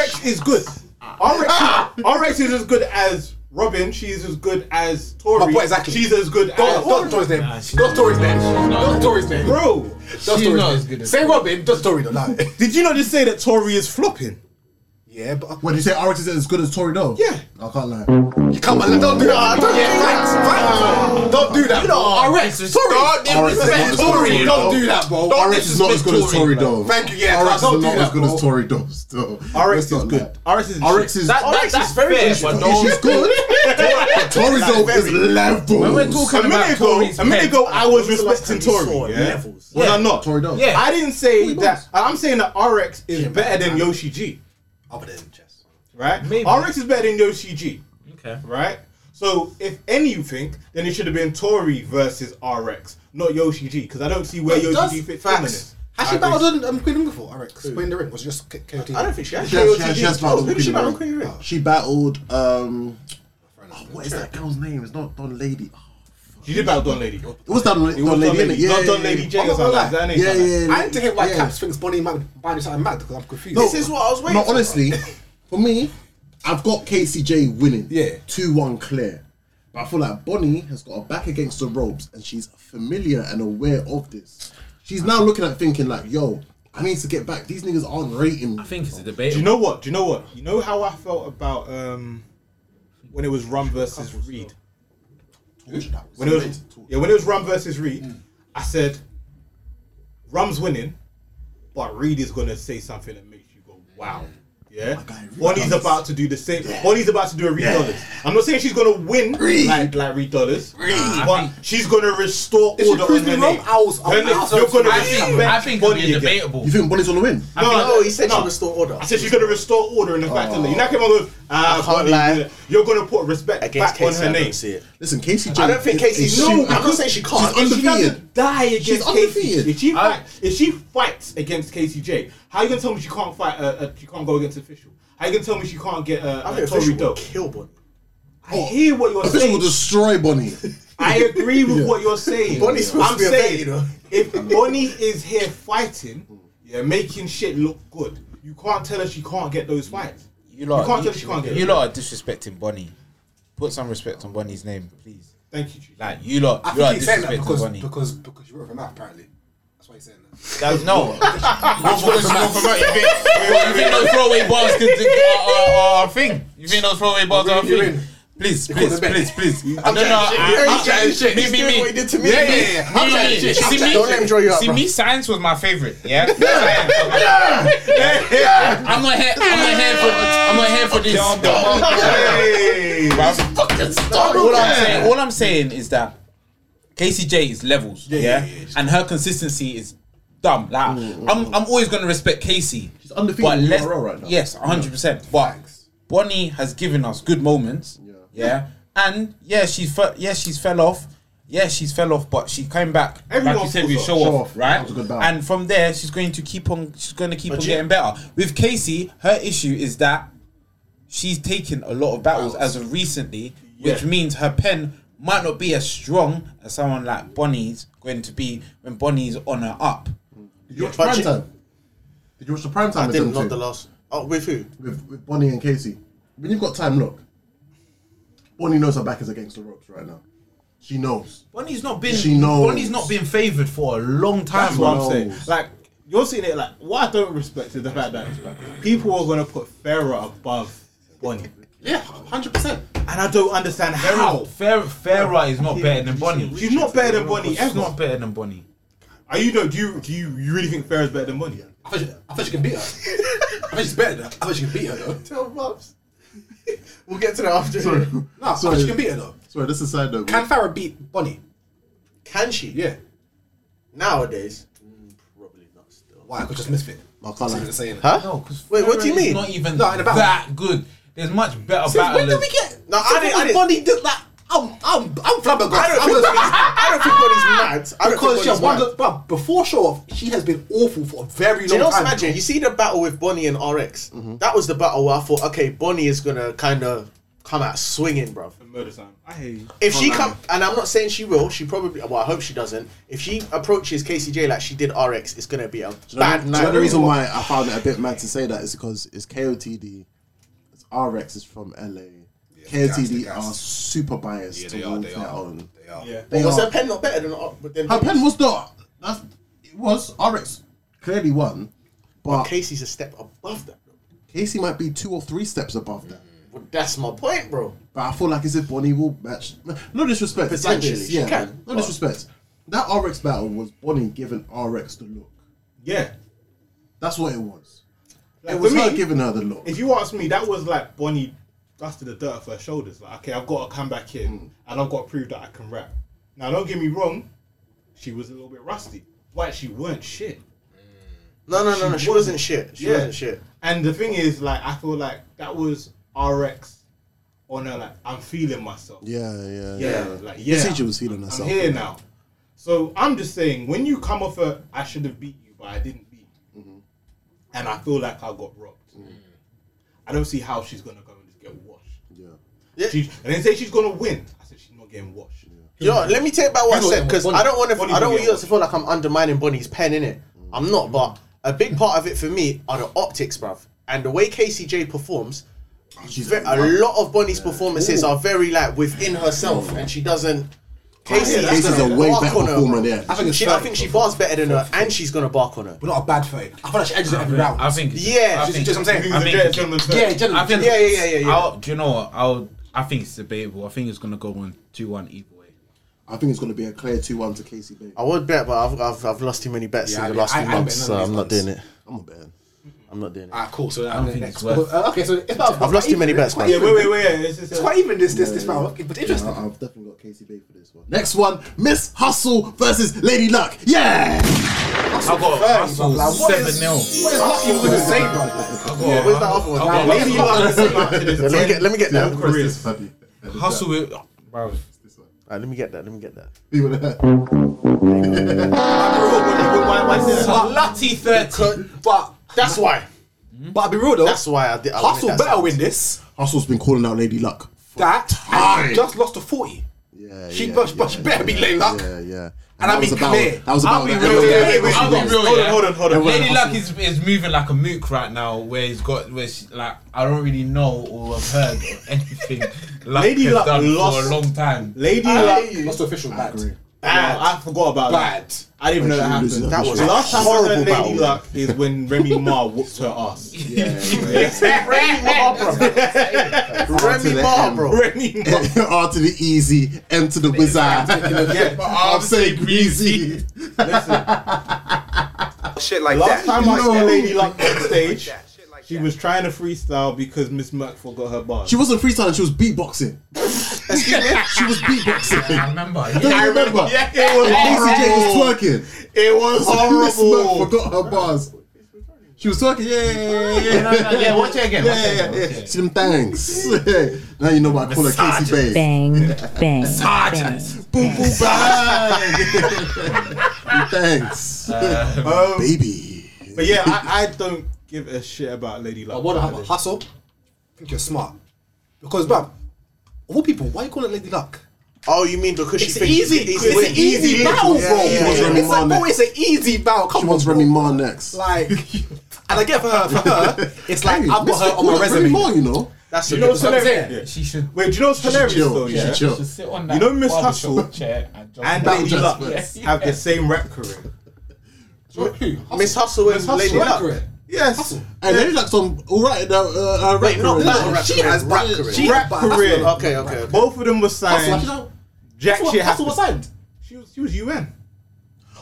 S3: is- RX is good. RX, RX is as good as Robin. She's as good as Tori.
S2: My point exactly.
S3: She's as good as.
S2: Don't don't Tory's name. Don't Tory's name. Don't Tory's name.
S3: Bro,
S2: Don't
S9: She's not as
S2: Tory's
S9: good
S2: name.
S9: as
S2: Say Robin. Just Tory though. Like.
S3: did you not just say that Tori is flopping?
S2: Yeah, but
S1: When you say RX is as good as Tory though?
S3: Yeah.
S1: I can't lie.
S2: come on, don't do that. Don't do that. Don't do that.
S9: know,
S2: Arx, Tory.
S1: RX is not as good as Tory
S2: Don't
S1: though.
S2: do that, bro.
S1: RX is not as good as Tory though.
S2: Thank you, yeah,
S1: RX is
S2: don't do
S1: not
S2: that,
S1: as good
S2: bro.
S1: as Tory though still.
S3: RX
S1: Let's
S3: is
S1: not
S3: good.
S1: lie.
S3: RX is
S1: RX is
S9: That, that, that's fair, but don't.
S1: She's good. But *laughs* Tory though is level.
S9: When we're talking
S3: a minute
S9: about
S3: ago,
S9: Tory's
S3: a minute
S9: pen,
S3: ago, I was respecting
S7: time you saw
S3: Tory.
S7: it?
S3: Yeah?
S7: Levels.
S3: Was I not?
S1: Tory does.
S9: Yeah.
S3: I didn't say that. I'm saying that RX is better than Yoshi G,
S2: Other than chess.
S3: right?
S9: Maybe.
S3: RX is better than Yoshi G,
S9: Okay.
S3: right? So if anything, then it should have been Tory versus RX, not Yoshi G, because I don't see where Yoshi G fits in on this.
S2: Has she
S3: I agree.
S2: battled um, Queen Ring before? Arx. Queen the Ring was just K- KOT.
S3: I don't think she has.
S1: She has, she
S3: KOTD.
S1: has, she has
S3: Oh,
S1: battled
S3: who did she
S1: Queen
S3: battle
S1: of
S3: Queen
S1: the Ring.
S3: Ring?
S1: She battled um oh, what is that girl's name? It's not Don Lady. Oh,
S3: She did battle Don Lady.
S1: it
S3: It
S1: was Don,
S3: was
S1: Don Lady, innit? Yeah,
S3: not
S1: yeah,
S3: Don
S1: yeah.
S3: Lady J or
S2: I'm not
S3: something
S2: gonna
S3: like
S2: lie.
S3: that. ain't
S1: Yeah,
S3: something like
S1: yeah,
S3: that.
S1: yeah.
S2: I need to hear why
S1: Yeah.
S2: Caps thinks Bonnie might buying something mad because I'm confused.
S3: This is what I was waiting.
S1: No,
S3: for.
S1: honestly, for me, I've got KCJ winning.
S2: Yeah.
S1: 2 1 clear. But I feel like Bonnie has got her back against the ropes and she's familiar and aware of this. She's now looking at thinking, like, yo, I need to get back. These niggas aren't rating. me.
S9: I think it's a debate.
S3: Do you know what? Do you know what? You know how I felt about um when it was Rum versus Reed. When it was yeah, when it was Rum versus Reed, I said Rum's winning, but Reed is gonna say something that makes you go wow. Yeah, Bonnie's about to do the same. Bonnie's about to do a Reed dollars. I'm not saying she's gonna win like like Reed dollars, but she's gonna restore
S2: If she
S3: order
S2: proves
S3: on her
S2: me wrong,
S3: name.
S2: I will- I will-
S3: Then
S2: I will-
S3: you're gonna
S9: I think, I think it'll
S3: Bonnie
S9: be
S3: again.
S9: debatable.
S1: You think Bonnie's gonna win?
S7: No, he said
S3: no.
S7: she restore order.
S3: I said she's gonna restore order in the fact that you're not gonna go. Ah,
S7: can't
S3: Bonnie,
S7: lie.
S3: You're gonna put respect
S7: Against
S3: back
S7: Casey,
S3: on her
S7: I
S3: name.
S7: don't see it.
S1: Listen, KCJ.
S7: I don't think
S1: is a
S7: Casey. No,
S1: shooter.
S7: I can't say she can't.
S1: She's
S3: She
S1: undefeated.
S3: doesn't die against
S1: She's
S3: Casey.
S1: undefeated.
S3: If she fight, if she fights against Casey J, how you gonna tell me she can't fight? Uh, uh, she can't go against official. How you gonna tell me she can't get uh,
S7: I
S3: uh,
S7: think
S3: Tory
S7: Fisher
S3: Doe?
S7: would kill Bonnie.
S3: I hear what you're
S1: Official will
S3: saying.
S1: destroy Bonnie.
S3: I agree with what you're saying.
S7: Bonnie's supposed to
S3: I'm
S7: be a vet,
S3: saying
S7: you know.
S3: if Bonnie is here fighting, yeah, making shit look good, you can't tell her she can't get those fights.
S6: You lot,
S3: You can't tell she can't get
S6: you
S3: it.
S6: lot are disrespecting Bonnie. Put some respect on Bonnie's name, please.
S3: Thank you. Chief.
S6: Like you lot,
S2: I
S6: you
S2: think
S6: lot are
S2: he's saying that
S6: disrespecting
S2: because
S6: Bonnie.
S2: because because you wrote for Matt apparently. That's why he's saying that.
S6: That- no, That's because you don't promote it. You think- you think those throwaway bars can are, are, are a thing? You think those throwaway bars are a
S2: You're in.
S6: thing? Please, please, please, please. No, no,
S7: He's chatting shit.
S6: me,
S7: He's *laughs*
S6: me,
S7: doing
S6: me.
S7: what he did to me.
S6: Yeah, yeah, yeah.
S7: I'm chatting
S6: Me, me.
S7: shit. I'm
S6: See
S7: chatting
S6: me,
S7: shit. Don't let him draw you out,
S6: see
S7: bro.
S6: me. Science was my favorite. Yeah. Science. I'm not here. I'm not here for. I'm not here for this.
S3: Hey!
S6: All I'm, saying, all I'm saying is that KCJ is levels, yeah, and her consistency is dumb. Like I'm, I'm always gonna respect Casey. She's
S1: undefeated in the URL right now.
S6: Yes, 100. percent But Bonnie has given us good moments. Yeah, and yeah, she's fe- yeah she's fell off. Yeah, she's fell off, but she came back. like
S3: Everyone
S6: you said,
S3: falls
S6: we
S3: off.
S6: show,
S1: Show
S6: off,
S1: off. That
S6: right?
S1: was a good battle.
S6: And from there, she's going to keep on. She's going to keep on getting better. With Casey, her issue is that she's taken a lot of battles as of recently, which
S3: Yeah.
S6: means her pen might not be as strong as someone like Bonnie's going to be when Bonnie's on her up.
S1: Did you watch
S7: But
S1: prime
S7: she-
S1: time? Did you watch the prime time?
S7: I didn't
S1: attempt
S7: not
S1: too?
S7: the last. Oh, with who?
S1: with, with Bonnie and Casey. When you've got time, look. Bonnie knows her back is against the ropes right now. She knows.
S6: Bonnie's not been.
S1: She knows.
S6: Bonnie's not been favoured for a long time.
S3: That's what I'm
S1: knows?
S3: saying. Like you're seeing it. Like what I don't respect is the fact that people are gonna put Farah above Bonnie,
S1: Yeah, hundred percent.
S3: and I don't understand how.
S6: Fair, Farah is not better than Bonnie.
S3: She's not better than Bonnie
S6: She's
S3: ever.
S6: not better than Bonnie.
S3: Are you know? Do you do you, you really think Farah's better than Bonnie?
S2: I think, she, I think she can beat her. I think she's better. Than, I think she can beat her though.
S1: Tell Bubs.
S2: We'll get to that after.
S1: Sorry.
S2: No, I
S1: Sorry.
S2: think she can beat her though.
S1: Sorry, this is a side note.
S2: Can Farah beat Bonnie?
S4: Can she?
S2: Yeah.
S4: Nowadays, mm, probably not. Still,
S2: Why? Because she's misfit.
S1: I can't lie.
S2: saying
S14: Huh?
S6: No, because
S14: Wait, what do you mean?
S6: Not even
S2: No, in the battle.
S6: that good. There's much better
S2: Since when did
S6: battlers.
S2: we get?
S4: No, I
S2: since
S4: didn't-
S2: when
S4: I didn't-
S2: Bonnie did that. I'm, I'm, I'm flabbergasted.
S4: I don't
S2: I'm
S4: think
S2: just-
S4: Bonnie's, I don't think
S2: *laughs*
S4: Bonnie's mad. I don't
S2: because
S4: think
S2: she has
S4: Bonnie's mad.
S2: one. Good, bruv, before show off, she has been awful for a very
S4: Do you know
S2: long
S4: what's
S2: time. Mm-hmm.
S4: magic? You see the battle with Bonnie and RX. That was the battle where I thought, okay, Bonnie is gonna kind of come out swinging, bruv.
S3: Murder time. I hate you.
S4: If she come, and I'm not saying she will, she probably. Well, I hope she doesn't. If she approaches KCJ like she did RX, it's gonna be a bad
S1: Do you know
S4: night.
S1: the reason why I found it a bit mad to say that is because it's KOTD, it's RX is from LA. KOTD
S2: gas, gas.
S1: are super biased
S2: they are,
S1: towards
S2: they
S1: their
S2: are.
S1: own.
S2: They are.
S3: Yeah.
S1: They
S4: was
S1: are-
S4: her pen not better than? uh, than
S1: Her pen was not. That's, it was RX clearly won, but
S4: Casey's a step above that. Bro.
S1: Casey might be two or three steps above that.
S4: Well, that's my point, bro.
S1: But I feel like as if Bonnie will match. No disrespect. it's like
S4: Potentially,
S1: this,
S4: she
S1: yeah.
S4: can,
S1: No
S4: but-
S1: disrespect. That RX battle was Bonnie giving RX the look.
S3: Yeah.
S1: That's what it was.
S3: Like,
S1: it was
S3: for
S1: her
S3: me-
S1: giving her the look.
S3: If you ask me, that was like Bonnie dusted the dirt off her shoulders. Like, okay, I've got to come back in and I've got to prove that I can rap. Now, don't get me wrong, she was a little bit rusty, but she weren't shit.
S4: No, no, no, no. She wasn't shit. She
S3: Yeah.
S4: wasn't shit.
S3: And the thing is, like, I feel like that was RX on her. Like, I'm feeling myself.
S1: yeah, yeah,
S3: yeah,
S1: yeah.
S3: like yeah.
S1: Procedure was feeling
S3: I'm-
S1: herself.
S3: I'm here now. So I'm just saying, when you come off a, I should have beat you, but I didn't beat you,
S1: Mm-hmm.
S3: and I feel like I got robbed. I don't see how she's gonna go and just get washed.
S1: Yeah.
S4: Yeah.
S3: She, I didn't say she's gonna win. I said she's not getting washed.
S4: Yo, let me take back what I
S2: Bonnie-
S4: said because
S2: Bonnie-
S4: I don't want to.
S3: Bonnie
S4: I don't want
S3: Villiers.
S4: you guys to feel like I'm undermining Bonnie's pen in it. I'm not, but a big part of it for me are the optics, bruv, and the way KCJ performs. ve- Oh, a lot of Bonnie's performances are very like within herself, and she doesn't. Casey
S1: Casey's
S4: gonna
S1: a way
S4: bark
S1: better
S4: on her,
S1: performer
S4: bro.
S1: there. I
S2: think it's
S4: She, I
S2: fair.
S4: think she bars better than her, and she's gonna bark on her.
S2: But not a bad fight. I feel like she edges it every round.
S6: I think.
S4: Yeah.
S6: I think,
S2: Just- just what I'm saying.
S3: She's a
S6: I think-
S3: gentleman first.
S2: yeah, generally,
S6: I think-
S4: Yeah, yeah, yeah, yeah, yeah.
S6: I'll, do you know what? I'll, I think it's debatable. I think it's going to go on 2 1 either way.
S1: I think it's going to be a clear 2 1 to Casey Bay.
S4: I would bet, but I've I've, I've lost too many bets
S2: Yeah, I
S4: in the
S2: mean,
S4: last few
S2: I- I ain't
S4: months,
S2: betting
S4: so
S2: on
S4: I'm
S2: these
S4: not doing it.
S1: I'm a man.
S14: I'm not doing it.
S2: Alright, cool. So
S6: don't
S2: then the
S6: think
S2: next.
S6: it's worth-
S2: Uh, okay, so it's about.
S4: I've lost too many bets,
S2: It's quite
S4: man.
S3: Yeah,
S2: even.
S3: wait, wait, wait. It's, just
S2: It's quite even this this this
S1: Yeah,
S2: round.
S1: yeah.
S2: Okay, but interesting.
S1: Yeah, I- I've definitely got Casey Bay for this one. Next one Miss Hustle versus Lady Luck. Yeah!
S6: I got Hustle
S2: Like, what is-
S6: 7 0.
S2: What is Lucky even gonna say about that?
S4: Where's that other one?
S6: I got
S4: Maybe you
S6: Hustle-
S4: are- Let me get let me get that. Alright,
S1: This funny.
S6: Hustle with. Bro,
S4: let me get that. Let me get that.
S6: Slutty 30.
S2: But
S4: That's why.
S2: but I'll be real though.
S4: That's why I did. I
S2: Hustle
S4: wanted that
S2: better
S4: song.
S2: win this.
S1: Hustle's been calling out Lady Luck.
S2: That and she just lost to forty.
S1: Yeah,
S2: She
S1: yeah,
S2: but, but she
S1: yeah,
S2: better
S1: yeah,
S2: beat Lady Luck.
S1: Yeah, yeah.
S2: And
S1: that
S2: I mean
S1: was about-
S2: clear.
S1: That was
S2: I'll
S1: about
S2: be
S1: that-
S2: real.
S1: yeah,
S2: Yeah,
S1: yeah,
S6: I'll
S1: yeah.
S6: be real,
S3: Hold on,
S6: yeah.
S3: hold on, hold on.
S6: Lady Luck is, is moving like a mook right now, where he's got where she, like I don't really know or have heard or
S3: *laughs*
S6: anything. Luck
S3: Lady
S6: has
S3: Luck
S6: done for
S3: lost.
S6: a long time.
S3: Lady Luck.
S2: Lost to official bad.
S3: Bad. I forgot about
S2: Bad.
S3: that. I didn't even know that
S1: Actually,
S3: happened.
S1: that was
S3: the last time I heard
S4: horrible
S3: Lady
S4: battle.
S3: Luck is when Remy Ma whooped her ass. *laughs*
S4: Remy Ma, bro.
S3: Remy Ma.
S1: *laughs* R to the easy, M to the wizard. I'm saying greasy.
S3: Listen,
S15: Shit like that.
S3: last time I saw Lady Luck on stage, she was trying to freestyle because Miss Merck forgot her bars.
S1: She wasn't freestyling, she was beatboxing. she was
S6: I
S1: beatboxing.
S6: remember.
S1: Don't you
S6: Yeah.
S1: remember?
S3: *laughs* Yeah, it was
S1: Casey J was
S3: horrible.
S1: twerking.
S3: It was
S1: Miss Merck
S3: horrible.
S1: forgot her bars. She was twerking. Yeah, yeah, yeah, yeah.
S6: No, no, yeah, watch it again. Watch
S1: Yeah,
S6: it
S1: yeah,
S6: again.
S1: yeah. See them thangs. now you know why I call her Casey Bay.
S16: Bang, bang, bang.
S1: Boom, boom, bang. thanks.
S3: Um,
S1: Baby.
S3: but yeah, I, I don't give a shit about Lady
S17: I
S3: Luck.
S17: want to have a hustle. I think you're smart. Because, bruv, of all people, why you call it Lady Luck?
S4: Oh, you mean because she's
S17: It's easy. It's an easy battle, bro.
S1: yeah, yeah.
S17: It's like, bro, it's an easy battle.
S1: She
S17: Come on,
S1: wants
S17: bro.
S1: Remy Ma next.
S17: Like, and I get for her, for her, it's like
S1: Hey,
S17: I've got
S1: Mr.
S17: her on my
S1: Cool, Remy
S17: resume.
S1: Ma, you know.
S4: That's
S3: you
S4: a
S3: know
S4: good
S3: what's hilarious?
S4: Yeah.
S3: She should. Wait, do you know what's
S4: she should
S3: hilarious
S4: chill.
S3: though?
S4: She
S3: yeah?
S4: should chill.
S6: Just sit on that
S3: You know, Miss
S6: barbershop
S3: Hustle
S6: chair and just-
S3: and
S6: That
S3: Lady
S6: just
S3: Luck
S6: works.
S3: have the same rap career.
S4: Miss Hustle and Lady Luck.
S3: Yes.
S1: And Lady Luck's on all right now. Uh, uh,
S4: Wait,
S1: rap
S4: not
S1: career.
S4: battle rap
S1: She
S4: career,
S1: has
S4: rap
S1: rap
S4: career.
S1: She
S3: Rap career.
S4: Okay, okay, okay.
S3: Both of them were
S1: Hustle,
S3: signed.
S1: you know?
S3: Jack
S1: Hustle-
S3: shit
S1: Hustle
S3: happened.
S1: was signed.
S3: She was, she was UN.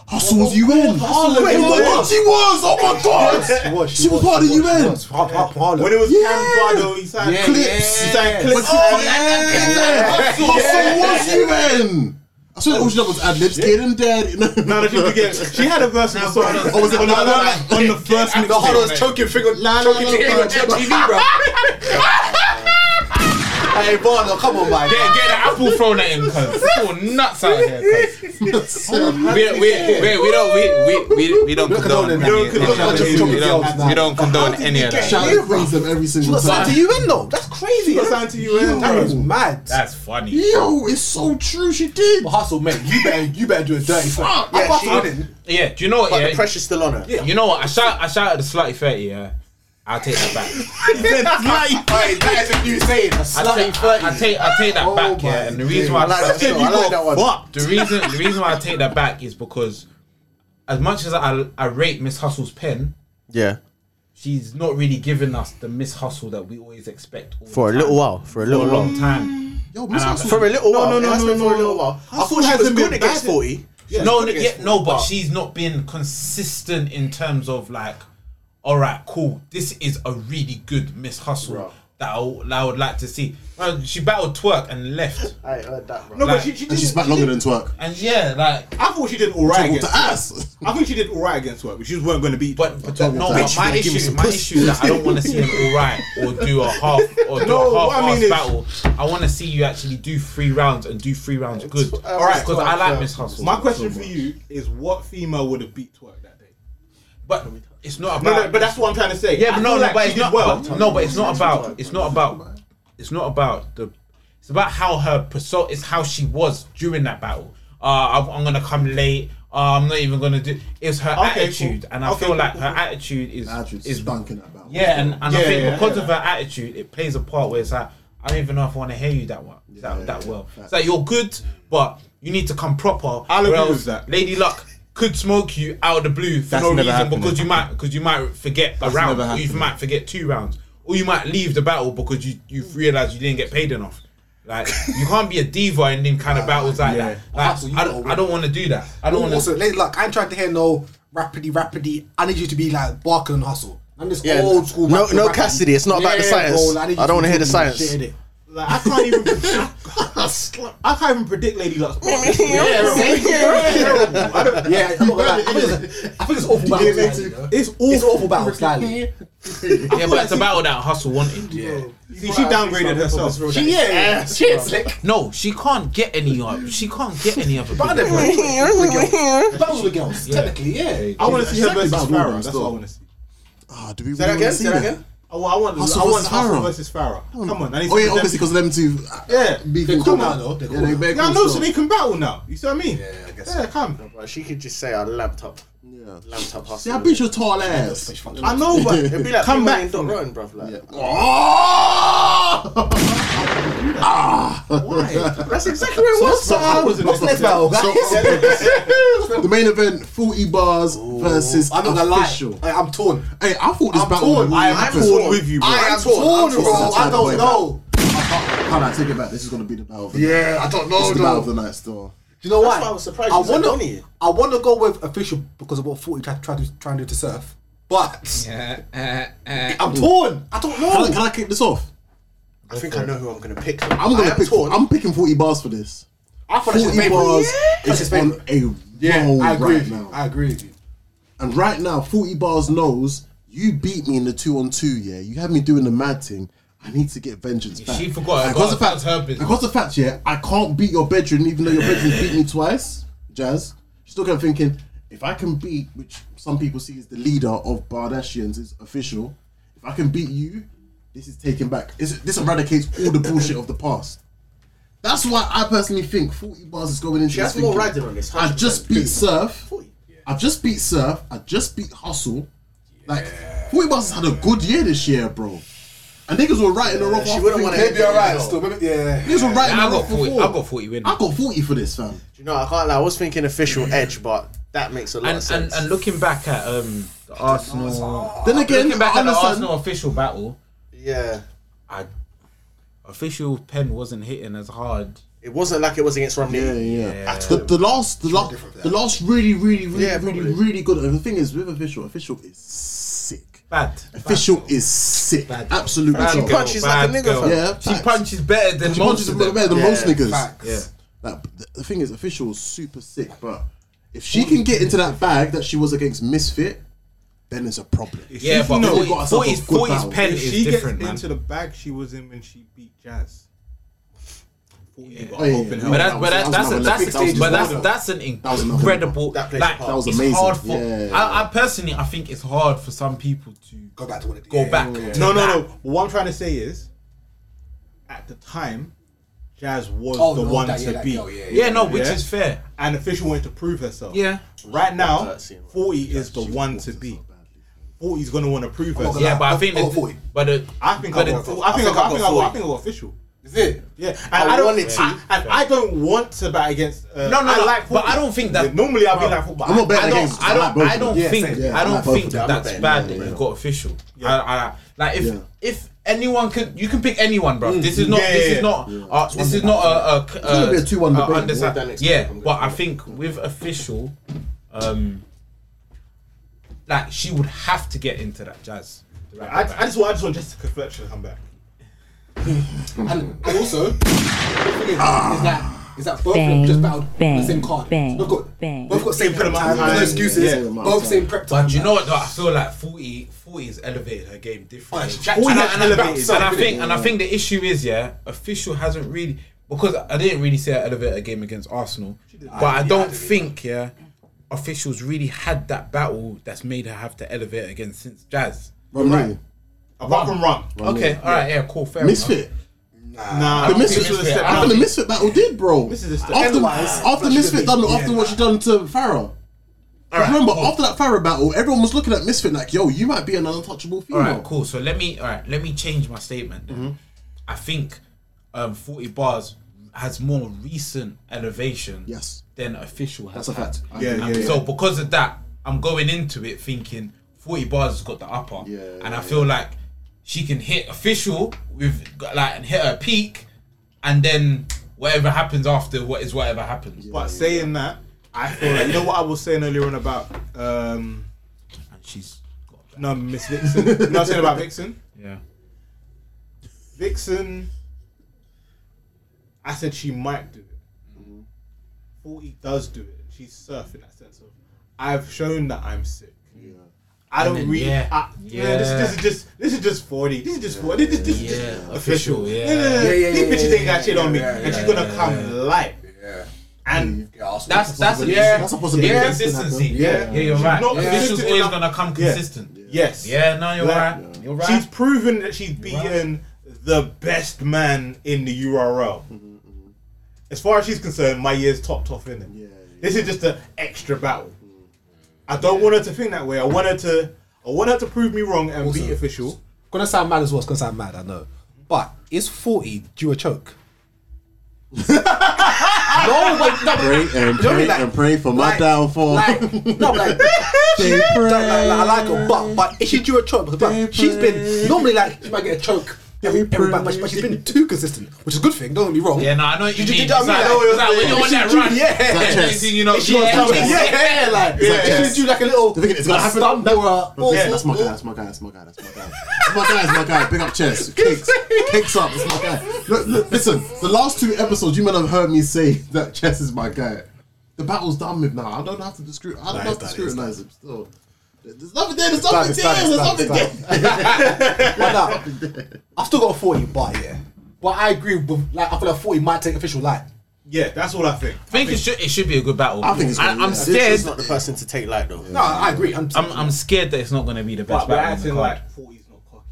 S1: Hustle was UN.
S3: Harlem.
S1: Wait,
S3: Yeah.
S1: what? She was. Oh my
S3: Yes,
S1: god. She was part of UN.
S3: When it was
S1: Yeah.
S3: Cam Bardo, he signed
S1: Yeah,
S3: clips. He
S1: yeah.
S3: signed
S1: But
S3: clips.
S1: she- yeah. Hustle was UN. I swear all she did was ad libs. Get him dead. No,
S3: No, no, she,
S1: *laughs*
S3: did get- she had a verse in the song.
S1: Oh, was it
S3: on, the, on the first mixtape.
S18: The Hollows choking finger, choking
S1: no,
S18: thing
S1: no,
S18: on MTV, bro.
S19: Hey, Bardo, come on, man.
S6: Get, get an apple thrown at him, cuz. All nuts out here, cuz. We, we, we, we don't, we, we, we, we don't condone any of
S1: condone
S6: that.
S1: any
S6: We
S1: of
S6: don't-
S1: that.
S6: We don't condone any of
S1: Shout
S6: that.
S1: out brings them every single
S2: Signed
S1: time.
S2: to UN though. That's crazy.
S3: She was signed to UN.
S2: That is mad.
S6: That's funny.
S1: Yo, it's so true. She did.
S19: Hustle, mate. You better, you better do a dirty thing.
S1: Fuck.
S19: I'm busting
S1: she-
S19: winning.
S6: Yeah, do you know what?
S4: But the
S6: Yeah,
S4: pressure's still on her.
S6: you know what? I shout, I shouted the slutty thirty. Yeah, I'll take that back.
S19: Alright, that is a new saying. A
S6: I
S19: slutty
S6: take, I take, I take that back, yeah. And the reason why I,
S4: I like that one. I like that one.
S6: the reason, the reason why I take that back is because, as much as I, I rate Miss Hustle's pen,
S20: Yeah.
S6: she's not really giving us the Miss Hustle that we always expect. all the
S20: For a
S6: time.
S20: little while. For a
S6: for a
S20: little
S6: long
S20: long.
S6: time.
S1: Yo, Miss
S6: And I-
S1: Hustle.
S4: For a little while.
S3: no,
S4: it
S3: no,
S4: has been
S3: no,
S4: For a
S3: no.
S4: little while. I
S3: Hustle
S4: thought she was
S3: hasn't
S4: good
S3: been
S4: against
S3: bad.
S4: forty. She was
S6: no,
S4: good
S6: n-
S4: against
S6: yeah, no, but she's not been consistent in terms of like, all right, cool. This is a really good Miss Hustle that I, w- that I would like to see. Uh, she battled twerk and left,
S4: 40. I heard that, bro.
S3: No, but
S6: Like-
S3: she, she did.
S1: And she's back longer than twerk.
S6: and yeah, like,
S3: I thought she did all right
S1: Talk
S3: against.
S1: to
S3: *laughs*
S1: ass.
S3: I think she did all right against her, but she just weren't going to beat.
S6: but but that, no,
S1: Bitch,
S6: but my
S1: you give me
S6: issue,
S1: some
S6: my
S1: pussy.
S6: issue is that I don't want to see them all right or do a half or do
S3: No,
S6: a
S3: what
S6: half
S3: I mean is-
S6: battle. I want to see you actually do three rounds and do three rounds good. All right, because I like Miss Hustle.
S3: my question for you is, what female would have beat twerk that day?
S6: but it's not
S3: No,
S6: about.
S3: no, but that's what I'm trying to say.
S6: Yeah, but
S3: I
S6: no,
S3: feel
S6: no,
S3: like
S6: but
S3: she
S6: it's
S3: did
S6: not.
S3: well.
S6: but- no, but it's not about. It's not about. It's not about the. It's about how her persona. It's how she was during that battle. Uh, I'm, I'm gonna come late. Uh, I'm not even gonna do. It's her
S3: Okay,
S6: attitude,
S3: cool.
S6: and I
S3: Okay,
S6: feel
S3: cool,
S6: like
S3: cool,
S6: her
S3: cool.
S6: attitude is
S1: Attitude
S6: is
S1: stunk in that battle.
S6: Yeah, and, and I
S3: Yeah,
S6: think
S3: yeah,
S6: because
S3: yeah.
S6: of her attitude, it plays a part where it's like I don't even know if I want to hear you that well. that, that well. It's like you're good, but you need to come proper.
S3: I'll
S6: or
S3: agree
S6: else
S3: with that.
S6: Lady Luck could smoke you out of the blue for
S3: That's
S6: no
S3: never
S6: reason
S3: happening.
S6: because you might because you might forget a round,
S3: never
S6: or you
S3: happening.
S6: might forget two rounds, or you might leave the battle because you you realize you didn't get paid enough. Like you can't be a diva in them kind of battles like
S3: yeah.
S6: that. Like,
S2: Hustle, you
S6: I,
S2: gotta
S6: don't,
S2: win.
S6: I don't want to do that. I don't want
S2: Also,
S6: to.
S2: like, like, I ain't trying to hear no rapidly, rapidly. I need you to be like barking and hustle. I'm this
S4: Yeah.
S2: old school.
S20: No,
S2: rapidly,
S20: no
S2: rapidly.
S20: Cassidy. It's not about the
S2: Yeah,
S20: science.
S2: bro,
S20: I
S2: need you
S20: don't want to hear the
S2: be
S20: science.
S2: shit, innit?
S3: Like, I can't even. I can't even predict Lady Luck's.
S2: I don't- yeah, I'm not gonna lie. I think it's a- I think it's awful battles. like, you know?
S3: *laughs* It's
S2: It's
S3: awful.
S2: awful battles. Like,
S6: Yeah, but it's a battle that Hustle wanted. Yeah.
S3: See, she downgraded herself. She
S19: Yeah, shit, slick.
S6: No, she can't get any other. She can't get any *laughs* other.
S2: I
S6: people.
S2: never battles with girls. Technically, yeah.
S3: I want to see
S1: she's
S3: her versus
S1: actually about all
S3: Farah.
S1: them
S3: That's what I
S1: still.
S3: want to see.
S1: Ah, do we
S4: Say that
S1: really
S4: again.
S1: wanna see
S4: Say that
S1: that?
S4: again.
S3: I want, Oh, I want,
S1: Hustle
S3: I want
S1: versus
S3: Hustle
S1: Farah.
S3: versus Farah. Come on, I need
S1: Oh
S3: to
S1: yeah,
S3: put them-
S1: obviously because them two. uh,
S3: Yeah.
S1: be
S2: They're
S1: cool
S2: cool
S1: now.
S2: now, though. They're
S1: Yeah, they
S2: cool
S1: make
S3: Yeah, I know,
S1: cool
S3: so they
S1: still.
S3: can battle now. You see what I mean?
S19: Yeah, I guess
S3: Yeah, come.
S4: Bro, She could just say I lamped up.
S1: Yeah.
S4: Lamped up
S1: See, I
S4: hustle.
S1: beat your tall ass.
S3: I know,
S4: It'd
S3: but
S4: be like
S3: come
S4: Big Money
S3: back.
S4: and Dot Rotten, bruv. Like, that's exactly where it was.
S2: So I was what's next battle, guys?
S1: The main event: forty bars versus
S2: I'm not gonna
S1: official.
S2: lie. I, I'm torn.
S1: Hey, I thought this
S2: I'm
S1: battle.
S2: torn. I am
S1: happened.
S3: torn with you, bro.
S2: I am
S3: I'm
S2: torn,
S3: torn.
S1: I'm
S2: bro.
S1: torn.
S2: I
S1: Wait,
S2: don't know.
S1: Hold on, take it back. This is gonna be the battle. Of the night.
S19: Yeah, I don't
S1: This
S19: know,
S1: is the battle of
S19: though.
S1: the night still.
S2: Do you know
S4: That's
S2: why?
S4: why I was surprised
S2: I
S4: you said
S2: want
S4: Donny.
S2: to. I want to go with official because of what forty tried tried to try and do to surf, but I'm torn. I don't know.
S1: Can I, can I kick this off?
S4: I think I know who I'm gonna pick.
S1: I'm gonna
S4: I am
S1: pick.
S4: torn.
S1: I'm picking forty bars for this.
S2: I thought
S1: Forty bars is
S2: Yeah.
S1: on a
S3: *laughs*
S2: Yeah,
S1: roll
S2: I agree.
S1: right
S2: with you.
S1: now.
S2: I agree with you.
S1: And right now, 40 Bars knows you beat me in the two on two, yeah. You had me doing the mad thing. I need to get vengeance back.
S6: she forgot
S1: And
S6: about-
S1: Because the fact,
S6: that was her business.
S1: because the fact, yeah, I can't beat your bedroom, even though your bedroom beat me twice, Jazz. She's still kind of thinking, if I can beat, which some people see as the leader of Bardashians, is official. If I can beat you, this is taking back. This, this eradicates all the bullshit of the past. That's why I personally think 40 bars is going into
S4: She
S1: this
S4: has more
S1: thinking,
S4: riding on this,
S1: I just
S4: 100%.
S1: beat Surf.
S4: 40.
S1: I just beat Surf. I just beat Hustle. Like, 40 bars has had a good year this year, bro. And niggas were writing her off.
S21: She
S1: after
S21: wouldn't
S1: thinking-
S21: wanna hit Maybe I write still, maybe- yeah.
S1: Niggas were writing
S21: Nah, I
S1: her
S21: got
S1: off
S21: 40
S1: before.
S21: I got 40 win.
S1: I got 40 for this, fam.
S4: you know, I can't lie. I was thinking official
S1: *laughs*
S4: edge, but that makes a lot of
S6: And, and
S4: sense.
S6: and looking back at um the Arsenal,
S4: Then again,
S6: looking back
S4: I
S6: at the
S4: understand-
S6: Arsenal official battle,
S4: yeah,
S6: I official pen wasn't hitting as hard.
S4: It wasn't like it was against Romney.
S1: Yeah, yeah. The, the last, the last, the last really, really, really, really, really good. And the thing is, with official, official is sick.
S6: Bad.
S1: Official is sick. Absolutely.
S6: Bad
S1: sick.
S6: girl, bad girl.
S1: Yeah.
S6: She punches better than
S1: she
S6: most
S1: punches
S6: of
S1: better
S6: them.
S1: than
S6: Yeah,
S1: most niggas.
S6: facts. Yeah.
S1: Like, the, the thing is, official is super sick, but if she can get into that bag that she was against Misfit, then it's a problem.
S6: Yeah, but
S1: They've
S6: 40
S1: got herself a
S6: 40's
S1: good
S6: 40's
S1: battle.
S6: pen
S3: If
S6: is
S3: she gets
S6: different, man.
S3: into the bag she was in when she beat Jazz. Yeah.
S6: Oh, yeah, yeah. But that's but that's that's a- that's a- but that's that's an incredible
S1: That plays
S6: like
S1: part. That was
S6: it's
S1: amazing.
S6: hard for
S1: Yeah.
S6: I, I personally I think it's hard for some people to go back to what it go back to
S3: No, no,
S6: that.
S3: no. What I'm trying to say is, at the time, Jazz was
S6: Oh,
S3: the
S6: no,
S3: one
S6: that- yeah,
S3: to
S6: that
S3: beat.
S6: girl, yeah, yeah, Yeah, no, yeah. which is fair.
S3: And official wanted to prove herself.
S6: Yeah.
S3: Right now,
S6: That scene,
S3: 40 is the one to beat. 40's gonna want to prove
S6: not
S3: herself.
S6: gonna Yeah, lie, but I I- think I got the- 40. but the-
S3: I think I
S6: but
S3: got
S6: the-
S3: 40. I think I got I think I got I
S6: 40.
S3: think I got official. Is
S21: it?
S3: Yeah, and
S21: I
S3: I, don't.
S21: wanted to.
S3: I, and I don't want to bat against. Uh,
S6: No, no,
S3: I
S6: no,
S3: like
S6: but
S3: 40.
S6: I don't think that-
S3: Normally, I'd be
S6: Bro,
S3: like, 40, but
S6: I'm not
S3: I- I
S6: betting
S3: don't-
S6: against-
S3: I don't.
S6: I don't
S3: Yeah,
S6: think
S3: same. Yeah,
S6: I
S3: I
S6: don't
S3: like both
S6: think
S3: of them. I'm
S6: that's
S3: not betting,
S6: bad
S3: yeah,
S6: that
S3: yeah.
S6: you got official. I, I, like if if anyone can you can pick anyone, bro. This is not
S3: Mm. Yeah,
S6: this
S3: yeah,
S6: is not
S3: yeah.
S6: uh, this is not a, a,
S1: It's gonna be a 2-1 debate,
S6: uh, understand-
S1: more than it's
S6: Yeah,
S1: gonna be.
S6: but I think with official, um, like she would have to get into that jazz.
S3: I, I just want, I just want Jessica Fletcher to come back.
S16: And, and also, the thing is, is that is that both of them just battled on the same card. Both got both got same prep time. No excuses. both same prep time.
S6: But you know what? Though? I feel like 40, 40 has elevated her game differently.
S16: Oh,
S6: and,
S16: 40
S6: I,
S16: has
S6: and I-
S16: elevated.
S6: and I think and I think the issue is yeah, official hasn't really because I didn't really see her elevate her game against Arsenal, but
S16: I-
S6: I,
S16: yeah,
S6: don't
S16: I did,
S6: think yeah, officials really had that battle that's made her have to elevate again since Jazz.
S1: Run, run.
S3: Apart from Run.
S6: Okay, all right, yeah, cool, fair
S1: Misfit.
S6: Enough.
S1: the Misfit, I think the Misfit battle did, bro.
S6: step-
S1: after,
S6: Otherwise,
S1: after
S6: that
S1: Misfit
S6: should've
S1: done,
S6: been-
S1: after
S6: yeah.
S1: what she done to Farah. Remember, after that Farah battle, everyone was looking at Misfit like, "Yo, you might be an untouchable
S6: All
S1: female."
S6: right, cool. So let me all right, let me change my statement. then. I think um, forty bars has more recent elevation
S1: yes.
S6: than official has
S1: That's a fact.
S6: had.
S1: I Yeah, agree.
S6: And
S1: yeah,
S6: So
S1: yeah.
S6: because of that, I'm going into it thinking forty bars has got the upper, yeah, and I feel like she can hit official with like and hit her peak, and then whatever happens after what is whatever happens.
S3: But saying that, I feel like you know what I was saying earlier on about um,
S6: and she's
S3: no Miss Vixen. you know what I'm saying about Vixen?
S6: Yeah.
S3: Vixen. I said she might do it. Forty does do it. She's surfing that sense of I've shown that I'm sick. Yeah. I
S6: And
S3: don't
S6: then,
S3: really.
S6: yeah.
S3: I, yeah. This, this is
S6: Yeah.
S3: just. This is just forty. This is just forty. This, this, this,
S6: Yeah,
S3: this
S6: official, yeah.
S3: No, no, no,
S6: Yeah, yeah,
S3: These
S6: yeah,
S3: bitches
S6: yeah,
S3: ain't got shit
S6: yeah,
S3: on me,
S6: yeah,
S3: and
S6: yeah,
S3: she's gonna
S6: yeah,
S3: come
S6: yeah.
S3: light. Yeah. And
S6: That's that's a
S3: That's a possibility.
S6: possibility. Yeah, consistency. Yeah, yeah, you're
S3: She's
S6: right.
S3: not
S6: Official's
S3: consistent
S6: always
S3: enough.
S6: gonna come
S3: Yeah.
S6: consistent.
S3: Yes.
S6: Yeah, no, you're
S3: Like,
S6: right. You're right.
S3: She's proven that she's beaten the best man in the URL. As far as she's concerned, my year's topped off in it. This is just an extra battle. I don't want her to think that way. I want her to. I want her to prove me wrong and beat official.
S2: Gonna sound mad as well. It's gonna sound mad. I know, but is forty due a
S3: *laughs*
S2: choke? no, but no,
S1: Pray and
S2: You know what I
S1: pray
S2: mean? Like-
S1: and pray for my
S2: like-
S1: downfall.
S2: like, no, like, she, like, like, I like her, but but is she due a choke? Because bruv, she's been normally like she might get a choke. Every, every, but, but she's been too consistent, which is a good thing. Don't get me wrong.
S6: Yeah, no, I know what you
S2: Do
S6: mean.
S2: do
S6: It's like- it's like when you're on that run,
S2: Yeah,
S6: it's like chess. You know,
S1: Oh,
S2: If she was
S6: *laughs* yeah,
S2: coming-
S6: chess.
S2: yeah, yeah, like
S6: It's like
S2: if
S6: chess.
S2: she do like a little.
S1: The thing is, it's gonna
S2: a
S1: happen.
S2: stumble or a- or-
S1: yeah, that's my guy.
S2: or-
S1: That's my guy. That's my guy. That's my guy. That's my guy. That's my guy. Big up
S2: *laughs*
S1: chest. Kicks. Kicks up. That's my guy. Look, look, listen. The last two episodes, you might have heard me say that chess is my guy. The battle's done with now. I don't have to discru- I don't
S21: Nah,
S1: have
S21: it's
S1: to
S21: done, it's
S1: scrutinize
S21: done.
S1: him still. There's nothing there. There's
S2: It's done,
S1: nothing
S2: it's
S1: there.
S2: done,
S1: There's nothing
S2: it's done,
S1: there.
S2: it's *laughs* Why not? I've still got a 40, but yeah. But I agree with, like, I feel like 40 might take official light.
S3: Yeah, that's all I think.
S6: I think it should it should be a good battle.
S2: I think it's
S6: I,
S2: gonna be-
S6: I'm
S2: it's
S6: scared.
S2: just
S4: not the person to take light though.
S2: No, I agree. I'm,
S6: I'm, I'm scared that it's not going to be the best
S3: But we're
S6: battle. on the
S3: acting
S6: card.
S3: like 40's not cocky.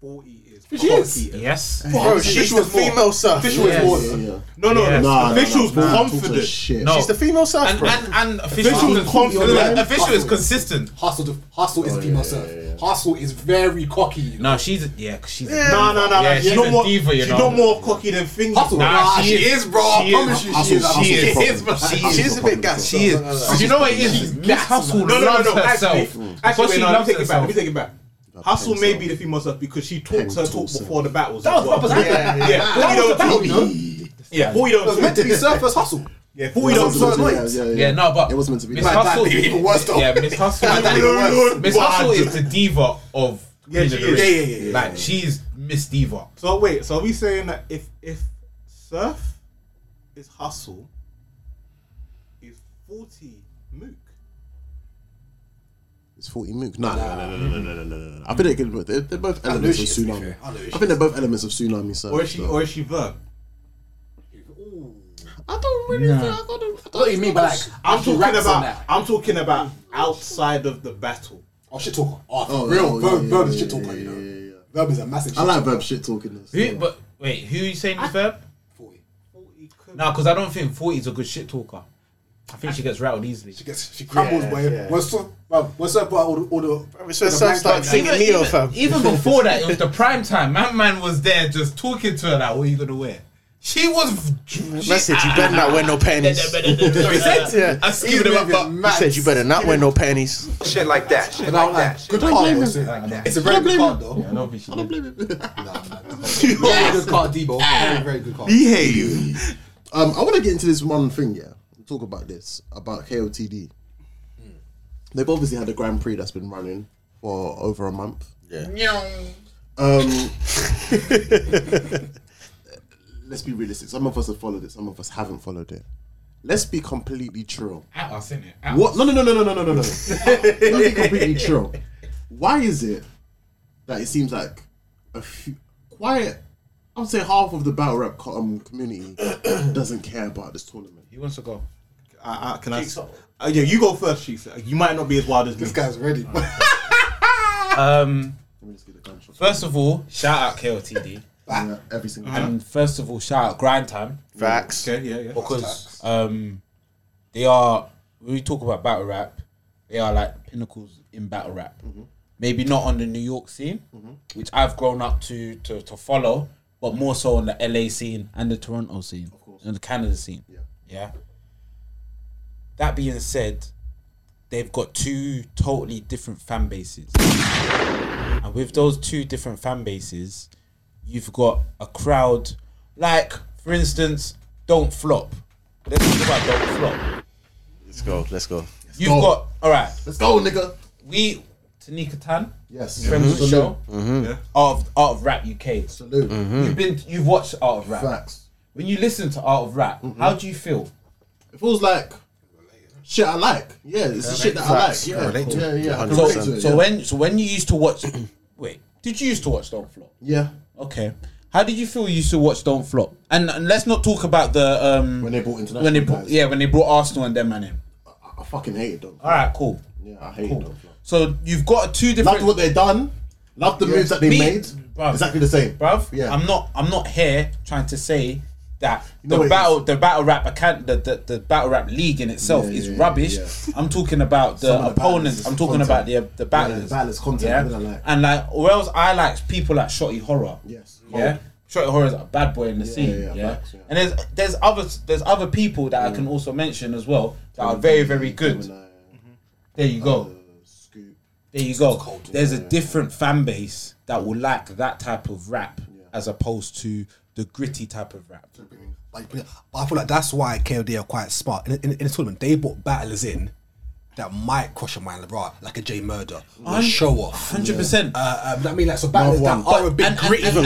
S3: 40 is She is.
S22: Yes.
S4: Bro, she's the female surf.
S3: Official is more. No, no,
S4: Yes. Nah, nah,
S3: official's
S4: nah, nah.
S3: confident.
S4: Shit. She's the female surf,
S6: and,
S4: bro.
S6: and, and official,
S4: Official's
S6: is
S4: confident.
S6: confident. Official is consistent.
S23: Hustle, the, hustle is female surf. Hustle is very cocky. You know?
S6: No, she's a, yeah, 'cause she's a
S23: Yeah.
S6: diva.
S23: Nah, nah, nah,
S6: yeah,
S23: nah,
S6: she's
S23: you know
S6: a
S23: what?
S6: diva. You
S23: She's
S6: know,
S23: no
S3: more cocky than things.
S23: Hustle. Nah, she is, bro. I
S6: She
S23: promise you, she
S6: Hustle-
S23: is. I'm
S6: She
S23: fucking
S6: is.
S23: proper.
S6: She
S23: I'm
S6: is.
S23: fucking proper.
S6: She is.
S23: No, no, no,
S6: Do you know what it is? Miss Hustle
S3: No, no, no,
S6: loves
S3: no. Actually,
S6: herself.
S3: actually,
S6: Because
S3: wait,
S6: she
S3: no, let me
S6: loves
S3: take it back.
S6: herself.
S3: Let me take it back. Hustle may be the female stuff because she talks her talk before the battles.
S23: That
S3: as
S23: was
S3: well.
S23: Papa's
S3: Yeah,
S23: yeah,
S3: yeah. What we don't do, you know? Yeah, what we
S23: It was
S3: don't
S23: meant to be
S3: do.
S23: surface
S1: *laughs*
S23: hustle.
S3: Yeah, what we don't do.
S6: Yeah, no, but
S3: it was meant to
S6: Miss Hustle, yeah, Miss Hustle, Miss Hustle is the diva of
S3: Yeah,
S6: Queen
S3: she
S6: of the Ring.
S3: is. Yeah, yeah, yeah,
S6: Like
S3: yeah.
S6: she's Miss Diva.
S3: So wait, so are we saying that if if surf is hustle, is forty mook?
S1: It's 40 mook. No, no, no, no, no, no, no, no, no, no. I think they could, they're, they're both elements of
S3: she is, to be
S1: tsunami.
S3: fair.
S1: I
S3: I know she
S1: think they're both elements of tsunami. So,
S3: Or is she or is she verb?
S1: I don't
S23: really
S3: Nah.
S23: think I got to. What do you mean by like?
S3: Um, I'm talking
S23: raps on
S3: about
S23: that.
S3: I'm talking about outside of the battle.
S23: Oh shit talker. Oh, for
S3: Oh,
S23: real.
S3: yeah,
S23: Verb,
S3: yeah,
S23: verb
S3: yeah,
S23: is shit talker. you know. Verb is a massive. Shit
S1: I like
S23: talker.
S1: verb shit talking.
S6: Who, but wait, who are you saying is Verb? 40. Nah, because I don't think 40 is a good shit talker. I think she gets rattled easily. She
S23: gets she crumbles, boy. When Surf, bruv, when Surf brought out all the, all the, all the
S6: So
S23: black guys,
S6: even, even, even before that, it was the prime time. My man was there just talking to her like, "What are you gonna wear?" She was. She,
S4: Message, you better not wear no panties.
S6: Sorry, said
S4: Yeah.
S6: I skipped him up. but-
S4: You said you better not wear no panties.
S24: Shit like that. Shit like that.
S23: Good
S24: Shit
S23: card,
S24: like
S23: also.
S24: that.
S23: It's a very good card, though.
S6: I don't think she did.
S23: Very good card, Debo. Very, very good card.
S1: Behave. Um, I want to get into this one thing, yeah. and Talk about this about KOTD. They've obviously had a Grand Prix that's been running for over a month. Um, let's be realistic. Some of us have followed it. Some of us haven't followed it. Let's be completely true.
S6: At us, innit? At
S1: What?
S6: us.
S1: No, no, no, no, no, no, no, no, no. Let's be completely true. Why is it that it seems like a few quiet? I would say half of the battle rap co- um, community *coughs* doesn't care about this tournament.
S6: He wants to go.
S3: I, I, can I? Uh, yeah, you go first, Chiefs. Uh, You might not be as wild as me. This
S23: guy's ready.
S6: Um, first of all, shout out KLTD.
S1: Yeah, every single time.
S6: And first of all, shout out Grind Time.
S4: Facts.
S3: Okay, yeah, yeah.
S6: Because um, they are, when we talk about battle rap, they are like pinnacles in battle rap. Maybe not on the New York scene, which I've grown up to, to to follow, but more so on the LA scene and the Toronto scene, and the Canada scene. Yeah. yeah. That being said, they've got two totally different fan bases. And with those two different fan bases, you've got a crowd like, for instance, Don't Flop. Let's talk about Don't Flop.
S4: Let's go. Let's go.
S6: You've got, all right.
S1: Let's go, nigga.
S6: We, Tanika Tan.
S1: Yes.
S6: Friend of the
S1: Mhm.
S6: show.
S3: Mm-hmm.
S4: Mhm.
S6: Art, of, Art of Rap UK.
S1: Salute.
S4: Mhm.
S6: You've been, you've watched Art of Rap.
S1: Facts.
S6: When you listen to Art of Rap,
S1: Mm-hmm.
S6: how do you feel?
S1: It feels like shit I like. Yeah, it's the shit that I like.
S6: Facts.
S1: Yeah,
S6: Relate to
S1: yeah,
S6: it.
S1: yeah. I can
S6: So,
S1: relate to it,
S6: so
S1: yeah.
S6: when so when you used to watch, *coughs* wait, did you used to watch Don't Flop?
S1: Yeah.
S6: Okay. How did you feel you used to watch Don't Flop? And, and let's not talk about the um
S1: when they brought international
S6: when they brought,
S1: guys.
S6: yeah when they brought Arsenal and them man in.
S1: I fucking hated them.
S6: All right, cool.
S1: Yeah, I hated
S6: Cool.
S1: them.
S6: So you've got two different.
S1: Loved what they done. Loved the moves that they made. Exactly the same,
S6: bruv.
S1: Yeah.
S6: I'm not. I'm not here trying to say that
S1: You know what
S6: the
S1: it
S6: battle, the battle rap, account, the, the the battle rap league in itself
S1: Yeah,
S6: is
S1: yeah, yeah,
S6: rubbish.
S1: yeah.
S6: I'm talking about the
S1: Some of the
S6: opponents.
S1: battlers,
S6: I'm talking
S1: content.
S6: about the the battlers.
S1: Yeah, battlers, content, I didn't like.
S6: And like, or else I like people like Shotty Horror.
S1: Yes.
S6: Yeah. Shotty Horror is a bad boy in the scene.
S1: yeah,
S6: Yeah.
S1: facts,
S6: And there's there's other there's other people that I can also mention as well that are very very good. There you go. There you go. There's a different fan base that will like that type of rap as opposed to the gritty type of rap.
S2: *laughs* Like, but I feel like that's why KOD are quite smart in, in, in this tournament. They brought battlers in that might crush a man, right? Like a Jay Murder, or
S6: Hun-
S2: show off,
S6: hundred percent.
S2: Uh, um, I mean, like so battlers that are a bit gritty,
S6: and they've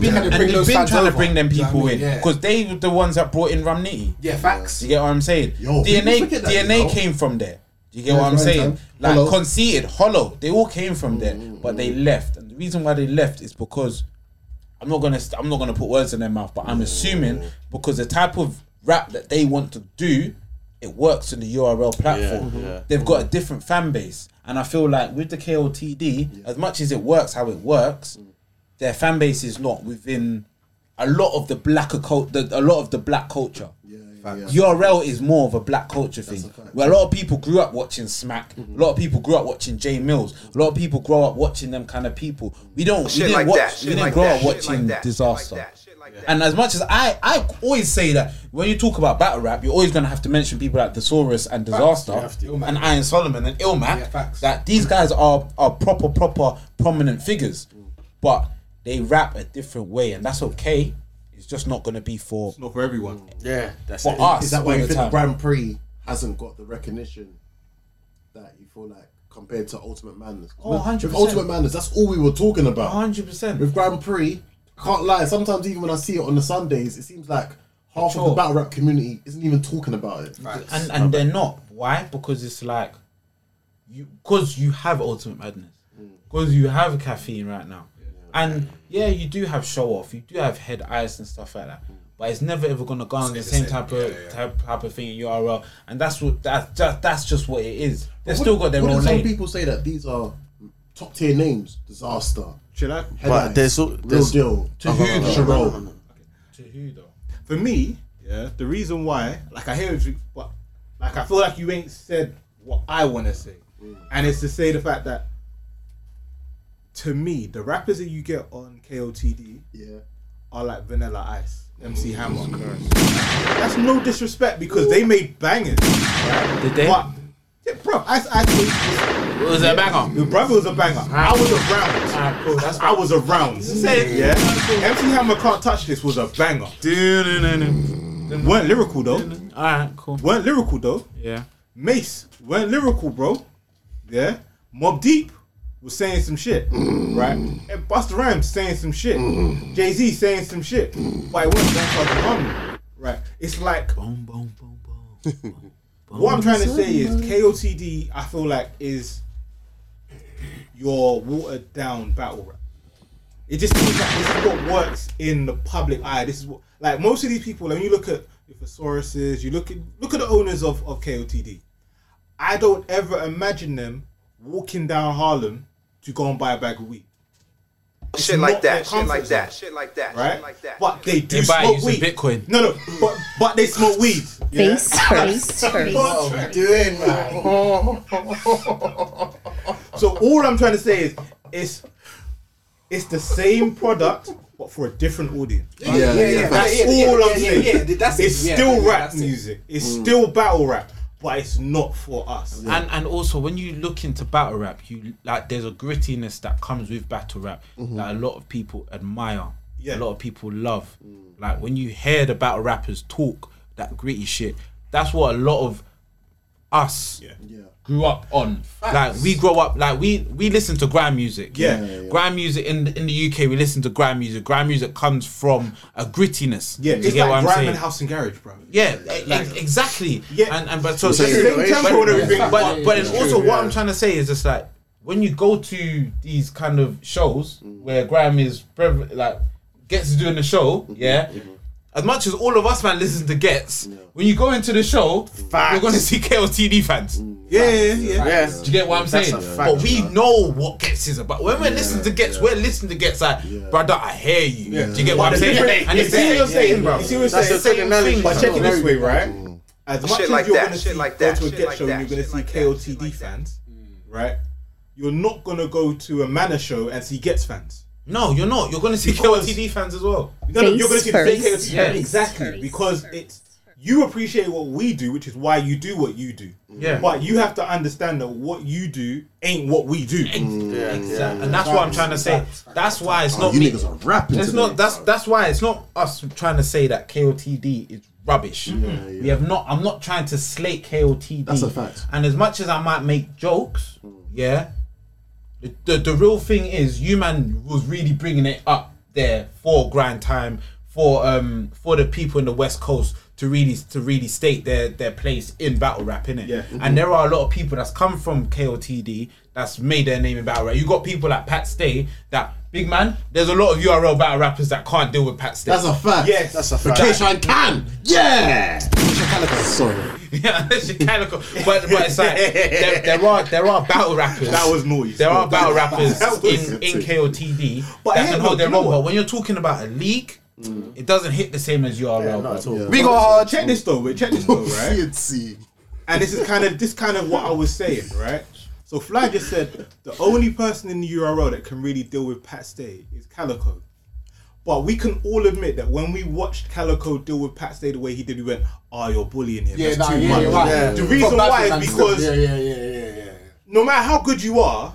S6: been, and they've been trying to bring them people in because they were the ones that brought in Ramniti.
S23: Yeah, facts.
S6: You get what I'm saying?
S23: Yo, people
S6: DNA
S23: forget that,
S6: DNA
S23: you know.
S6: came from there. You get
S23: Yeah,
S6: what I'm
S23: right,
S6: saying?
S23: man.
S6: Like
S23: Hollow.
S6: conceited, hollow. They all came from there,
S23: Mm,
S6: but they left. And the reason why they left is because I'm not gonna st- I'm not gonna put words in their mouth, but I'm assuming
S23: Mm.
S6: because the type of rap that they want to do, it works in the URL platform.
S4: Yeah, yeah.
S6: They've got a different
S23: Mm.
S6: fan base, and I feel like with the KOTD, as much as it works how it works,
S25: their fan base is not within a lot of the black occult, the, a lot of the black culture. URL is more of a black culture thing, where a lot of people grew up watching Smack,
S2: Mm-hmm.
S25: a lot of people grew up watching Jay Mills, a lot of people grow up watching them kind of people. We don't, we
S2: Shit
S25: didn't
S2: like
S25: watch,
S2: that, shit
S25: we didn't
S2: like
S25: grow
S2: that,
S25: up
S2: shit
S25: watching
S2: like that, shit
S25: Disaster.
S2: like that, shit like that.
S25: and as much as I, I always say that when you talk about battle rap, you're always gonna have to mention people like Thesaurus and Disaster
S26: You have to.
S25: and Iron Solomon and Ilmac. that these guys are are proper, proper prominent figures, but they rap a different way, and that's okay. It's just not gonna be for
S3: not for everyone.
S4: Yeah,
S25: for us.
S1: Is that why
S25: all
S1: you
S25: the
S1: think the
S25: time.
S1: Grand Prix hasn't got the recognition that you feel like compared to Ultimate Madness?
S25: Oh,
S1: With-
S25: 100%.
S1: With Ultimate Madness, that's all we were talking about.
S25: Hundred percent.
S1: With Grand Prix, I can't lie. Sometimes even when I see it on the Sundays, it seems like half of the
S25: Sure.
S1: battle rap community isn't even talking about it.
S25: And
S1: My
S25: and
S1: bad.
S25: they're not.
S6: Why? Because it's like you because you have ultimate madness. Because you have caffeine right now. And yeah, you do have show off, you do have head ice and stuff like that. But it's never ever gonna go on the same type of type, type of thing in URL, and that's what that's just, that's just what it is. They've
S1: What-
S6: still got their
S1: what do
S6: own
S1: Some
S6: lane.
S1: people say that these are top tier names. Disaster.
S3: Chill out.
S1: Headlines,
S4: But there's al- there's-
S1: real deal.
S3: To who though?
S1: Jerome.
S6: To who though?
S3: For me, yeah, the reason why, like I hear you, but like I feel like you ain't said what I want to say, and it's to say the fact that to me, the rappers that you get on KOTD,
S1: yeah,
S3: are like Vanilla Ice, MC Hammer. That's no disrespect because they made bangers.
S6: Did they?
S3: But, yeah, bro, Ice Ice was,
S6: was a banger.
S3: Your brother was a banger. I was around. I was around.
S6: Say it.
S3: Yeah. MC Hammer can't touch this was a banger. Weren't lyrical though.
S6: Alright, cool.
S3: Weren't lyrical though.
S6: Yeah.
S3: Mace weren't lyrical, bro. Yeah. Mob Deep was saying some shit, right? And Busta Rhymes saying some shit. Jay Z saying some shit. But it wasn't that fucking harmony, right? It's like. What I'm trying to say is KOTD. I feel like is your watered down battle rap. It just seems like this is what works in the public eye. This is what like most of these people. When you look at the thesauruses, you look at look at the owners of of KOTD. I don't ever imagine them walking down Harlem to go and buy a bag of weed. It's
S2: Shit like
S3: not their
S2: that, shit like
S3: comfort
S2: that,
S3: zone
S2: shit like that,
S3: right?
S2: shit like that.
S3: But they do
S6: They buy it
S3: smoke
S6: using
S3: weed.
S6: Bitcoin.
S3: No, no, but but they smoke weed.
S16: Face,
S3: Yeah.
S16: face, face.
S3: What are we doing, man? so all I'm trying to say is, it's it's the same product but for a different audience.
S1: Yeah, yeah, yeah,
S3: That's
S27: yeah, yeah,
S3: all
S27: yeah,
S3: I'm
S27: yeah,
S3: saying.
S27: yeah, yeah, that's it,
S3: it's
S27: yeah,
S3: still
S27: yeah,
S3: rap
S27: that's it.
S3: music. It's still battle rap, but it's not for us.
S6: And and also when you look into battle rap, you like there's a grittiness that comes with battle rap that a lot of people admire.
S3: Mm-hmm. Yeah. Mm.
S6: A lot of people love. Like when you hear the battle rappers talk that gritty shit, that's what a lot of us
S3: Yeah.
S1: Yeah.
S6: grew up on. Like we grow up like we we listen to grime music.
S3: Yeah.
S6: Grime music in in the UK we listen to grime music. Grime music comes from a grittiness.
S3: Yeah,
S6: You
S3: it's
S6: get what
S3: like
S6: I'm
S3: grime
S6: saying?
S3: and house and garage, bro.
S6: Yeah, e- e- exactly.
S3: Yeah.
S6: and, and but so,
S3: It's the
S6: so-
S3: same
S6: but-
S3: tempo and everything. Yeah,
S6: But
S3: yeah,
S6: but
S3: yeah,
S6: it's
S3: true,
S6: also what
S3: yeah.
S6: I'm trying to say is just like when you go to these kind of shows
S3: Mm.
S6: where Graham is prev- like gets doing the show,
S3: Mm-hmm.
S6: yeah. As much as all of us man listen to Gets, when you go into the show, you're gonna see KLTD fans.
S3: Yeah, yeah, yeah.
S6: Do you get what I'm saying? but we know what Gets is about. When we're listening to Gets, we're listening to Gets like, brother, I hear you. Do you get what I'm
S3: But the
S6: saying?
S3: *laughs* difference-
S6: And
S3: you
S6: it's
S3: see what
S6: the
S3: you're saying,
S6: same
S3: bro.
S6: bro.
S3: You see what you're
S6: That's
S3: saying.
S6: the same thing.
S3: But check it this way, right? As much
S2: Shit
S3: as
S2: like
S3: you're
S2: that,
S3: gonna
S2: shit
S3: see,
S2: like
S3: go
S2: that,
S3: to a
S2: shit
S3: get
S2: like
S3: show,
S2: that,
S3: you're gonna
S2: shit
S3: see
S2: like that,
S3: KOTD
S2: shit like that.
S3: fans, right? You're not gonna go to a Manor show and see Gets fans.
S6: No, you're not. You're gonna see
S3: Because-
S6: KLTD fans as well.
S3: No, no, you're gonna see the same KOTD
S16: Face
S3: fans.
S6: first.
S3: exactly because it's you appreciate what we do, which is why you do what you do.
S6: Yeah.
S3: But you have to understand that what you do ain't what we do.
S6: Exactly. And that's what I'm trying to say. That's why it's
S1: Oh,
S6: not
S1: you
S6: me.
S1: niggas are rapping.
S6: It's
S1: today.
S6: not that's that's why it's not us trying to say that KOTD is rubbish. We have not I'm not trying to slate KOTD.
S1: That's a fact.
S6: And as much as I might make jokes, yeah, the, the the real thing is you man was really bringing it up there for grand time for um for the people in the west coast to really to really state their their place in battle rap innit?
S3: Yeah.
S1: Mm-hmm.
S6: and there are a lot of people that's come from KOTD that's made their name in battle rap you got people like Pat Stay that big man there's a lot of URL battle rappers that can't deal with Pat Stay
S1: That's a fact.
S3: Yes.
S1: That's a fact. Cation can. Yeah.
S2: Calico.
S1: Sorry.
S6: yeah, that's Calico. But, but it's like there, there are there are battle rappers.
S3: That was noise.
S6: There are battle
S3: That
S6: rappers
S3: was
S6: in,
S3: noise.
S6: in KOTD
S3: But
S6: that
S3: hey,
S6: can
S3: look,
S6: hold their
S3: you know
S6: own. But
S3: what? Mm.
S6: when you're talking about a league, it doesn't hit the same as URL. bro.
S3: We go hard. Oh, Check this though. Wait, check this
S28: *laughs*
S3: though, right?
S1: See.
S3: And this is kind of this kind of what I was saying, right? So Fly just said the only person in the URL that can really deal with Pat Stay is Calico. But we can all admit that when we watched Calico deal with Pat Stay the way he did, we went, "Oh, you're bullying him.
S28: Yeah,
S3: That's
S28: nah,
S3: too
S28: yeah,
S3: much."
S28: you're right.
S3: The reason
S28: From
S3: why
S28: Batman
S3: is
S28: and stuff.
S3: because
S28: Yeah, yeah, yeah, yeah, yeah.
S3: no matter how good you are,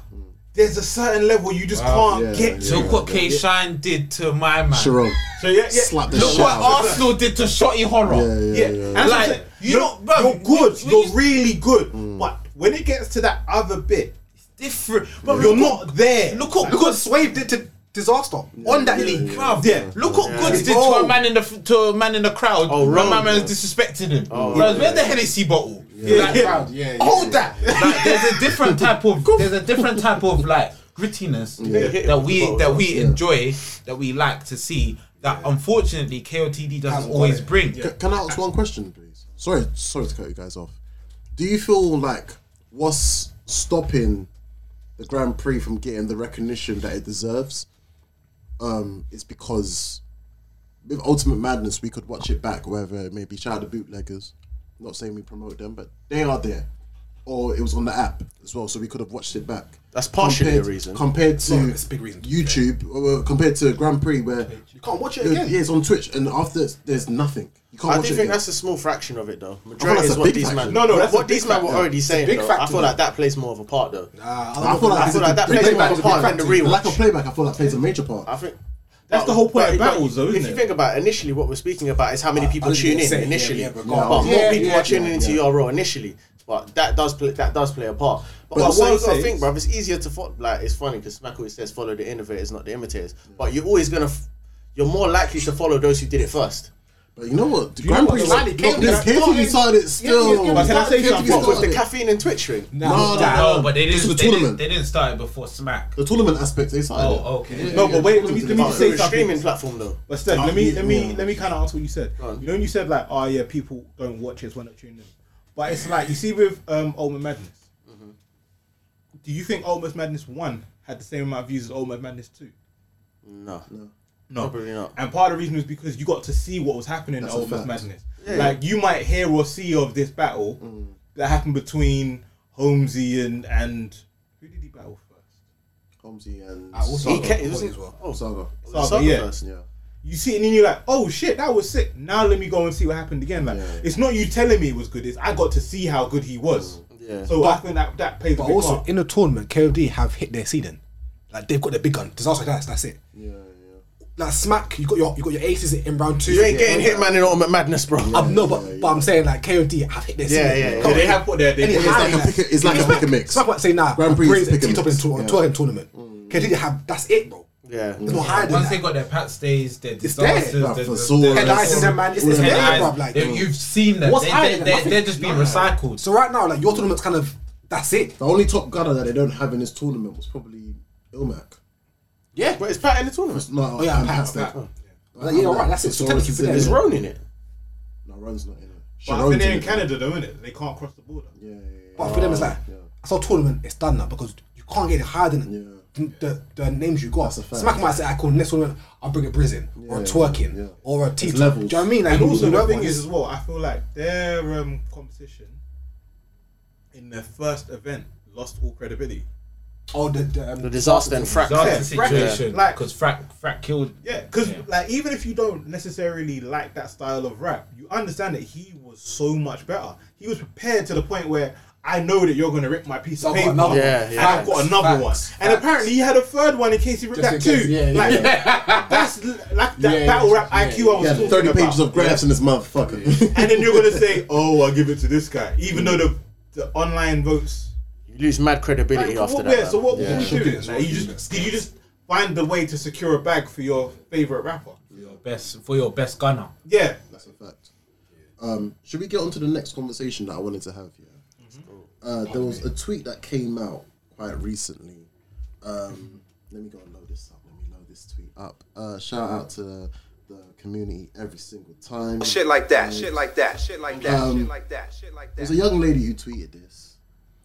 S3: there's a certain level you just can't get to.
S6: So what K Shine did to my man.
S3: Sherelle. So yeah, yeah. Slap the
S6: Look
S3: shit
S6: what
S3: out of him.
S6: Arsenal did to Shotty Horror.
S3: Yeah, and like
S6: like
S3: you know, bro, you're good, you're really good, but when it gets to that other bit, it's
S6: different.
S3: But you're not there.
S6: Look what
S3: look what Swave did to disaster on that league.
S6: Bruv,
S3: Yeah.
S6: Look what
S3: Yeah.
S6: Goods did
S3: Oh.
S6: to a man in the f- to a man in the crowd. Oh,
S3: wrong.
S6: my man's disrespected him.
S3: Oh,
S6: Whereas,
S3: yeah.
S6: where's the Hennessy bottle?
S3: Yeah.
S6: Like,
S3: Yeah.
S6: bruv,
S3: Yeah, yeah,
S6: Hold
S3: *laughs*
S6: that. Like, there's a different type of there's a different type of like grittiness
S3: Yeah.
S6: that we that we
S3: Yeah.
S6: enjoy that we like to see that unfortunately KOTD doesn't always bring.
S1: C- Can I ask one question, please? Sorry, sorry to cut you guys off. Do you feel like what's stopping the Grand Prix from getting the recognition that it deserves? Um, is because with Ultimate Madness we could watch it back, whether it may be shout out the bootleggers. not saying we promote them, but they are there. Or it was on the app as well, so we could have watched it back.
S4: That's partially
S1: compared,
S4: the reason.
S1: Compared to
S2: No, it's a big reason.
S1: YouTube, or, uh, compared to Grand Prix, where you
S2: can't watch it
S1: yeah,
S2: again.
S1: Yeah, it's on Twitch, and after it's- there's nothing. You can't
S4: I do
S1: watch it
S4: think
S1: again.
S4: that's a small fraction of it, though.
S1: feel like
S4: Majority
S1: that's
S4: is
S1: a
S4: what
S1: big
S4: these
S1: fraction.
S4: men.
S1: No, no, that's a
S4: what these
S1: big
S4: men were
S1: factor.
S4: already
S1: It's a
S4: saying.
S1: big
S4: though, I
S1: factor,
S4: feel like
S1: though.
S4: that plays more of a part, though.
S1: I, feel like,
S4: I feel like that
S1: the
S4: plays more
S1: playback
S4: of
S1: is
S4: a
S1: a big
S4: part than
S1: factor.
S4: the
S1: The
S4: rewatch.
S1: lack of playback, I feel like plays a major part.
S4: I think
S3: that's the whole point of battles, though,
S4: If
S3: isn't
S4: you
S3: it?
S4: think about it, initially, what we're speaking about is how many
S3: Uh, I- I
S4: people
S3: didn't
S4: tune
S3: get
S4: in
S3: say, yeah,
S4: initially,
S3: yeah,
S4: but
S3: regardless.
S4: more
S3: Yeah,
S4: people
S3: yeah,
S4: are tuning
S3: yeah,
S4: into
S3: yeah.
S4: your role initially. But that does play, that does play a part. But,
S3: But
S4: also
S3: what
S4: you
S3: I'm
S4: gotta
S3: saying
S4: think,
S3: is-
S4: bruv, It's easier to follow. Like it's funny because Smack always says, "Follow the innovators, not the imitators." But you're always gonna, f- you're more likely to follow those who did it first.
S1: But you know what? The Grand Prix, like, look, this KFC side, it's still. KFC
S4: What, with
S1: started-
S4: the caffeine and Twitch ring?
S1: No, no,
S6: No, but they
S1: This was
S6: didn't.
S1: a
S6: they, didn't
S1: tournament.
S6: they didn't start it before Smack.
S1: The tournament aspect, they started. it.
S6: Oh, okay.
S1: Yeah,
S3: No,
S1: yeah,
S3: but wait, let me, let me
S1: yeah.
S3: just say
S4: It's a
S3: something.
S4: streaming platform, though.
S3: But Steph, let
S1: Yeah.
S3: me let me
S1: Yeah.
S3: let me kind of answer what you said. You know, when you said like, oh yeah, people don't watch it, so we're not tuning in. But it's like you see with um, Ultimate Madness. Do you think Ultimate Madness one had the same amount of views as Ultimate Madness two?
S4: No, no,
S3: No,
S4: probably not.
S3: And part of the reason is because you got to see what was happening
S4: That's
S3: at
S4: a
S3: Ultimate
S4: fact.
S3: Madness.
S4: Yeah. Mm.
S3: Like you might hear or see of this battle that happened between Holmesy and and who did he battle
S1: Holmesy and
S3: Ah, also
S1: Saga.
S3: He ca- it wasn't-
S1: Oh, Saga.
S3: Saga,
S1: Saga
S3: yeah.
S1: first, yeah.
S3: You see it and then you're like, oh shit, that was sick. Now let me go and see what happened again. Like it's not you telling me it was good. It's I got to see how good he was.
S4: Mm. Yeah.
S3: So I think that that plays.
S2: But
S3: a big
S2: also
S3: part.
S2: in the tournament, KOD have hit their ceiling. Like they've got the big gun. Disaster class. That's it.
S1: Yeah, yeah.
S2: Like smack, you got your you got your aces in round two.
S4: You ain't getting Hitman in Ultimate Madness, bro. *laughs*
S2: I'm no, but but I'm saying like KOD have hit their
S4: Yeah,
S2: ceiling.
S4: yeah, yeah.
S2: Come
S4: They
S2: on.
S4: have put their- they-
S2: Any
S4: it's
S2: high,
S4: like a pick-
S1: it's like a pick and mix.
S2: Smack might say nah.
S1: Grand Prix is pick and
S2: T-top in
S1: mix.
S2: tour-
S1: Yeah.
S2: tournament. tournament. KOD have that's it, bro.
S4: Yeah.
S2: There's no hiding
S6: Once
S2: that.
S6: they got their pat stays, their
S2: It's there.
S6: disasters,
S2: Nah,
S6: their-
S2: for
S6: their-
S2: sure.
S6: their-
S2: Head eyes in them, man. It's- it's
S6: Head
S2: there,
S6: eyes.
S2: bruv, like-
S6: They- you've seen them.
S2: What's
S6: They-
S2: hiding?
S6: they- they-
S2: Nothing.
S6: They're just being recycled.
S2: So right now, like your tournament's kind of that's it.
S1: The only top gunner that they don't have in this tournament was probably Ilmac.
S4: Yeah, but it's Pat in the tournament.
S1: No,
S2: Oh, yeah,
S1: I'm
S2: Pat,
S1: past
S2: Pat.
S1: that.
S2: Oh. Yeah, you're right, that's it. So technically for them-
S4: Is Roan in it?
S1: No, Ron's not in it.
S3: But I
S1: Sharon's
S3: think they're in
S1: it.
S3: Canada though, innit? They can't cross the border.
S1: Yeah, yeah, yeah.
S2: But for them, it's like that's our tournament. It's done now because you can't get it higher than the, the, the names you got.
S1: fact.
S2: Smack might say, "I call next tournament. I'll bring a prison or a twerking or a T." Do you know
S1: levels.
S2: what I mean? Like,
S3: and also
S2: you
S3: the
S2: know
S3: thing
S2: what?
S3: is as well, I feel like their um, competition in their first event lost all credibility.
S2: oh, the, the, um,
S4: The disaster and frack.
S6: Disaster
S3: Yeah,
S6: situation.
S3: Frack. Like,
S6: because Frack Frack killed.
S3: yeah, because like even if you don't necessarily like that style of rap, you understand that he was so much better. He was prepared to the point where. I know that you're gonna rip my piece
S2: I've
S3: of
S2: got
S3: paper,
S2: another one.
S4: Yeah,
S3: and
S4: yeah.
S3: I've got another
S2: Facts,
S3: one.
S2: facts,
S3: And
S2: facts.
S3: apparently, he had a third one in case he ripped
S2: Just
S3: that
S2: in
S3: too.
S2: case, yeah, yeah,
S3: like, that's l- like that battle rap IQ I was
S1: He had
S3: talking
S1: 30 pages
S3: about.
S1: of graphs in this motherfucker.
S3: and then you're gonna say, "Oh, I'll give it to this guy," even though the, the online votes.
S4: You lose mad credibility
S3: Like,
S4: after
S3: what-
S4: that.
S3: yeah, so what
S4: man.
S3: was you doing? Like, you just did you just find the way to secure a bag for your favorite rapper?
S6: your best for your best gunner.
S3: Yeah,
S1: That's a fact. Um, should we get on to the next conversation that I wanted to have? Yeah.
S5: Mm-hmm.
S1: Uh, there was a tweet that came out quite recently. Um, let me go and load this up. Let me load this tweet up. Uh, shout out to the community every single time.
S5: Shit like that. Shit like that. Shit like that.
S1: Um,
S5: shit like that. Shit like that.
S1: There's a young lady who tweeted this.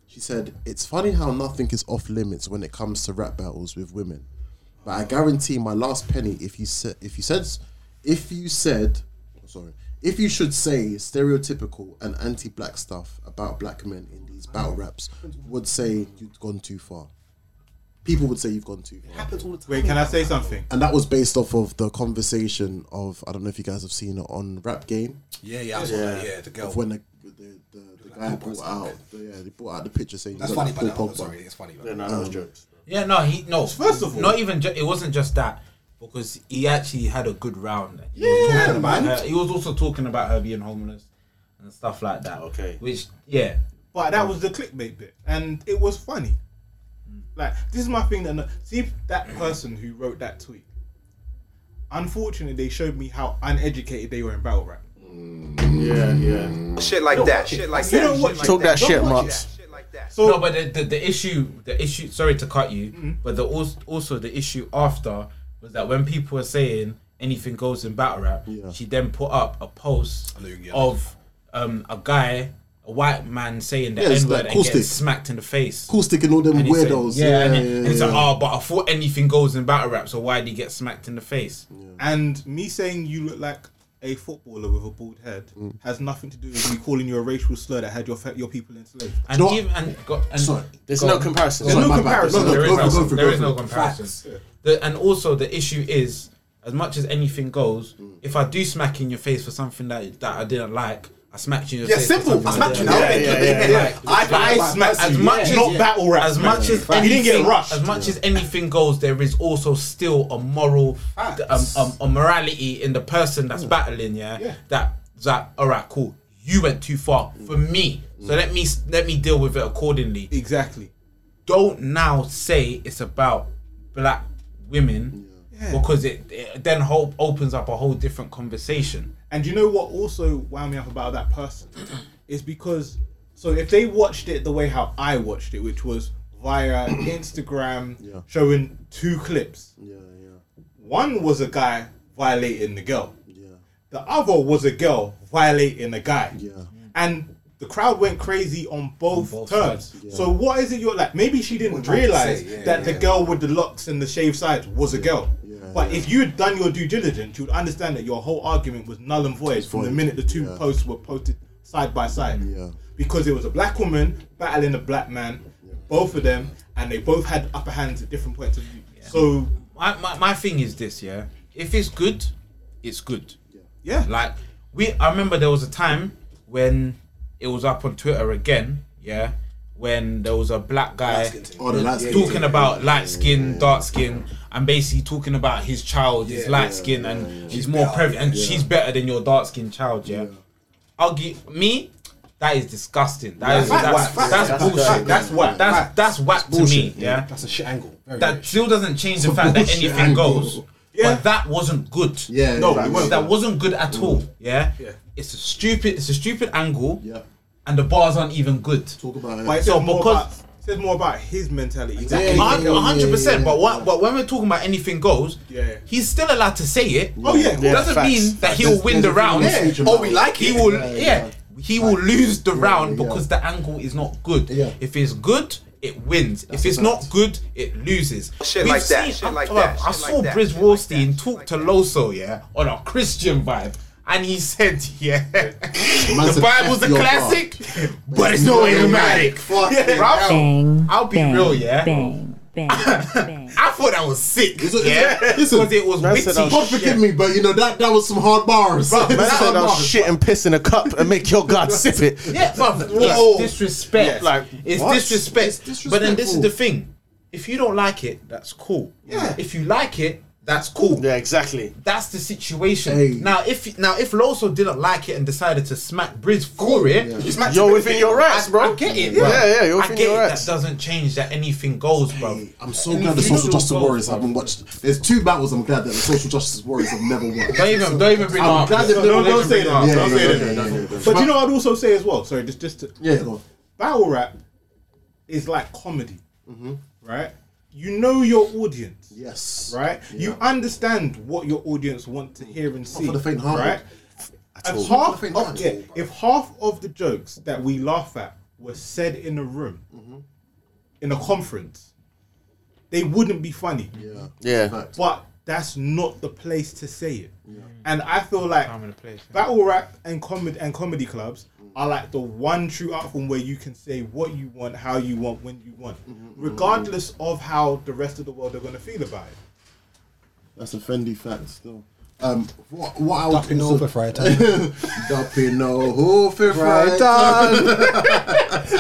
S1: She said, "It's funny how nothing is off limits when it comes to rap battles with women, but I guarantee my last penny if you said if you said if you said sorry if you should say stereotypical and anti-black stuff about black men in these battle raps would say you've gone too far." people would say you've gone too far.
S29: happens all the time.
S3: Wait, can I say something?
S1: And that was based off of the conversation of I don't know if you guys have seen it on Rap Game.
S2: Yeah, yeah, I saw that, yeah, the girl.
S1: Of when the the, the, the guy brought out the, yeah, they brought out the picture saying
S2: That's
S1: you got
S2: funny, but
S1: Paul
S2: that
S1: Pogba.
S2: one, sorry, it's funny. but-
S30: no, that was jokes.
S6: Yeah, no, he no.
S3: First of all-
S6: not even. Ju- it wasn't just that because he actually had a good round. He was
S3: Yeah,
S6: talking about
S3: man.
S6: her- He was also talking about her being homeless and stuff like that.
S30: Okay.
S6: Which yeah,
S3: But that was the clickbait bit, and it was funny. Like this is my thing. That see that person who wrote that tweet. Unfortunately, they showed me how uneducated they were in battle rap.
S30: Yeah, yeah.
S5: Shit like that. Shit like that.
S3: You know what?
S5: Shit like
S4: Talk that shit,
S3: watch
S4: Marks.
S5: Shit like that.
S3: So
S1: Oh.
S6: no, but the, the, the issue, the issue. Sorry to cut you,
S1: Mm-hmm.
S6: but the also, also the issue after was that when people were saying anything goes in battle rap, she then put up a post
S2: know you can get
S6: of um, a guy, a white man saying the
S1: Yeah, it's
S6: N word
S1: like
S6: and
S1: caustic.
S6: getting smacked in the face.
S1: Caustic and all them
S6: And he said-
S1: weirdos.
S6: yeah, and,
S1: yeah,
S6: it- and
S1: yeah,
S6: it's like,
S1: yeah.
S6: oh, but I thought anything goes in battle rap, so why did he get smacked in the face?
S3: And me saying you look like a footballer with a bald head has nothing to do with me calling you a racial slur that had your fa- your people enslaved.
S6: And
S1: know what?
S6: even and got and
S1: Sorry.
S4: There's no comparison.
S1: Sorry,
S3: no
S1: my bad.
S3: comparison.
S1: No, no,
S6: there is
S1: go for it,
S6: no,
S1: go for it,
S6: there
S1: go
S6: is
S1: for
S6: no
S1: it.
S6: comparison. The, and also the issue is, as much as anything goes, if I do smack you in your face for something that that I didn't like, I smacked you in your
S29: Yeah,
S6: face.
S29: simple. I smacked you now.
S30: Yeah, yeah, yeah, yeah.
S3: I, I smacked
S6: As
S3: you.
S6: much as
S3: not battle rap.
S6: as much as
S3: you didn't get
S6: anything-
S3: rushed.
S6: As much as anything goes, there is also still a moral, um, um, a morality in the person that's battling. Yeah, that that all right, cool. You went too far for me, so let me let me deal with it accordingly
S3: exactly.
S6: don't now say it's about black women because it, it then hope opens up a whole different conversation.
S3: And you know what also wound me up about that person *clears throat* is because so if they watched it the way how I watched it, which was via Instagram showing two clips.
S1: Yeah, yeah,
S3: One was a guy violating the girl.
S1: yeah,
S3: The other was a girl violating a guy. Mm-hmm.
S1: Yeah.
S3: And the crowd went crazy on both,
S6: both
S3: turns. So what is it you're like? Maybe she didn't realize
S29: say, yeah,
S3: that the girl with the locks and the shaved sides was a girl. but if you'd done your due diligence, you'd understand that your whole argument was null and void from the
S1: void,
S3: minute the two
S1: yeah.
S3: posts were posted side by side.
S1: yeah.
S3: Because it was a black woman battling a black man, both of them, and they both had upper hands at different points of view. So
S6: My, my, my thing is this, yeah. If it's good, it's good.
S3: yeah,
S6: Like we, I remember there was a time when it was up on Twitter again, yeah. When there was a black guy
S1: Oh, the light skin
S6: talking
S1: thing.
S6: about light skin, dark skin, and basically talking about his child is light skin and he's more prevalent, and she's better than your dark skin child. Yeah, I'll give me. That is disgusting. That is
S29: Facts,
S6: that's,
S29: facts,
S6: that's,
S29: facts.
S6: bullshit. That's whack. That's that's whack to me.
S1: bullshit, yeah.
S6: Yeah,
S2: That's a shit angle. Very, very
S6: that
S2: shit.
S6: still doesn't change the fact that
S1: bullshit
S6: anything
S1: angle.
S6: goes.
S3: Yeah.
S6: But that wasn't good.
S1: Yeah,
S3: No,
S1: facts.
S3: it weren't.
S6: That wasn't good at all. Yeah?
S3: Yeah.
S6: It's a stupid it's a stupid angle
S1: Yeah,
S6: and the bars aren't even good.
S1: talk about it.
S3: but it
S6: So
S3: says, more about,
S6: because-
S3: it says more about his mentality.
S1: Yeah, yeah,
S6: A hundred
S1: yeah,
S6: percent.
S1: yeah.
S6: But what but when we're talking about anything goes,
S3: Yeah, yeah.
S6: he's still allowed to say it.
S3: Oh yeah,
S6: It doesn't
S30: facts.
S6: mean that he'll win the round.
S1: Yeah.
S29: Oh, we like
S6: He
S29: it.
S6: will yeah. He will lose the round
S1: yeah.
S6: because the angle is not good.
S1: Yeah.
S6: If it's good, it wins. if it's not good, it loses.
S5: Shit like that, shit
S6: I'm-
S5: like
S6: bruv,
S5: that,
S6: I
S5: shit
S6: saw
S5: like that,
S6: Briz
S5: shit like that,
S6: Wallstein
S5: shit
S6: talk
S5: like
S6: to
S5: that.
S6: Loso, yeah, on a Christian vibe. And he said,
S3: *laughs*
S6: yeah,
S1: Man
S6: the
S1: said,
S6: Bible's a
S1: "F your
S6: classic, but it's
S1: It's
S6: no
S1: no
S6: idiomatic.
S3: *laughs*
S1: Fuck
S6: Yeah,
S1: it.
S6: bruv, I'll be
S16: bang,
S6: real, yeah.
S16: Bang, bang, bang.
S6: I thought that was sick.
S1: It's a- it's a-
S6: yeah,
S1: listen,
S6: because it was
S4: man said I
S6: witty.
S4: was
S1: God forgive me, but you know that that was some hard bars.
S6: Bro, man,
S1: Some
S4: Man said
S1: hard
S4: I'll
S1: bars.
S4: shit and piss in a cup and make your *laughs* god sip it.
S6: Yeah, bruv,
S4: Whoa.
S6: it's disrespect.
S4: Yeah, like,
S6: it's
S4: what?
S6: disrespect.
S1: It's
S6: But then this is
S1: disrespectful.
S6: the thing: if you don't like it, that's cool. Yeah. If you like it, that's cool.
S4: Yeah, exactly.
S6: That's the situation.
S1: Hey.
S6: Now, if now if Loso didn't like it and decided to smack Briz for it,
S4: You're within your rights,
S6: I-
S4: bro.
S6: I get it,
S4: Yeah,
S6: bro.
S4: yeah, you're
S6: I
S4: within
S6: get
S4: your
S6: it.
S4: rights.
S6: That doesn't change that anything goes, bro.
S1: I'm so glad the social justice warriors haven't watched. There's two battles I'm glad that the social justice warriors have never won.
S6: Don't even, don't even bring it
S1: I'm
S6: up.
S1: glad they've never
S3: don't,
S1: won.
S3: don't say that.
S1: Yeah,
S3: don't
S1: yeah,
S3: say
S1: yeah,
S3: that.
S1: yeah, yeah, yeah.
S3: But you know, what I'd also say as well. Sorry, just just to,
S1: Yeah, go on.
S4: Mm-hmm.
S3: battle rap is like comedy, right? you know your audience,
S1: Yes.
S3: right? You understand what your audience want to hear and see,
S1: for the faint-hearted.
S3: right?
S1: all.
S3: If
S1: Not
S3: half,
S1: for the
S3: of,
S1: faint-hearted.
S3: yeah, if half of the jokes that we laugh at were said in a room,
S1: Mm-hmm.
S3: in a conference, they wouldn't be funny.
S1: Yeah.
S4: Yeah.
S3: But that's not the place to say it. And I feel like
S31: I'm in a place.
S3: battle rap and comedy and comedy clubs
S1: Mm.
S3: are like the one true art form where you can say what you want, how you want, when you want,
S1: Mm-hmm.
S3: regardless of how the rest of the world are going to feel about it.
S1: That's a Fendi fact still. Um, what, what I would
S2: Dumping over fried time. *laughs*
S1: Dumping over fried time.
S2: Right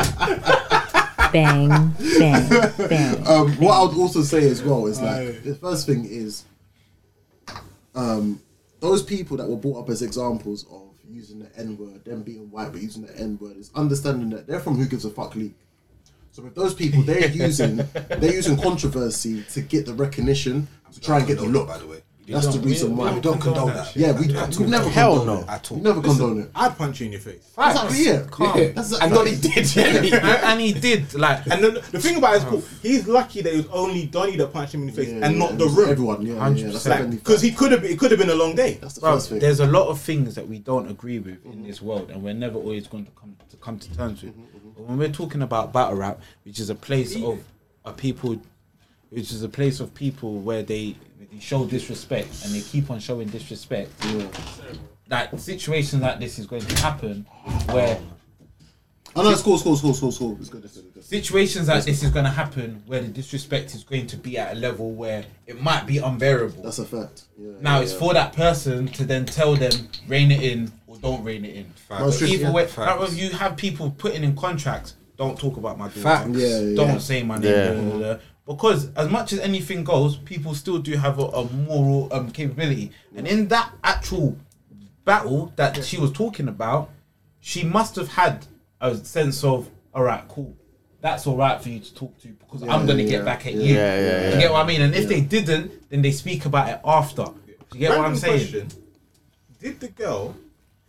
S16: bang, bang, bang.
S1: um, what I would also say as well is like the first thing is, um, those people that were brought up as examples of using the N word, them being white but using the N word, is understanding that they're from Who Gives a Fuck League. So with those people, they're using they're using controversy to get the recognition to try and get the
S32: Condone it,
S1: look.
S32: by the way.
S1: That's the reason why
S2: We don't condone that.
S1: Yeah, we we never
S4: Hell
S1: condone
S4: no.
S1: it
S2: At all.
S1: We never condone it.
S3: I'd punch you in your face.
S1: Exactly. Yeah.
S6: Calm.
S1: That's
S6: And Donnie did, yeah. and he did. Like,
S3: And the, the thing about it is, cool. He's lucky that it was only Donny that punched him in the face,
S1: Yeah,
S3: and
S1: yeah,
S3: not the
S1: it was
S3: room.
S1: Everyone. Yeah. yeah, that's a Fendi
S3: because
S1: fact.
S3: he could have. It could have been a long day.
S1: That's the
S6: Bro,
S1: first thing. Mm-hmm.
S6: there's a lot of things that we don't agree with in this world, and we're never always going to come to come to terms with.
S1: mm-hmm.
S6: But when we're talking about battle rap, which is a place of a people, which is a place of people where they, they show disrespect and they keep on showing disrespect. That situations like this is going to happen, where
S1: Oh no, it's cool, it's cool, it's cool, it's cool, it's cool. It's good, it's good, it's good.
S6: situations like this is going to happen, where the disrespect is going to be at a level where it might be unbearable.
S1: That's a fact. Yeah,
S6: Now
S1: yeah,
S6: it's
S1: yeah.
S6: for that person to then tell them rein it in or don't rein it in.
S1: That's true,
S6: Either
S1: yeah.
S6: way, however, you have people putting in contracts. Don't talk about my daughter.
S1: Facts. Yeah, yeah,
S6: don't
S1: yeah.
S6: say my name.
S4: Yeah.
S6: blah, blah, blah. Because as much as anything goes, people still do have a, a moral um, capability. And in that actual battle that she was talking about, she must have had a sense of, all right, cool. That's all right for you to talk to because I'm going to
S1: yeah,
S6: get back at
S1: yeah.
S6: you.
S4: Yeah, yeah,
S6: Do you get what I mean? And if they didn't, then they speak about it after. Do you get what I'm
S3: Random
S6: saying?
S3: question. Did the girl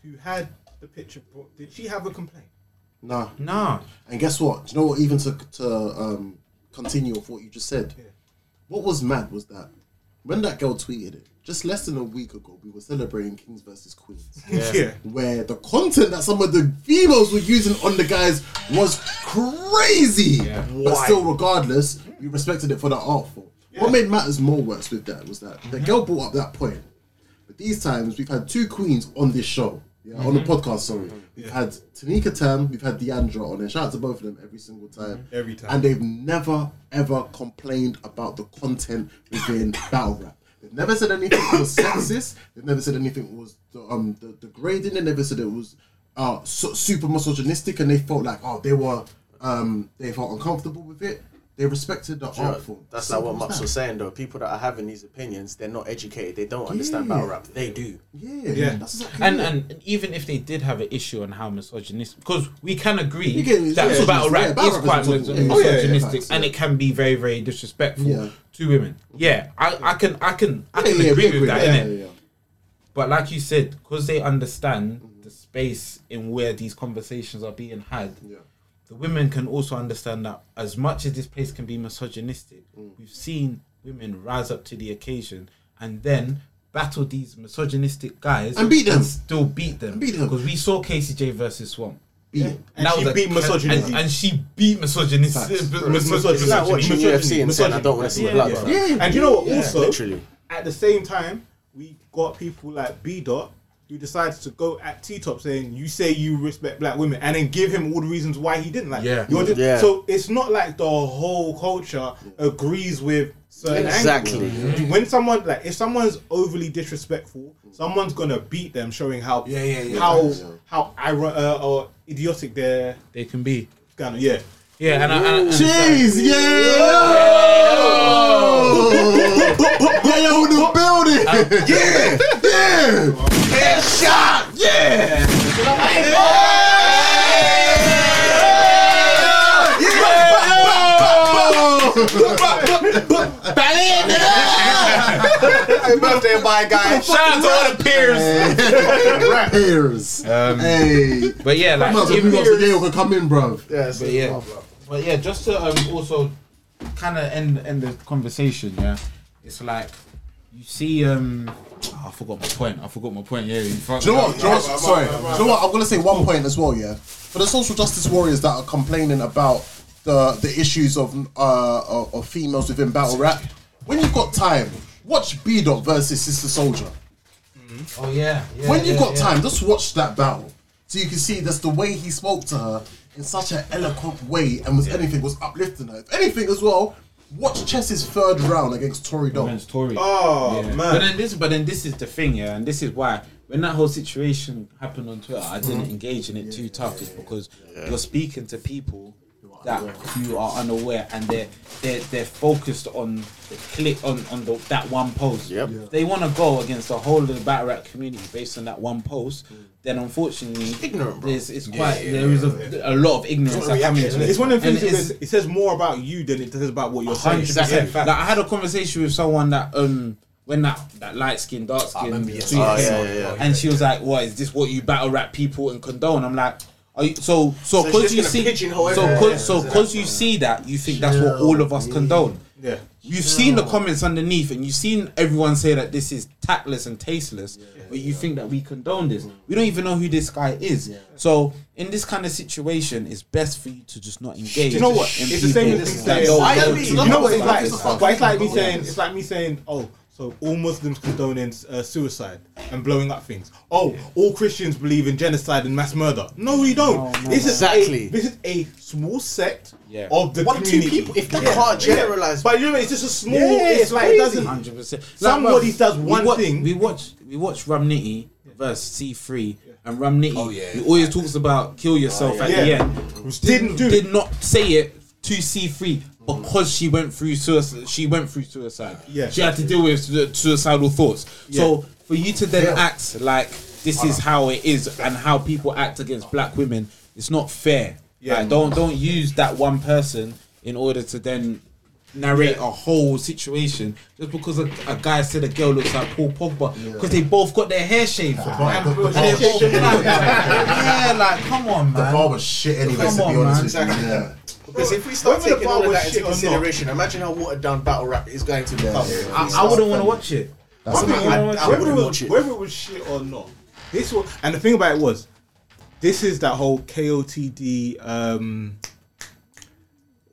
S3: who had the picture brought, did she have a complaint?
S1: Nah.
S6: Nah.
S1: And guess what? Do you know what? Even to to um, continue off what you just said, what was mad was that when that girl tweeted it just less than a week ago, we were celebrating Kings versus Queens,
S3: *laughs* Yeah.
S1: where the content that some of the females were using on the guys was crazy. But still, regardless, we respected it for that art form. What made matters more worse with that was that the
S3: Mhm.
S1: girl brought up that point. But these times, we've had two queens on this show, yeah, on the
S3: Mhm.
S1: podcast. Sorry, we've had Tanika Tam, we've had Deandra on there. Shout out to both of them every single time.
S3: Every time.
S1: and they've never ever complained about the content within *coughs* battle rap. They've never said anything was *coughs* sexist. They've never said anything was um the, degrading. They never said it was uh su- super misogynistic, and they felt like oh they were um they felt uncomfortable with it. They respected the art form.
S4: That's like what Max was saying though. People that are having these opinions, they're not educated. They don't understand battle rap. They do.
S1: Yeah, yeah. That's exactly
S6: And,
S1: it.
S6: and even if they did have an issue on how misogynistic, because we can agree
S1: can-
S6: that
S1: yeah,
S6: battle
S1: yeah,
S6: rap
S1: battle
S6: is
S1: rap is
S6: quite mis-
S1: misogynistic.
S6: misogynistic,
S1: Oh, yeah, yeah, facts,
S6: and
S1: yeah.
S6: it can be very, very disrespectful
S1: Yeah.
S6: to women. Yeah, I, I can, I can, I
S1: Yeah,
S6: can
S1: yeah,
S6: agree
S1: we
S6: with that.
S1: Yeah,
S6: innit?
S1: yeah, yeah.
S6: But like you said, because they understand the space in where these conversations are being had, the women can also understand that as much as this place can be misogynistic,
S1: Mm.
S6: we've seen women rise up to the occasion and then battle these misogynistic guys
S1: And beat them.
S6: still beat them
S1: beat them.
S6: because we saw KCJ versus Swamp.
S3: And
S6: That
S3: she
S6: was a-
S3: beat misogyny.
S6: and, and she beat misogynistic. *laughs*
S4: It's like watching UFC and saying I don't want to see
S3: Yeah,
S4: blood.
S3: yeah.
S4: bro.
S3: And you know what? Also,
S4: Literally.
S3: at the same time, we got people like B Dot who decides to go at T Top saying, "You say you respect black women," and then give him all the reasons why he didn't. Like,
S6: Yeah.
S3: you're just-
S4: Yeah.
S3: So it's not like the whole culture agrees with certain
S4: Exactly.
S3: angles. When someone like if someone's overly disrespectful, someone's gonna beat them, showing how
S32: Yeah, yeah, yeah.
S3: how
S1: Yeah.
S3: how iron uh, or idiotic they're
S6: They can be.
S3: gonna yeah.
S6: Yeah, and I, and, and
S1: Jeez, yeah! They own the building! Yeah! Yeah!
S33: Happy birthday, my guy.
S6: shout out to all the peers.
S1: Rappers! Hey!
S6: But yeah, like
S1: Might as well
S6: if
S1: move on to
S6: peers-
S1: Yale could come in, bruv.
S33: Yes.
S6: But yeah, but yeah, just to um, also kind of end end the conversation. Yeah, it's like you see. Um, oh, I forgot my point. I forgot my point. Yeah, you fuck-
S1: Do you know what? Do you know what? Sorry. Do you know what? I'm gonna say one point as well. Yeah, for the social justice warriors that are complaining about the the issues of uh of- of females within battle rap, when you've got time, watch B Dot versus Sister Soldier.
S6: Oh yeah. yeah
S1: when you've
S6: yeah,
S1: got
S6: yeah.
S1: time, just watch that battle, so you can see that's the way he spoke to her in such an eloquent way, and was anything was uplifting her. If anything as well, watch Chess's third round against Tory Dog.
S6: Man's Tory.
S3: Oh
S6: Yeah. But
S3: man.
S6: then this, but then this is the thing, yeah, and this is why when that whole situation happened on Twitter, I didn't
S3: Mm-hmm.
S6: engage in it too tough, is because you're speaking to people that you are unaware, and they're they're they're focused on the click on on the, that one post.
S4: Yep. Yeah.
S6: They want to go against the whole of the battle rap community based on that one post.
S3: Mm.
S6: Then unfortunately,
S4: ignorant, bro.
S6: There's, it's quite there is a, a lot of ignorance that comes into it.
S3: It's one of the
S6: And
S3: things. It
S6: it's-
S3: says, it says more about you than it does about what you're saying.
S6: hundred percent. Like I had a conversation with someone that um when that that light skin dark skin tweet
S4: Oh,
S6: came
S4: yeah,
S6: out,
S4: yeah, yeah.
S6: and she was like, "What is this? What you battle rap people and condone?" I'm like. Are you, so so
S34: she's
S6: because
S34: just
S6: you
S34: gonna
S6: see
S34: pigeonhole
S6: so
S34: everyone.
S6: cause, so because you see that you think that's what all of us condone.
S3: Yeah.
S6: You've seen the comments underneath and you've seen everyone say that this is tactless and tasteless, but you think that we condone this. We don't even know who this guy is. So in this kind of situation, it's best for you to just not engage.
S3: Do you know what?
S6: in
S3: It's the same
S6: people
S3: as me
S6: that
S3: saying.
S6: don't
S3: I
S6: go
S3: am-
S6: to
S3: You know what it's like?
S1: It's a fuck.
S3: But it's like me saying. It's like me saying. Oh, so all Muslims condoning uh, suicide and blowing up things. Oh, all Christians believe in genocide and mass murder. No, we don't. this is
S4: Exactly.
S3: A, this is a small sect
S6: Yeah.
S3: of the
S34: One, two
S3: community.
S34: people. If they can't generalize,
S3: But you know, it's just a small.
S6: Yeah,
S3: it's,
S6: it's
S3: like
S6: crazy.
S3: it doesn't.
S6: Hundred percent.
S3: Somebody does one
S6: we wa-
S3: thing.
S6: We watch. We watch Ramniti versus C three, and Ramniti. Oh, yeah. Oh, He always talks about kill yourself at
S3: Yeah.
S6: the end.
S3: Didn't do it.
S6: Did not say it to C three because she went through suicide. She went through suicide.
S3: Yeah.
S6: She had to deal with su- suicidal thoughts. So for you to then act like this is how it is and how people act against black women, it's not fair.
S3: Yeah.
S6: Like, don't don't use that one person in order to then narrate a whole situation just because a, a guy said a girl looks like Paul Pogba because they both got their hair shaved and,
S3: Oh.
S6: and they're both black.
S3: *laughs*
S6: yeah, like come on,
S1: The
S6: man.
S1: bar was shit anyway.
S6: Come
S1: To
S6: on,
S1: be honest with you,
S6: man.
S1: yeah.
S34: because if we start
S3: whether the
S34: taking
S3: bar
S34: all of
S3: was
S34: that into
S3: shit or not.
S34: consideration, imagine how watered down battle rap is going to become.
S6: I, I wouldn't want to watch it.
S1: That's
S3: Whether
S1: a-
S3: it
S34: I-
S3: was-
S34: I
S3: whether
S34: wouldn't
S3: it was-
S34: watch it.
S3: Whether it was shit or not, this was. And the thing about it was, this is that whole KOTD. Um,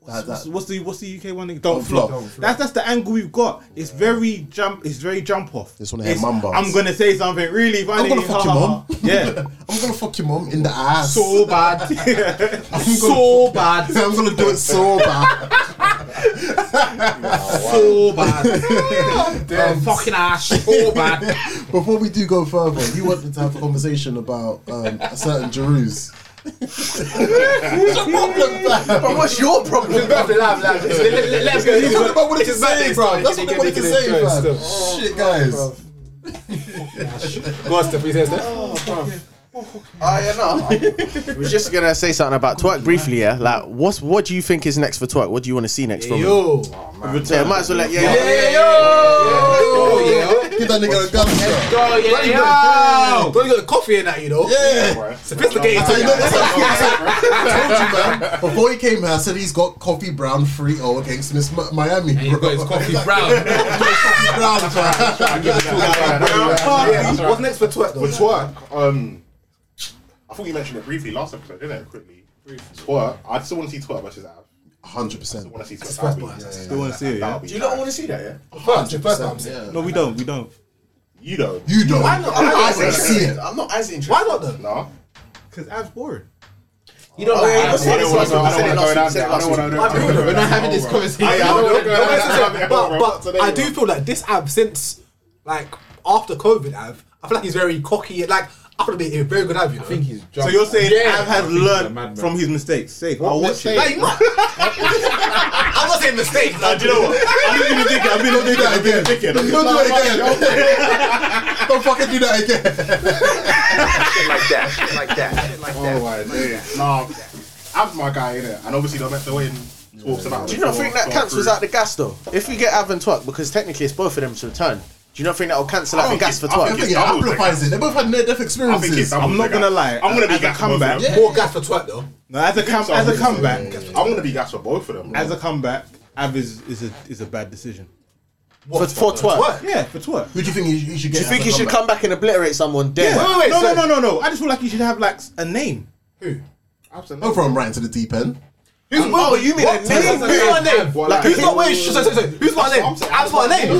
S1: That-
S3: what's,
S1: that-
S3: what's the what's the UK one? Don't, flop.
S1: flop.
S3: That's that's the angle we've got. It's very jump. It's very jump off.
S1: This one here,
S3: It's,
S1: Mambas.
S3: I'm gonna say something really
S1: I'm
S3: funny.
S1: gonna fuck your
S3: ha, ha,
S1: mom.
S3: ha.
S1: *laughs*
S3: Yeah.
S1: I'm gonna fuck your mom in the ass.
S6: So bad,
S1: I'm gonna-
S6: so bad,
S1: I'm gonna *laughs* do it so bad.
S6: so bad.
S1: Damn.
S6: fucking ass, so bad.
S1: Before we do go further, you wanted to have a conversation about um, a certain Jerus. What's your problem, fam?
S34: But what's your problem?
S6: Let's go.
S1: That's not about what it can say, bro. That's not what it can say, bro. Shit, guys.
S4: Oh,
S34: I don't know.
S4: *laughs* I was just gonna say something about twerk briefly, yeah. Like, what's what do you think is next for twerk? What do you want to see next from? Yo,
S34: Oh,
S4: yeah, might as well like, yeah, yeah, yeah,
S1: Give that nigga a gunshot.
S6: Oh, Yo, yeah, yo. Don't get the coffee in that, you know.
S1: Yeah.
S6: Sophisticated.
S1: So you know that's how I told you, man. Before he came here, I said he's got coffee brown 3-0 against Miss Mi- Miami.
S6: And you
S1: bro.
S6: got his coffee brown.
S1: Coffee brown, fam.
S5: What's next for twerk? For twerk, um, I thought you mentioned it briefly last episode, didn't it? Quickly, twerk. I still want to see twerk versus Av. I still
S1: 100%.
S5: want to see twerk. That'll be-
S3: Still want to see it. Yeah?
S5: that'll be
S34: Do you
S5: nice.
S34: not want to see that? Yeah.
S1: Yeah.
S3: No, we don't. We don't.
S5: You don't.
S1: You don't.
S34: I'm not, I'm not
S1: I
S34: as
S1: don't see
S34: interested.
S1: it.
S34: I'm not as interested. Why not though?
S5: No.
S3: Because Av's boring.
S6: You don't
S34: I
S6: like
S34: don't
S6: Adam.
S34: wanna go- I don't wanna go down there. I don't
S5: I don't
S34: wanna
S5: want
S34: go
S5: to.
S34: down there.
S6: We're not having this conversation.
S5: I don't know.
S2: But, but I do feel like this app since like after COVID app, I feel like he's very cocky. Like I feel like he's a very good app, you know.
S6: I think he's drunk.
S3: So you're saying Av has
S6: madman.
S3: learned from his mistakes. Safe. I'll watch it.
S2: like, no. I'm not saying mistake.
S5: Nah, do you know what? I'm not even thinking. I'm not thinking. I'm being a dickhead. I'm
S1: Don't
S5: being
S1: do
S5: a dickhead.
S1: it again. *laughs* Don't fucking do that again.
S35: Shit like that. Shit like that. Shit like
S5: Oh
S35: that.
S5: my days. Nah, Av's my guy, innit? And obviously, the Metro Wayne talks about.
S4: Do you not think that cancels out the gas though? If we get Av and twerk, because technically it's both of them to return. Do you not think that will cancel out the
S5: don't
S4: gas for
S5: think- I
S1: I
S4: twerk?
S5: think
S1: think it
S5: doubles the
S1: amplifies it. They both had near-death
S5: I think
S1: experiences.
S5: it's.
S1: But
S3: I'm not gonna lie.
S5: I'm gonna be
S3: As a
S5: gas for both of
S3: comeback.
S5: them.
S2: More gas for twerk though.
S3: No, as a come as a comeback.
S5: I'm gonna be gas for both of them.
S3: as a comeback, Av is, is a is a bad decision.
S4: What, for, for twerk. twerk.
S3: Yeah, for twerk.
S1: Who do you think you, you should get?
S4: Do you think he should come back and obliterate someone dead?
S3: Yeah. Wait, wait, no, so no, no, no, no. I just feel like you should have like a name.
S1: Who? Absolutely. No from right into the deep end.
S4: Who's um, oh, you mean
S2: what?
S4: a name?
S2: Who's my name? Well, like, who's not wait? Sorry, sorry, sorry. Who's my name? Ab's my name. You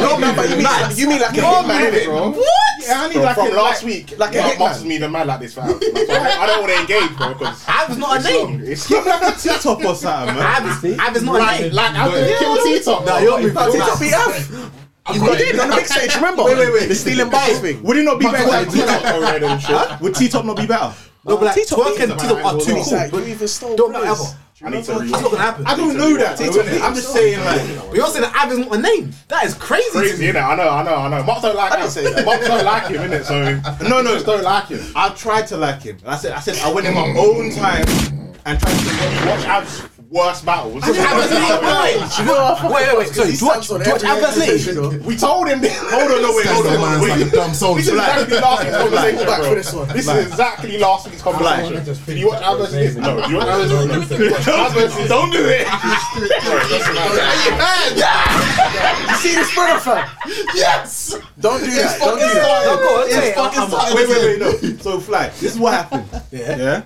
S4: don't remember? You mean like, you mean like a hitman, bro?
S2: What?
S5: Yeah, I need like from last week. Like a hitman. me the man like this, fam. I don't want to engage, bro. Because
S2: Ab's not a name.
S3: Give like a T-top or something,
S5: *laughs*
S3: man.
S2: Ab is not a name.
S5: Like Ab didn't kill T-top.
S2: No, you're not
S4: T-top. You got it on the big
S6: *laughs*
S4: stage, remember? Wait, wait, wait. The stealing bars thing.
S3: Would it not be better? Would T-top not be better?
S2: No, but like twerk and Tito are too
S4: Exactly.
S2: cool.
S4: You even stole
S2: Don't not
S4: Blaze.
S2: ever.
S5: I need to
S2: That's not gonna happen.
S3: I don't know that.
S2: Tito,
S3: though, innit? I'm just saying, like,
S2: But you're saying that Ab is not a name. That is crazy.
S5: crazy, innit? I know, I know, I know. Mark don't like him. Mark don't like him, innit? So
S3: no, no,
S5: just don't like him.
S3: I tried to like him. I said, I said, I went in my own time and tried to watch, watch Ab's
S5: Worst battles.
S2: Ab is
S3: *laughs*
S2: not a name. Wait, wait, wait. Sorry, do you watch do you watch Ab's name?
S5: We told him. this- Hold on, no wait, hold on.
S1: man's
S5: wait.
S1: like a dumb
S5: This
S1: soldier.
S5: is exactly last week's conversation,
S4: Back
S5: bro.
S4: for this one.
S5: This is exactly last week's conversation. Did you watch Ab versus this? No, you watch Ab versus this? Ab versus
S3: Don't do it.
S4: You see this brother, fam?
S2: Yes.
S4: Don't do that. Don't do
S2: It's
S4: that.
S2: starting, go on, say it.
S3: I'm-
S2: I'm-
S3: I'm-
S2: I'm-
S3: Wait, wait, wait, no. So, Fly, this is
S2: *laughs*
S3: what happened. Yeah.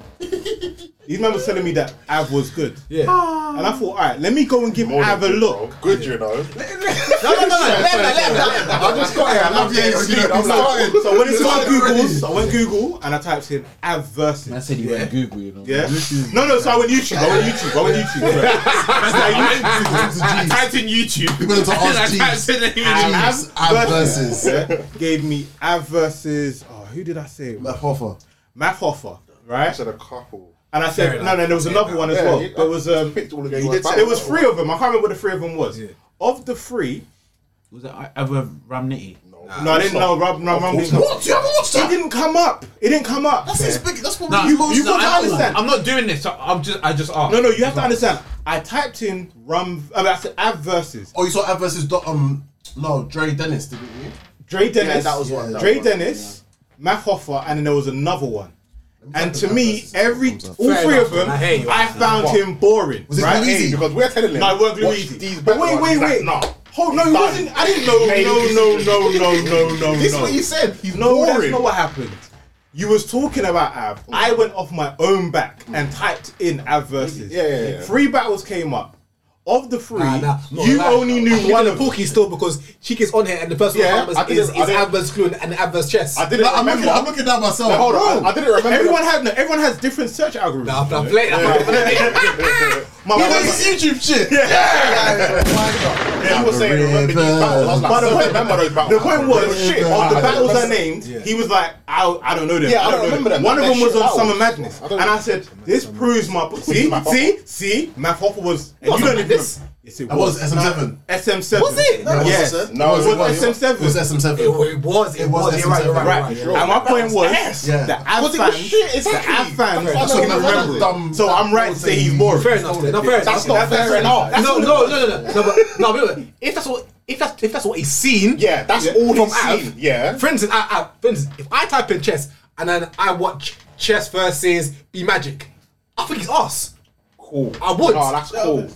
S3: These men were telling me that Av was good.
S2: Yeah.
S3: And I thought, all right, let me go and give
S5: More than
S3: Av a
S5: good,
S3: look.
S5: bro. Good, you
S2: No, no,
S5: know.
S2: no, no. Let him, let him, let him.
S5: I just got here. I love getting sleep. I'm like,
S3: So when it's on Google, so I went Google and I typed in Av versus.
S36: I said you went Google, you know.
S3: yeah. No, no. So I went YouTube. I went YouTube. I went YouTube. Right.
S6: I typed in YouTube.
S1: You
S6: *laughs*
S1: went to ask
S6: I typed in the image.
S1: Jeeves. Ab versus
S3: Yeah. Gave me Av versus. Oh, who did I say?
S1: Matt Hoffa.
S3: Math Hoffer, right?
S5: I said a couple.
S3: And I said, no, no, there was another one as
S5: Yeah,
S3: well.
S5: you-
S3: There was um,
S5: picked all of
S3: yeah,
S5: you
S3: you did
S5: were
S3: say- there
S5: bad.
S3: was three of them. I can't remember what the three of them was. Of the three,
S37: Was it
S36: uh,
S37: ever Ramnitty?
S3: no, I didn't know. Rob, no, Rob didn't come up.
S2: What? You haven't watched
S3: It
S2: that?
S3: didn't come up. It didn't come up.
S2: That's his big. That's what
S6: Nah,
S2: you.
S6: no,
S2: You got
S6: I-
S2: to understand.
S6: I'm not doing this. I'm just. I just asked.
S3: No, no, you have to understand. I typed in Rum. I, mean, I said Av versus
S1: Oh, you saw Ab versus Do- um no Dre Dennis, didn't you?
S3: Dre Dennis.
S1: that was one, that
S3: Dre
S1: one.
S3: Dennis, Matt Hoffer, and then there was another one. And to me, every all
S2: Fair
S3: three
S2: enough,
S3: of them,
S2: man. I hear you.
S3: I found him boring.
S1: Was it
S3: right?
S1: Luigi?
S5: Because we're telling him.
S3: No, it weren't
S5: watch
S3: Luigi.
S5: These
S3: But wait,
S5: back
S3: wait,
S5: ones.
S3: wait.
S5: He's like, nah.
S3: Hold no, he
S5: Done.
S3: wasn't. I didn't know.
S5: Made
S3: No,
S5: his
S3: no, no, no, no, no,
S5: This is
S3: no.
S5: what he said. He's
S3: no, that's
S5: boring.
S3: not what happened. You was talking about Av. I went off my own back and typed in Av versus.
S5: Yeah, yeah, yeah.
S3: Three battles came up. Of the three,
S2: Nah, nah, not
S3: you
S2: like that.
S3: only knew
S2: You
S3: one
S2: did
S3: of
S2: a
S3: them.
S2: bookie still because Cheek is on here and the person
S5: Yeah,
S2: yeah,
S5: I
S2: who
S5: didn't-
S2: is,
S5: I
S2: is
S5: didn't-
S2: Adverse Clue and, and Adverse Chess.
S5: I didn't
S1: No, I'm looking.
S5: remember.
S1: I'm looking at myself.
S5: No, hold on. I- I didn't remember.
S3: Everyone had no, everyone has different search algorithms.
S2: Nah, I'm playing.
S3: *laughs* My-
S1: He
S3: my-
S1: makes YouTube shit.
S5: Yeah, he was saying remember these battles. I was like,
S3: But the
S5: I
S3: point-
S5: remember those battles.
S3: The point was,
S1: Yeah,
S3: shit,
S1: yeah,
S3: of
S1: yeah.
S3: the battles I named, he was like, I, I don't know them.
S5: Yeah, I don't
S3: know
S5: remember them.
S3: One of
S5: They're
S3: them was
S5: shit
S3: on
S5: battles.
S3: Summer Madness.
S5: I
S3: and
S5: don't-
S3: I said, this proves my. See,
S5: Math
S3: see, see, Math Hopper was. And you
S2: wasn't
S3: don't even.
S2: this.
S3: Yes, it
S1: That was SM7.
S3: SM7.
S2: Was it? No,
S1: it
S3: Yes.
S1: wasn't.
S5: No,
S3: it
S5: it
S3: was
S5: wasn't.
S3: SM7.
S1: It was SM7.
S2: It, it was. It,
S1: It was
S2: was. You're right.
S1: SM7.
S2: You're right. You're
S3: Right,
S2: right. You're right.
S3: and my point was
S1: Yeah.
S3: that Av
S5: it was
S3: fans,
S5: shit,
S3: the
S5: exactly.
S3: Av fans,
S5: That's
S3: fucking
S5: what- that's
S3: remember
S1: dumb-
S3: it. So I'm right to say he's boring.
S2: Fair enough. No, fair enough.
S5: That's not
S2: That's-
S5: fair enough. That's
S2: No, no, no, no, no. No, but no, but wait, if that's what if that's if that's what he's seen.
S5: Yeah, that's all
S2: from
S5: he's seen,
S2: Av,
S5: yeah.
S2: For instance, I, I, for instance, if I type in chess and then I watch chess versus B Magic, I think it's us.
S5: cool.
S2: I would.
S5: No, that's cool.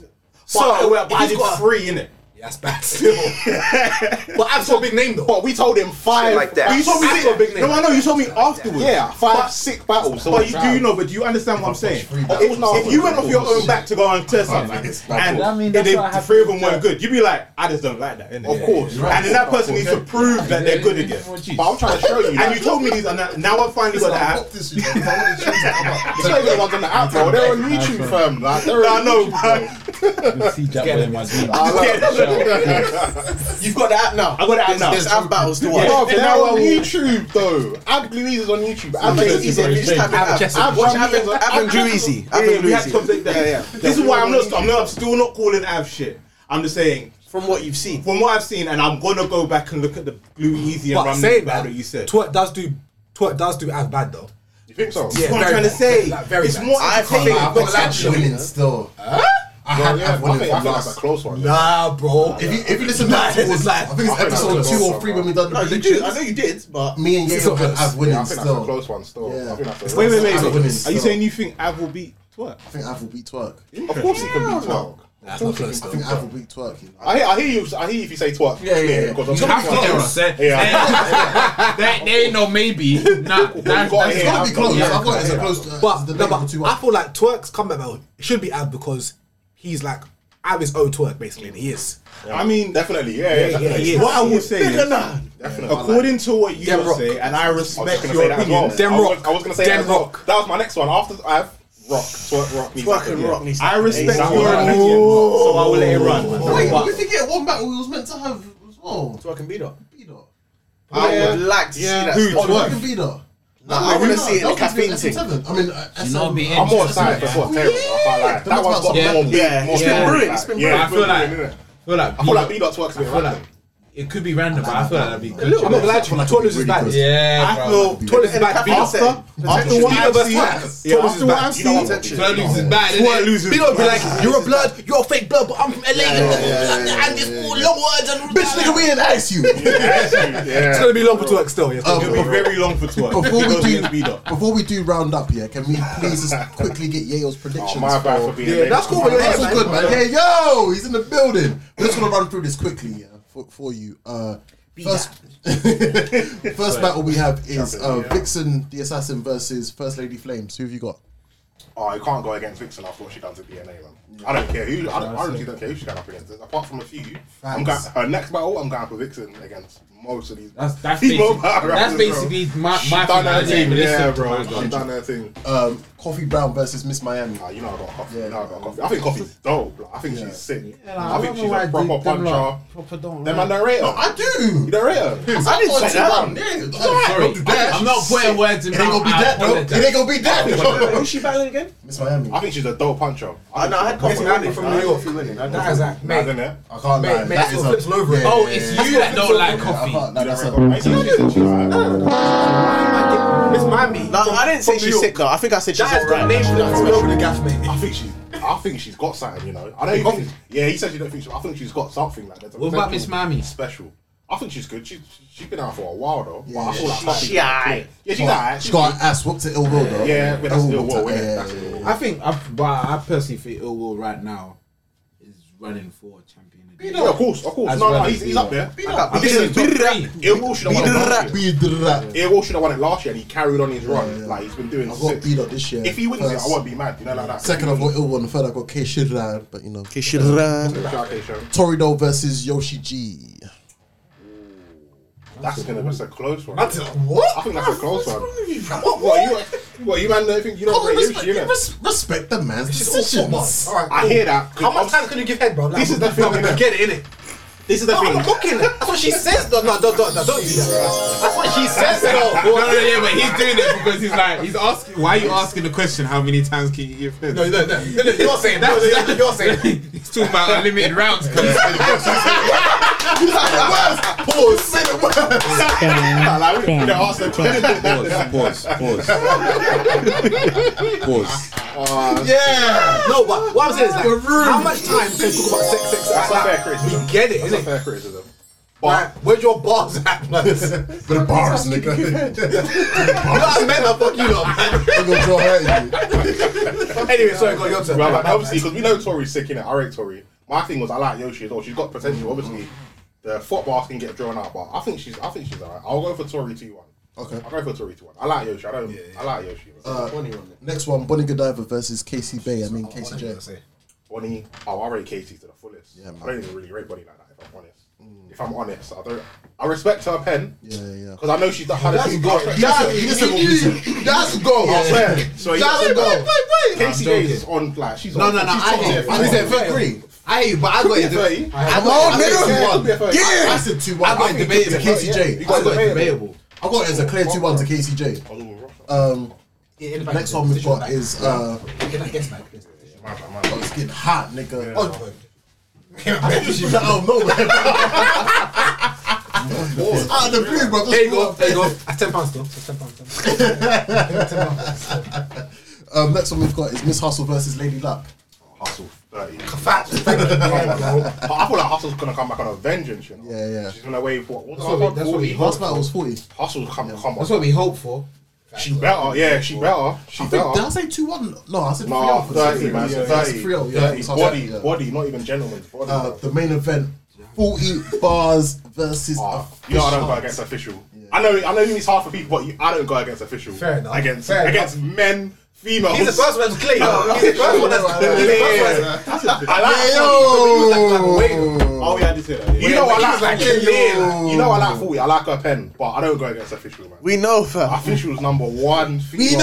S2: So
S3: But I-
S2: if
S3: but I
S2: he's
S3: did
S2: got a-
S3: three in it.
S2: Yeah, that's bad. Still.
S5: *laughs*
S2: but Av's got a big name though.
S5: But we told him five.
S38: like that.
S3: You told me
S2: That's not a big name.
S3: No, I know. You told me afterwards.
S5: Yeah, five, sick battles. So
S3: But you
S5: it's
S3: do
S5: round.
S3: know, but do you understand what I'm saying?
S5: battles.
S3: If,
S5: No,
S3: if you went
S5: of
S3: off your
S5: course.
S3: own back to go and test something, and,
S36: I mean,
S3: and
S36: that's
S3: they-
S36: what
S3: the
S36: happened
S3: three of them
S36: with
S3: weren't
S36: Jack.
S3: good, you'd be like, I just don't like that. innit?
S5: Of course.
S3: And then that person needs to prove that they're good again.
S5: But I'm trying to show you.
S3: And you told me these, and now- now I've finally got that. app.
S1: this, you know, 'cause I wanted to change that.
S3: *laughs*
S5: It's not even the ones on the app, bro. They're on YouTube, fam. Like, they're
S3: I
S5: on
S3: know,
S5: YouTube,
S3: bro.
S36: See Jack in my dream.
S3: *laughs*
S4: You've got the app now.
S3: I got the app now.
S4: There's app battles to watch.
S5: Bro,
S3: Yeah.
S5: they're on YouTube, though. Ab Louise is on YouTube. Ab Louise is on
S4: You just type in app.
S2: Chess.
S5: Ab
S4: Watch
S5: Ram
S4: Ab
S5: is on-
S4: Ab and Druizy. Ab
S3: Yeah,
S4: and
S3: we had to
S4: Druizy.
S3: complete that. This is why I'm not. I'm not. I'm still not calling Av shit. I'm just saying.
S4: From what you've seen.
S3: From what I've seen, and I'm gonna go back and look at the Blue Easy and
S2: But
S3: Rum
S2: saying
S3: battle
S2: that,
S3: that you said.
S2: twerk does do twerk does do Av bad though.
S5: You think so?
S2: Yeah,
S3: what
S2: very
S3: I'm trying to
S2: bad.
S3: say.
S2: Like, very
S3: it's
S2: bad.
S3: more
S4: I
S1: But
S4: think
S1: I've
S4: what's
S1: got
S4: actually
S1: some winning still. I had
S5: Bro, yeah, I
S1: Ab
S5: think I
S1: winning
S5: think
S1: from
S5: that's a
S1: last.
S5: close one.
S2: Nah, bro.
S1: If you, if you
S5: *laughs*
S1: listen back
S2: Nah,
S1: to
S2: it's like-
S1: I think it's
S5: I think that's
S1: episode
S5: a
S1: two
S5: close
S1: or
S5: one,
S1: three
S5: bro.
S1: when we done the
S4: No, you do.
S1: predictions.
S4: I know you did, but
S1: Me and Yayo
S2: not
S1: had Ab
S2: close.
S5: Yeah, I
S1: winning
S5: think that's a
S1: still.
S5: close one still.
S1: Yeah.
S5: I think that's a
S3: Wait, wait,
S5: close one.
S3: wait.
S1: Av
S3: wait.
S1: winning
S3: Are you
S1: still.
S3: saying you think Av will beat
S1: Twerk. I think Av will beat Twerk.
S3: Of course he can beat Twerk.
S1: That's not close. I think Av will beat Twerk. you know.
S3: I hear, I hear you. I hear you if you say twerk.
S6: Yeah, yeah, yeah.
S3: Because
S6: You
S3: I'm
S6: have to hear us.
S3: Yeah.
S6: There, there, there ain't no maybe. Nah, that's,
S3: gotta
S6: that's
S3: hear
S1: That'd be close.
S6: Yeah,
S1: I thought it was a close. uh,
S2: But,
S1: the
S2: no,
S1: label
S2: but
S1: too
S2: I
S1: up.
S2: feel like Twerk's comeback battle should be Av because he's like Av is own Twerk basically. And he is.
S3: I mean, definitely. Yeah, yeah.
S2: yeah,
S3: definitely.
S2: yeah.
S3: What I
S39: will
S3: would
S39: say
S3: say,
S39: is,
S3: definitely.
S39: according to what you
S2: Dem
S39: were
S2: Rock.
S39: saying, and I respect
S3: I was gonna say
S39: your
S3: that as well.
S39: opinion,
S2: Dem
S3: I was-
S2: Rock.
S3: I was gonna say that
S2: Dem
S3: as well.
S2: Rock.
S3: That was my next one. After I've rock, twerk, rock, needs
S4: Twerk
S3: to
S4: and
S3: happen,
S4: rock
S3: yeah.
S4: needs to
S39: I
S4: happen.
S39: respect
S3: Exactly.
S39: your opinion, so I will let it run.
S1: Wait,
S39: But-
S1: we think yeah, one battle we was meant to have as well.
S4: Twerk and beat up.
S1: Beat up.
S4: I would like to
S3: Yeah.
S4: see
S3: Who?
S4: that.
S1: Oh,
S3: Twerk.
S1: Twerk and beat up.
S4: Oh, Nah, I wanna see it in a caffeine thing.
S1: I mean, uh,
S6: You know,
S1: SM.
S6: be
S3: I'm more
S6: interesting.
S3: excited for Twerk. Terrible. I can't lie.
S1: Yeah.
S3: That one's got
S6: Yeah.
S3: more beat.
S4: Yeah.
S3: more
S4: It's been
S3: beat.
S6: Yeah.
S4: brewing. It's been
S3: Yeah,
S4: brewing.
S3: I feel like.
S6: feel like
S3: I feel like beat up twerk's a bit
S6: I feel
S3: random.
S6: like it could be random, but I feel like that'd be good.
S2: I'm not glad to you. Twerk is bad.
S6: Yeah,
S39: I
S6: bro.
S39: feel
S2: Twerk is bad.
S39: after after what I've seen, yeah, after what I've seen,
S6: Twerk loses bad.
S39: Twerk
S6: innit?
S39: loses.
S2: Beto be like, you're a blood, you're a fake blood, but I'm from LA.
S1: yeah,
S2: and it's all long words
S6: eh?
S2: and
S1: Bitch, nigga, we in ice
S4: *laughs*
S1: you.
S2: It's
S3: Yeah.
S2: gonna be long for Twerk still. Yes,
S1: Um,
S39: It'll be very long for twerk.
S1: Before
S39: It
S1: we
S39: goes against beat
S1: do,
S39: up.
S1: before we do round up here, can we please just quickly get Yale's predictions?
S3: Oh, my bad for being late.
S2: that's cool,
S3: My
S2: but you're
S3: bad.
S1: That's all good, man. Yeah, yo, he's in the building. We're just gonna run through this quickly yeah, for, for you. Uh, first, *laughs* first battle we have is uh, Vixen the Assassin versus First Lady Flames. Who have you got?
S3: Oh, you can't go against Vixen after what she done to DNA, man. I don't care who. I, don't, I really don't care who she got up against. Apart from a few, I'm going, her next battle, I'm going for Vixen against most of these.
S6: That's
S3: *laughs*
S6: that's
S3: these
S6: basically,
S3: mobile
S6: that's
S3: rappers, bro.
S6: basically my
S3: She
S6: my
S3: done her
S6: thing.
S3: thing, yeah,
S6: Listen to
S3: bro.
S6: my
S3: She done her thing.
S1: Um, Coffee Brown versus Miss Miami.
S3: Nah, you know I got coffee.
S1: Yeah.
S3: you know I got coffee. I think coffee's dope. Like, I think she's sick. I think
S40: don't know
S3: she's
S40: why
S3: a
S40: they-
S3: proper
S40: them
S3: puncher.
S40: lot proper don't
S3: Then my
S40: like-
S3: narrator.
S1: I do.
S3: You
S1: I
S3: narrator.
S1: didn't
S3: say that.
S1: *laughs* Yeah,
S6: Sorry, I'm not putting words in
S1: It
S6: my
S1: ain't gonna be that, though. It ain't gonna be that.
S4: Who's she battling again?
S1: Miss Miami.
S3: I think she's a dope puncher.
S4: I know. I had
S3: Miss
S4: Miami
S3: from
S4: from New York.
S2: that is like,
S3: Mad,
S2: mate,
S3: innit?
S1: I can't lie.
S2: mate, that's what flips all over it.
S6: Oh, it's you that don't like coffee.
S3: I think she's a- she's a-
S2: Miss Miami.
S4: No, I didn't say she's sick though. I think I said she's
S2: That is the
S4: alright.
S2: nation that's all over the gaff, mate.
S3: I think she's. I think she's got something, you know. I know. You think, yeah, he said you don't think. She, I think she's got something like that.
S6: What about Miss Mammy?
S3: Special. I think she's good. She's she's been out for a while though. Yeah, I feel like
S4: She- she aight.
S3: Yeah, she's alright.
S1: She got an ass whooped to ill will though.
S3: Yeah, but that's
S1: Ill
S3: still
S1: will to-
S3: well. Yeah,
S1: yeah,
S3: that's
S1: yeah,
S3: still
S1: yeah.
S3: well.
S41: I think, I, but I personally think Ill Will right now is running for champion. of the
S3: Yeah, of course, of course.
S41: As
S3: No, no,
S41: well as
S3: he's, he's
S41: Bieber.
S3: up
S4: I
S3: there. This
S4: think
S3: is
S4: she's top
S3: top
S4: three.
S3: three. Illwall should have won it last year.
S1: Be the rat.
S3: Illwall should have won it last year, and he carried on his run. Like he's been doing.
S1: I got
S3: sick.
S1: beat up this year.
S3: If he wins it, I
S1: First.
S3: won't be mad. You know, like that.
S1: Second, I've got ill one. Third, I've got K Shidran, but you know.
S3: Okay, sure.
S1: Torrido versus Yoshi G.
S3: That's gonna that's a close one.
S2: That's like, what?
S3: I think that's a close one.
S2: What?
S3: What you? What you man? Don't think you don't rate Yoshi? you know?
S1: respect the man's
S2: All right,
S3: I hear that. 'cause
S2: How much
S3: I'm-
S2: time can you give head, bro? Like,
S3: This
S2: *laughs*
S3: is the thing,
S2: bro,
S3: innit?
S2: Get it, innit?
S3: This is the
S2: No,
S3: thing.
S2: I'm looking. That's what she says, though. No, don't, don't, don't, don't you? That's what she says, though.
S6: No, no, no, yeah, but he's doing it because he's like, he's asking, why are you asking the question, how many times can you give him?
S2: No, no, no, no, no, you're saying that. You're saying- You're saying.
S6: *laughs* He's talking about unlimited rounds. cuz.
S1: Pause. Say the word.
S3: Like, we- we
S6: *laughs*
S3: don't ask the question.
S42: Pause, pause, pause. Pause.
S1: Yeah.
S2: No, but what I'm saying is like, how much time can you talk about sex, sex,
S3: That's
S2: sex?
S3: not fair
S2: Like,
S3: criticism.
S2: we get it,
S3: That's not
S2: innit?
S3: fair criticism.
S2: Like, where's your bars at, man?
S1: With the bars, nigga. *laughs*
S2: You know what I meant? Like, fuck you, lot, man.
S1: I'm gonna draw her at you.
S2: Anyway, sorry, go your turn.
S3: Well, like, obviously, because we know Tori's sick in it. I rate Tori. My thing was I like Yoshi as well. She's got potential. Obviously, the football can get drawn out, but I think she's. I think she's alright. I'll go for Tori two one.
S1: Okay.
S3: I'll go for Tori two one. I like Yoshi. I don't. I like Yoshi. Uh,
S1: Next one, Bonnie Godiva versus Casey Bay. I mean Casey J.
S3: Bonnie. Oh, I rate Casey to the fullest.
S1: Yeah, man.
S3: I don't even really rate Bonnie like that. If I'm honest. If I'm honest, I don't. I respect her pen.
S1: Yeah, yeah.
S3: Because I know she's the hardest.
S1: That's go.
S3: I swear. So
S1: That's go.
S3: Casey Days is on like she's on.
S2: no, no,
S3: she's
S2: I
S3: top
S2: hear
S3: tier
S2: you.
S3: for
S2: I
S1: You
S3: me.
S1: said third grade.
S2: I hate you, but I got it.
S3: Thirty.
S1: Come on,
S3: nigga.
S1: nigga. Yeah.
S3: Yeah.
S1: I said 2 1. I got it
S2: debatable.
S1: to Casey J.
S3: You
S1: I
S3: got
S1: got it
S3: debatable.
S1: I got it as a clear 2 1 to Casey J. Um, next one we've got is. Uh, oh, it's getting hot, nigga. Oh, *laughs* she's out of nowhere.
S3: *laughs*
S1: It's out of the blue, bro.
S2: There you go, there you go. That's ten pounds still. That's ten pounds. 10 pounds. 10 pounds.
S1: Um, next one we've got is Miss Hustle versus Lady Luck.
S3: Hustle thirty.
S2: Fat.
S3: I feel like Hustle's gonna come back on a vengeance, you know.
S1: Yeah, yeah.
S3: She's gonna wave what? What's
S1: Last battle was 40.
S3: Hustle's come come on.
S41: That's what we hope for.
S3: She better, yeah, she better. She
S1: I
S3: better.
S1: think, did I say 2 1? No, I said 3
S3: Nah,
S1: 0.
S3: 30, man.
S1: yeah,
S3: 30,
S1: 3 0.
S3: 30, body, body, not even gentlemen. Body,
S1: Uh, the main event 40 bars versus.
S3: Ah, you know I don't go
S1: officials.
S3: against official. I know I know he means half the people, but you, I don't go against official.
S1: Fair enough.
S3: Against
S1: Fair
S3: against men, females.
S1: He's the first
S43: one that's clear.
S1: He's the first one that's
S3: Yeah,
S1: clear.
S3: yeah, yeah. I like
S1: Hey,
S3: Oh yeah, I did say that. You know I like You know I like forty. I like her pen, but I don't go against official man.
S44: We know, fam.
S3: Official's number one.
S1: We
S3: female.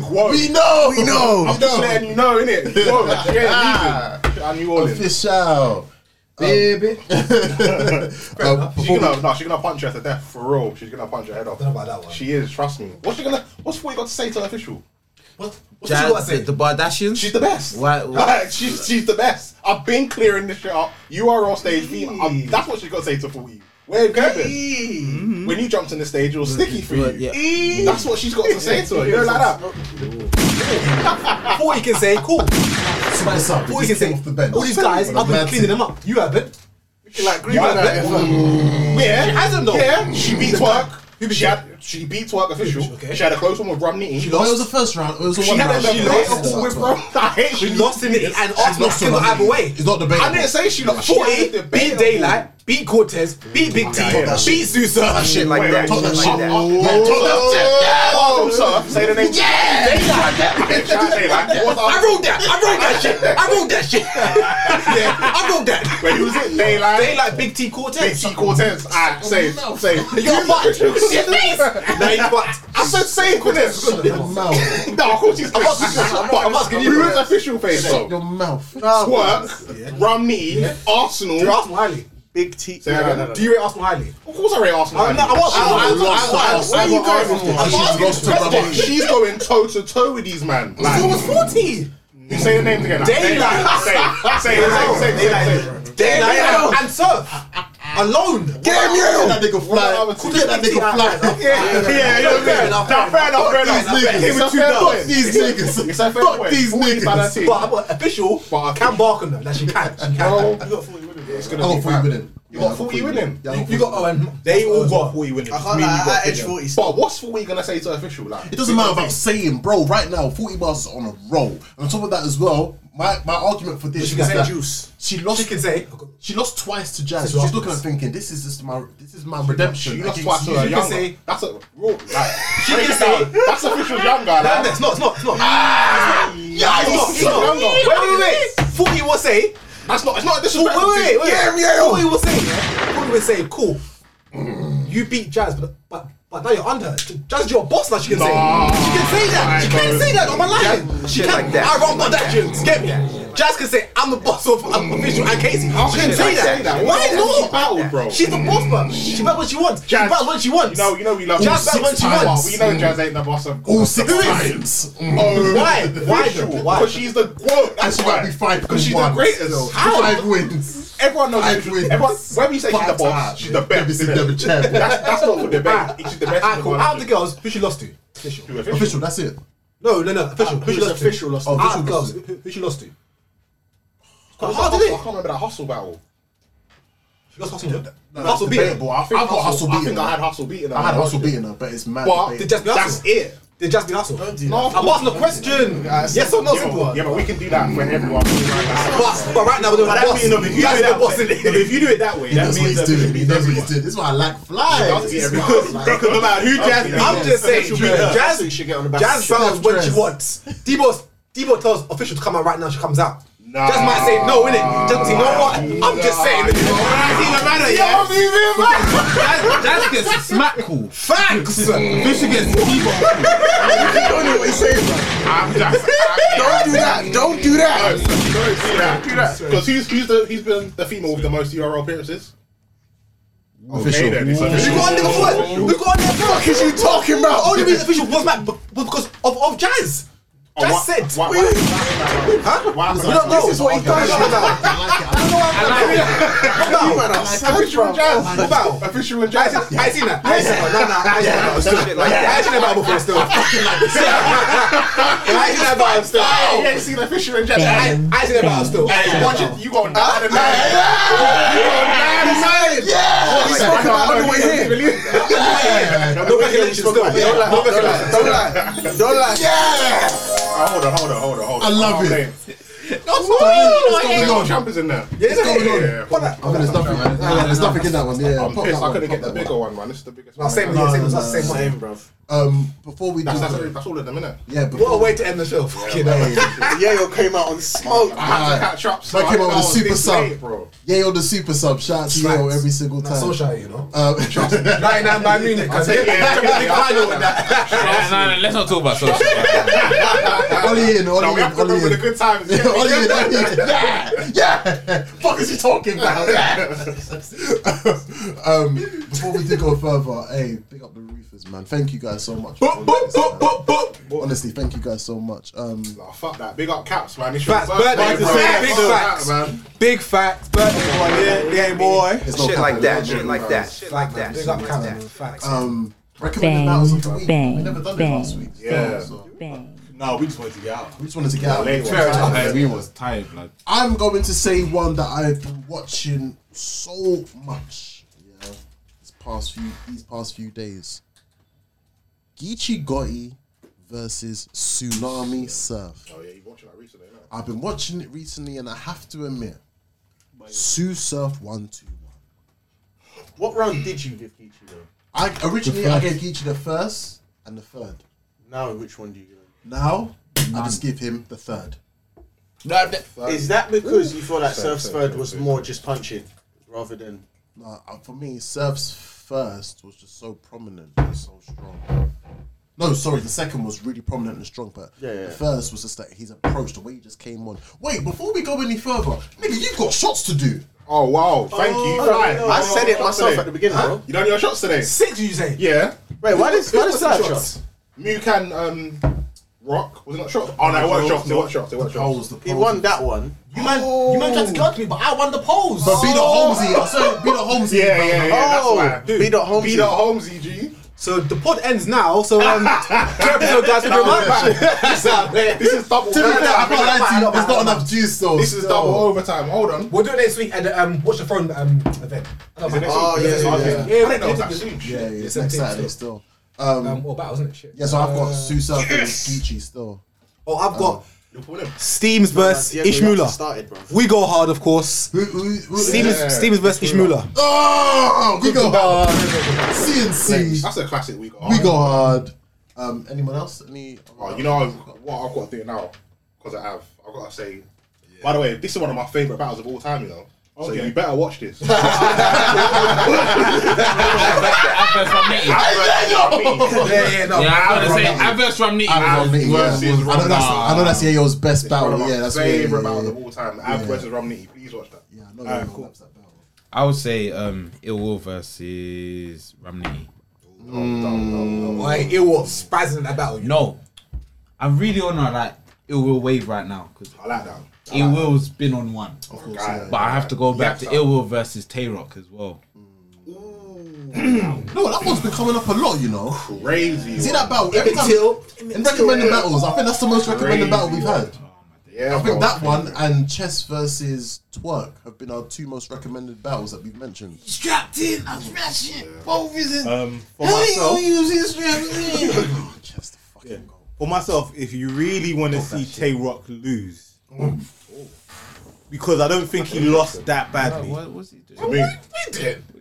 S1: know.
S3: Quote.
S1: We know.
S3: We know. I'm just
S1: We know.
S3: letting you know, innit? Quote. She ain't
S1: Ah.
S3: leaving. And you all
S4: Um,
S3: in.
S1: Official.
S4: *laughs*
S1: Baby.
S3: Nah, She's gonna, no, she's gonna punch her to death for real. She's gonna punch her head off.
S45: Don't know about that one.
S3: She is. Trust me. What's she gonna? What's what you got to say to the official? What? What's she got to
S43: Jazz,
S3: say?
S43: the, the Bardashians.
S3: She's the best. *laughs*
S43: Why?
S3: Like, she's, she's the best. I've been clearing this shit up. URL stage theme. I'm- that's what she got to say to 40. Where have you been? Mm-hmm. When you jumped on the stage, it was sticky for you. Eee. That's what she's got to say to her. You know, like that.
S2: Forty can say, cool. Spice up. Forty can say, all these guys, I've been cleaning them up. You haven't.
S3: Like
S2: You haven't.
S3: Yeah,
S2: She hasn't though.
S3: Yeah, she beat twerk.
S2: Who beat
S3: She had she beat twerk official. She had a close one with Romney.
S1: She lost. It was the first round. It was a
S3: She
S1: one
S3: had
S1: round.
S3: a debatable with
S1: She
S3: Rom. I hate
S2: She
S3: you.
S2: lost in it, and Arsenal
S1: lost to
S2: still
S1: Romney.
S2: either way.
S1: It's not debatable.
S3: I didn't say she lost. She
S2: Forty
S3: had a
S2: beat
S3: debatable-
S2: Daylight, beat Cortez, beat Big T,
S3: Okay, yeah.
S2: beat Sousa.
S3: Shit like that.
S1: Talk that shit.
S3: Oh, oh,
S1: Yeah,
S3: oh,
S1: talk that
S3: oh,
S1: shit.
S3: oh, oh, sir, say the name.
S2: Yeah!
S3: Say that. Say that. What's
S2: I
S3: up?
S2: wrote that. I wrote that *laughs* shit. I wrote that shit. yeah, I wrote that.
S3: Wait, who's it? Daylight.
S2: Daylight, Big T,
S3: Big
S2: Cortez.
S3: T Ah, Cortez. Alright, save, save.
S2: You got
S3: *laughs*
S2: fucked. You face. No, you fucked.
S3: I said save Cortez.
S1: Your mouth.
S3: No, of course he's I'm
S2: I'm asking you.
S3: Who is official face
S1: Shut
S3: though?
S1: your mouth.
S3: Swerve, Romney, Arsenal.
S2: Do you Arsenal highly?
S44: Big T.
S3: Say that again.
S2: Do you rate Arsenal highly?
S3: Of course I rate Arsenal.
S2: I'm not- I want- I want- I want- I want Arsenal.
S3: I'm
S2: She's
S3: asking
S1: lost to
S3: the question.
S1: Romney.
S3: She's going toe to toe with these man.
S2: It
S3: Like,
S2: was forty.
S3: you say the names again.
S2: Daylight.
S3: Say, it, say, it, say, it, say, it, say, it, say. it.
S2: Daylight *laughs* and Surf alone. Damn
S1: Get that nigga fly. Get that nigga fly.
S3: Yeah, yeah, yeah. Fair enough. Nah, fair enough. Fair enough.
S1: these niggas.
S3: It's
S1: Fuck these
S3: a fair point.
S1: niggas.
S3: It's a fair
S1: Fuck
S3: point.
S1: these
S3: All
S1: niggas.
S3: these bad teams.
S2: But, but official
S3: But
S2: can bark on them. That she can. She can.
S3: Bro, you got 40 winning. It's
S1: I
S3: gonna
S1: got
S3: be
S1: 40
S3: mad.
S1: winning.
S3: You
S1: Yeah, I
S3: got
S1: got
S3: 40
S1: 40
S3: winning.
S1: Yeah, I
S2: You got Owen.
S3: They all got 40 winning.
S44: I can't lie, I edge 40 still.
S3: But what's 40 gonna say to official? Like,
S1: It doesn't matter about saying, bro, right now, 40 bars is on a roll. And on top of that as well, my, my argument for this
S2: She
S1: is
S2: can say
S1: that
S2: juice.
S1: she lost
S2: She can say.
S1: she lost twice to Jazz.
S2: Say
S1: She's
S2: juice.
S1: looking at thinking, this is just my this is my redemption.
S3: You lost
S1: against
S3: twice to
S1: you.
S3: a
S2: can
S3: young
S2: say-
S3: guy. That's a rule. Like,
S2: She
S3: break
S2: can
S3: it down.
S2: say-
S3: That's official young guy.
S2: No,
S3: Like,
S2: no, it's not. It's not. It's not. Ah, yeah, it's not. It's not. Wait, wait, wait. Forty will say.
S3: That's not. It's not a
S2: Wait,
S3: disrespect.
S2: wait, wait. wait. Forty will say. yeah? Forty will say. Cool. You beat Jazz, but but but now you're under. her. J- Jazz, is your boss. Like she can say.
S3: Nah.
S2: She can say that. She can say that on my life. She can.
S46: that.
S2: I run that gym. Get me. Jazz can say I'm the boss of I'm official and Casey. She can
S3: Shit,
S2: say
S3: like, say
S2: that.
S3: that.
S2: Why
S3: Why
S2: not?
S3: she battled, bro?
S2: She's the boss, man. She battles what she wants. She
S3: Jazz-
S2: battles what she wants.
S3: You know, you know we love
S2: Jazz battles what she wants.
S3: We know Jazz ain't the boss of
S1: All six times.
S3: Oh,
S2: Why? Why though? Why?
S3: Because she's the quote.
S1: And
S3: That's
S1: she might
S3: why.
S1: be five
S3: Because she's
S1: wins.
S3: the greatest.
S1: How? Five wins.
S3: Everyone knows
S1: Five
S3: she's-
S1: wins.
S3: Everyone, whenever you say she's the
S1: Five
S3: boss,
S1: times.
S3: she's the best.
S1: Every
S3: innit?
S1: single every champion.
S3: That's that's not for debate. She's the best.
S2: Ah,
S3: in the
S2: cool.
S3: world.
S2: Out of the girls, who she lost to? Official.
S3: She's official.
S1: Official, that's it.
S2: No, no, no. Official.
S3: Ah,
S2: who she
S3: who's
S2: lost to?
S3: official lost to?
S2: Oh,
S3: Out
S2: out
S3: of
S2: of
S3: girls,
S2: girls, who, who she lost to?
S3: I
S2: Quite
S3: can't
S2: hard, isn't it?
S3: remember that hustle battle.
S2: She lost Hustle.
S3: Hustle
S2: Hustle beat her.
S3: debatable. I think
S1: I've got Hustle
S3: I
S1: beaten
S3: think I
S1: her.
S3: had hustle beating. her.
S1: I had Hustle beating her, but it's mad.
S3: But
S1: debate.
S2: Did Jasmine Hustle?
S3: That's it.
S2: Did Jasmine Hustle?
S3: No,
S2: I'm asking a question. Yes or no,
S3: Yeah,
S2: simple.
S3: but- yeah, but we can do that when everyone.
S2: But, but right now we're doing
S3: But
S2: a
S3: that
S2: boss.
S3: means that if you
S2: That's
S3: do
S2: the
S3: that-
S2: boss in
S3: But if you do it that way, that
S1: That's what
S3: means
S1: he's
S3: that
S1: doing.
S3: we
S1: He knows what he's doing. This is why I like flies.
S3: does
S1: This
S3: beat
S1: is why I
S3: everyone.
S1: like-
S3: Because no matter who Jazz beat,
S2: I'm just saying,
S3: she beat her.
S2: Jazz,
S3: So you should get on the back.
S2: Jazz
S1: She
S2: battles
S1: got
S2: when she
S1: dressed.
S2: wants. Debo, Debo tells official to come out right now. She comes out.
S3: Nah.
S2: Jazz might say no, innit? Jazz, you know what? I'm just saying.
S3: Nah, you
S2: It matter,
S3: Yeah, I mean,
S2: *laughs*
S3: man, man.
S6: Jazz, Jazz gets smack cool.
S2: Facts.
S6: Fisher gets T-ball.
S4: I don't know what he's saying, bro.
S3: I'm just.
S4: Don't do that. Don't do
S3: Don't
S4: that.
S3: do that. Do that. Because who's who's the who's been the female with the most URL appearances?
S1: Official.
S3: Okay, then, it's
S2: We got a nigga
S3: official.
S2: foot. We got a nigga foot.
S4: What you talking about?
S2: Only reason official was mad was because of, of Jazz.
S3: That's
S47: it. Why, why, huh? Why, you don't know. This is what he's done.
S3: I Official and jazz. I seen that. I seen that. No, no. I seen that. Still shit like that. I seen that before. Still. I seen that about still. I ain't seen official and jazz. I seen that about still. Watch it. You go nine and nine. You go nine and nine. Yeah. He's talking about on the way here. No recollection still. No recollection. Don't lie. Don't lie. Yeah. Oh, hold on, hold on, hold on, hold
S1: I
S3: on.
S1: love
S3: oh,
S1: it.
S3: That's Woo, I hate no jumpers in there. Yeah,
S1: What's going on?
S3: yeah. What
S1: I mean, there's nothing. uh, There's nothing in that one. Yeah,
S3: I'm
S1: pop
S3: pissed.
S1: that
S3: I
S1: one,
S3: couldn't
S1: pop
S3: get the
S1: that
S3: bigger one, man. This is the biggest
S2: No,
S3: one.
S2: same, same, same, same, same.
S3: bro.
S1: one. Um, before we do
S3: That's, that's,
S1: that,
S3: every- that's all of them, innit?
S1: yeah,
S2: What a
S1: before
S2: way to end the show. Fucking hell.
S4: Yayo came out on
S3: *laughs*
S4: smoke.
S3: I had to catch up.
S1: So I came out with super sub. *laughs*
S3: late, bro.
S1: Yayo the super sub. Shout out to Yayo
S2: Slaps.
S1: every single
S2: That's
S1: time.
S2: so shy, you know.
S1: *laughs* Um,
S2: 99 by Munich. I'll take
S6: Yeah, no, no, let's not talk about social.
S1: Ollie in,
S3: No, we
S1: Ollie
S3: have
S1: in,
S3: to remember
S1: Ollie
S3: the
S1: in.
S3: good times.
S1: Oh, Yeah, *laughs* Ollie in, Ollie in. Yeah, *laughs* yeah. Fuck is he talking about? *laughs* um, before we do go further, hey, pick up the roofers, man. Thank you guys so much. Honestly, thank you guys so much. Um,
S3: Oh, fuck that. Big up caps, man. It's
S47: Facts, birthday to
S3: bro.
S47: say, big
S3: Fuck
S47: facts.
S3: that, man.
S47: Big facts, birthday boy, yeah, yeah, boy.
S1: it's no
S48: Shit
S1: cap
S48: like
S1: on
S48: that.
S1: it.
S48: Shit like that. Shit like that. Shit like that.
S1: Um, recommended battles of the week.
S16: bang,
S1: we never done it
S16: bang,
S1: last week.
S3: Yeah.
S1: So
S16: Bang.
S5: No, we just wanted to get out.
S1: we just wanted to get out.
S3: Late
S1: of
S3: one.
S1: the way. *laughs*
S6: Hey, we was tired, blood.
S1: I'm going to say one that I've been watching so much. Yeah, this past few these past few days. Geechee Gotti versus Tsunami Surf.
S3: Oh, yeah, you watching that recently, innit?
S1: I've been watching it recently, and I have to admit, Sue Surf one two one.
S4: What round did you give Geechee though?
S1: I originally I gave Geechee the first and the third.
S4: Now, which one do you give him?
S1: Now I just give him the third.
S4: Is that because you feel like
S3: Fair,
S4: Surf's
S3: fair,
S4: third
S3: fair,
S4: was
S3: fair.
S4: more just punching rather than
S1: Nah, uh, for me, Surf's first was just so prominent and so strong. No, sorry, the second was really prominent and strong, but
S4: Yeah, yeah.
S1: the first was just like his approach, the way he just came on. Wait, before we go any further, nigga, you've got shots to do.
S3: Oh, wow. Thank you. Right.
S4: I said it myself at the beginning,
S3: Huh?
S4: bro.
S3: You done your shots today?
S2: Six, you say?
S3: Yeah.
S4: Wait, why does why does Surf shot?
S3: Mukan, um, Rock? Was it not shots? Oh, no, it was shots. It was shots. It was shots.
S1: the
S4: He won that one.
S2: You man, you man tried to cut me, but I won the polls.
S1: But be the Holmesy, I said, be the Holmesy.
S3: Oh. Yeah,
S1: bro.
S3: yeah, yeah.
S4: Oh,
S3: that's why.
S4: B dot Holmesy.
S3: B dot Holmesy, G.
S47: So the pod ends now. So
S1: *laughs*
S47: um, episode guys, we'll be right back.
S3: This
S2: *laughs*
S3: is double.
S1: To be fair, I can't lie to you, there's not enough juice though.
S3: This is
S1: so-
S3: double overtime. Hold on.
S2: We'll do it next week at the um, Watch the Throne um, event. I
S3: Is it next
S4: Oh,
S3: week? Is it
S1: yeah,
S3: next
S1: yeah,
S3: week?
S2: yeah.
S3: I didn't know it was that soon.
S1: Yeah, yeah, it's
S2: Yeah,
S1: next
S2: 17
S1: Saturday still. Um,
S2: Um, or battles, isn't it? Shit.
S1: yeah, so I've got Sue Surf and Geechee still.
S47: Oh, I've
S2: Um,
S47: got
S3: You're pulling him.
S47: Steams versus
S4: Yeah, but you actually
S47: Ishmula.
S4: started, bro.
S47: We go hard, of course.
S1: Who, who, who,
S47: Steams, Steams versus Ishmula.
S1: Oh, we go hard. CNC.
S3: That's a classic week.
S1: We go hard. Um, anyone else? Any?
S3: Oh, you know I've- what I've got to do now because I have. I've got to say. By the way, this is one of my favorite battles of all time. You know. So you better
S1: *laughs*
S3: watch this.
S6: Adverse from Nitty.
S2: yeah, yeah, no.
S6: Yeah, I was gonna say
S1: Romney.
S6: adverse from Nitty.
S1: I, don't know, yeah.
S3: versus
S1: I know that's I know that's Yayo's best
S3: One
S1: battle.
S3: of my
S1: Yeah, that's
S3: favorite
S1: yeah, yeah,
S3: battles
S1: yeah.
S3: of all time. Ab versus Romney. Please watch that.
S1: Yeah, I know
S3: Alright,
S1: Yayo
S3: cool.
S1: loves that battle.
S6: I would say um, Ill Will versus Romney.
S2: Why it was spazzing in that battle. You know?
S6: No, I'm really on a like Ill Will wave right now because
S3: I like that. one. I
S6: Ill
S3: like
S6: Will's been on one,
S1: Of course,
S3: Guy.
S1: yeah.
S6: but I have to go back
S3: Yeah,
S6: to Ill Will versus Tay Rock as well.
S1: No, that one's been coming up a lot. You know,
S3: that. Crazy.
S1: see
S3: one.
S1: that battle every time. In recommended battles, I think that's the most recommended battle we've had.
S3: Yeah,
S1: I think
S3: bro.
S1: that one and Chess versus Twerk have been our two most recommended battles that we've mentioned.
S6: Strapped in, I'm smashing. Both is in.
S5: Um, for myself,
S1: Oh, Chess, the fucking goal.
S5: for myself, if you really want to see Tay Rock lose, because I don't think he lost that badly.
S6: What was he doing?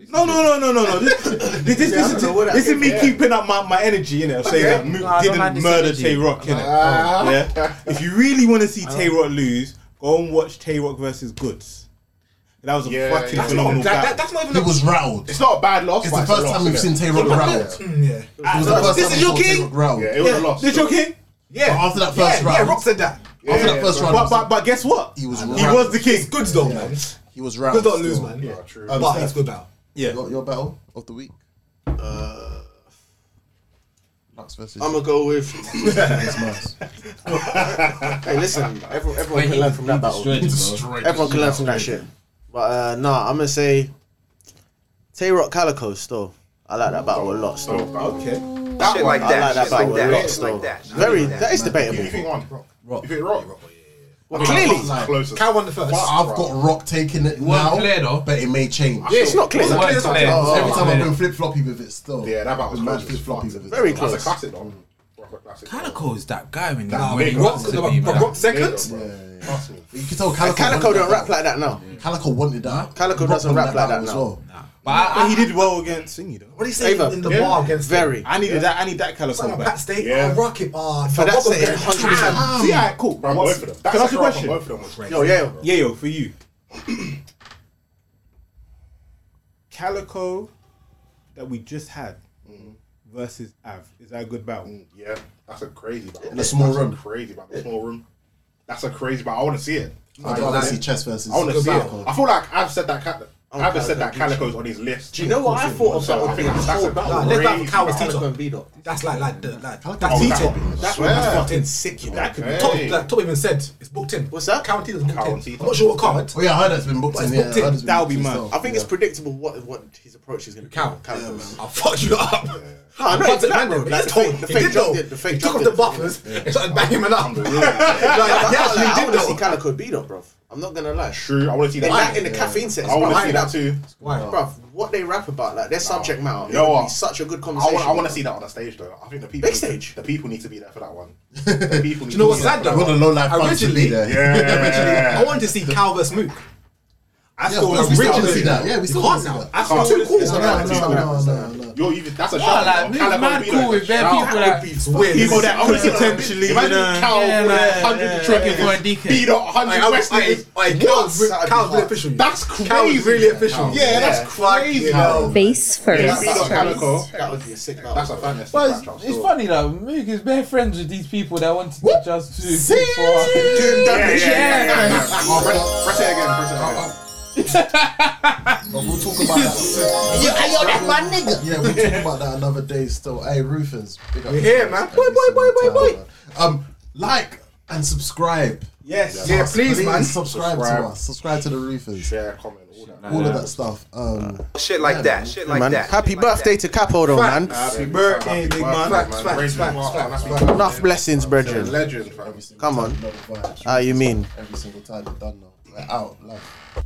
S5: No, no, no, no, no, no. *laughs* This, this, this, this, is- this is me keeping up my, my energy in it. Saying that Mook
S6: No, I don't
S5: didn't
S6: like this
S5: murder
S6: energy.
S5: Tay Rock in it. Ah. Yeah. If you really want to see Tay Rock lose, go and watch Tay Rock versus Goods. That was a
S3: Yeah,
S5: fucking
S3: yeah.
S5: phenomenal
S2: That, that,
S5: battle.
S2: that's not even
S1: He was rattled.
S3: It's not a bad loss.
S1: It's
S3: but
S1: the first
S3: a
S1: time
S3: loss,
S1: we've
S3: innit?
S1: seen Tay Rock rattled. It
S2: Mm, yeah.
S1: was the first
S2: This
S1: time
S2: is
S1: we saw
S2: your
S1: Tay
S2: king?
S1: Rock rattled.
S3: Yeah, it was a loss.
S5: This your king?
S1: But
S2: Yeah.
S1: after that
S2: Yeah,
S1: first
S2: yeah,
S1: round,
S2: Rock said that.
S1: after that first round,
S5: But, but, but guess what?
S1: he was
S5: He
S1: rattled.
S5: was the king.
S2: Goods though, man.
S1: He was rattled.
S2: Goods don't lose,
S1: still.
S2: man. Yeah.
S3: true.
S1: Um,
S2: But
S1: Steph,
S2: it's good battle.
S5: Yeah.
S1: your, your battle of the week. Bucks versus.
S4: I'm gonna go with.
S1: It's Mars.
S4: hey, listen, everyone, everyone can learn from that battle. Everyone can learn from that shit. But uh, nah, I'm gonna say Tay Rock Calico still. I like that battle a lot still.
S1: Oh,
S3: Okay.
S4: That
S5: Shit
S4: one,
S5: like that,
S4: I like that
S5: shit like
S4: battle
S5: that,
S4: a lot
S5: shit
S4: still.
S5: like that, shit
S4: Very,
S5: like that.
S4: that is
S3: Who do you
S4: debatable.
S3: think won?
S2: Rock.
S3: You think Rock?
S4: Well, clearly,
S3: Closest.
S2: Cal won the first.
S1: But I've got Rock taking it now,
S49: clear, though.
S1: but it may change.
S4: yeah, it's not clear.
S49: One
S1: Every
S49: player.
S1: time I've been flip floppy with it still.
S3: Oh, Yeah, that battle was
S1: Mad
S3: close.
S1: flip floppy with it.
S4: Very
S3: That's a
S4: close.
S3: classic, though. Rock, a classic.
S6: Calico is that guy when
S2: Nah,
S6: nah,
S2: mate,
S6: when he
S2: Rock-
S6: wants to
S2: but-
S6: be,
S2: but
S6: man.
S2: Rock second.
S3: Yeah, yeah, yeah. Arsenal.
S1: You can tell Calico.
S4: Calico
S1: wanted
S4: don't
S1: that
S4: rap like that now.
S1: Calico wanted that.
S4: Calico
S1: Rock
S4: doesn't
S1: wanted
S4: rap
S1: battle
S4: like that
S1: as
S4: now.
S1: well.
S6: But I,
S50: But he did well against Singy though.
S2: What do you say
S4: Ava.
S2: in the bar against
S4: Very.
S50: I needed that. I need that Calico
S2: Like a
S50: back.
S2: Pat State,
S3: Yeah.
S2: oh, Rocket,
S1: ah,
S2: oh,
S4: For that sake,
S2: Robert-
S4: 100%.
S3: See, alright, cool. Bro, both of them. That
S50: Can I ask you a
S3: second round
S50: question?
S3: from Both of them was great.
S4: Yo, yeah.
S50: Yeah, yo, for you. Calico that we just had versus Av. Is that a good battle?
S3: Mm, Yeah, that's a crazy battle.
S1: In a small
S3: That's
S1: room.
S3: Crazy battle. Small room. That's a crazy battle. I want to see it.
S1: I don't want to see chess versus.
S3: I want to see it.
S1: Calico.
S3: I feel like I've said that. Cal- I've
S4: Calico
S3: said that
S4: beats you.
S3: Calico's on his list.
S4: Do you know what I thought of that
S3: So I
S4: one?
S3: think that's a
S2: Nah,
S3: battle.
S2: let's not have
S3: Crazy
S2: Cowboys
S3: battle.
S2: teacher.
S4: Calico and B-Dot.
S2: That's like, like, the, like,
S1: Calico-
S2: that's
S3: Oh,
S2: heated.
S3: that-
S2: That's
S3: swear.
S2: that's booked in.
S4: Sick, you know.
S3: That could be
S2: Top,
S3: Hey.
S2: like, top even said it's booked in.
S4: What's that?
S2: County is booked
S3: County.
S2: in. I'm not sure what card.
S1: Oh yeah, I heard that's been booked
S2: But
S1: in.
S2: it's
S1: Yeah,
S2: booked
S1: I heard
S2: in.
S1: it's been
S50: That'll be
S1: booked in
S50: mad.
S1: still.
S4: I think it's predictable what what his approach is going to be.
S2: Cal.
S4: Calico.
S2: I'll fuck you up.
S4: Nah, no, it's
S2: Fuck the
S4: mad,
S2: man,
S4: bro.
S2: bro. He
S4: Like,
S2: just
S4: the
S2: told-
S4: fake- the
S2: he
S4: fake
S2: did
S4: drug
S2: though.
S4: did- the fake
S2: He took
S4: drug
S2: off the
S4: did.
S2: buffers and started banging man up. Like, he actually
S4: I
S2: did
S4: want to see
S2: though.
S4: Calico beat up, bruv. I'm not gonna lie.
S3: True. I want to see
S4: In that,
S3: that.
S4: in the caffeine sense,
S3: I want
S4: bruv,
S3: to see that too.
S2: Why?
S4: Bruv, what they rap about, like their subject matter,
S3: You know
S4: it would be
S3: what?
S4: such a good
S3: I
S4: conversation.
S3: want, I want
S4: bruv.
S3: to see that on the stage though. I think the people
S4: Big stage.
S3: The people need to be there for that one. The people need
S2: you know
S3: to
S2: what's
S3: be there
S2: sad
S3: for
S2: though?
S1: I want a low life fund to
S2: Originally-
S1: be there.
S3: that.
S2: I wanted to see Cal versus Mook.
S3: I
S1: Yeah,
S3: still
S1: we
S3: want
S1: still
S3: to
S1: wanna
S3: see
S1: see
S3: that.
S1: that. Yeah, we still
S2: can't
S1: want to see
S2: now.
S1: that.
S50: That's
S3: Can't.
S50: too cool.
S1: It's
S3: Yeah,
S1: not
S3: yeah,
S1: no,
S3: yeah.
S1: no, no, no, no.
S3: You're even that's a
S6: Nah,
S3: shout.
S6: like,
S3: Calico
S6: Mook's mad
S3: be
S6: cool
S3: like,
S6: with their
S3: shout.
S6: people that-
S3: It's weird.
S2: People
S3: that could
S50: potentially, you
S3: imagine
S50: know.
S3: Cal
S6: Yeah,
S3: with
S6: man,
S3: hundred
S6: yeah,
S3: truckers
S6: yeah. For a deacon.
S3: beat up
S2: Like,
S3: hundred
S2: I was-
S3: Westerners.
S2: like, like,
S3: What?
S2: Cal's re-
S3: That'd be
S2: Cal's really
S3: hard.
S2: official, you know.
S3: That's crazy.
S2: Cal's really official.
S3: Yeah,
S2: Yeah.
S3: that's crazy.
S2: Fuck,
S3: man.
S16: Face
S3: Yeah,
S16: first.
S3: beat up Calico.
S4: That would be a sick battle.
S3: That's a fantastic
S6: But
S3: matchup
S6: it's, it's
S3: still.
S6: funny though. Mook is bare friends with these people that want to teach us to for
S4: Doing
S3: Yeah,
S4: damage.
S3: yeah, yeah, yeah, yeah.
S1: Yeah.
S3: Oh, press- Press it again. Press it again.
S1: But we'll talk about that. Yeah, we'll talk about that another day still. Hey, Rufus. big up
S2: We're
S1: yourself.
S2: here, man.
S1: Every
S2: Boy, boy, boy,
S1: single
S2: boy,
S1: time, man. Um, like and subscribe.
S50: Yes.
S1: to
S2: Yeah,
S1: us.
S2: please, man.
S1: Subscribe,
S3: Subscribe.
S1: to us. Subscribe to the Roofers.
S3: Share, comment, all that.
S1: All of that stuff. Um,
S5: Shit like that, shit like
S51: man.
S5: that.
S51: Happy
S5: shit like
S51: birthday to Capo, though, man.
S3: Happy
S50: birthday, big man.
S3: Facts,
S2: Facts, facts, facts,
S51: Enough blessings, brethren.
S3: Legend, fam.
S1: every single
S51: Come
S1: time,
S51: on.
S1: another vibe.
S51: Ah, you mean.
S1: Every single time we're done now. We're out. Love.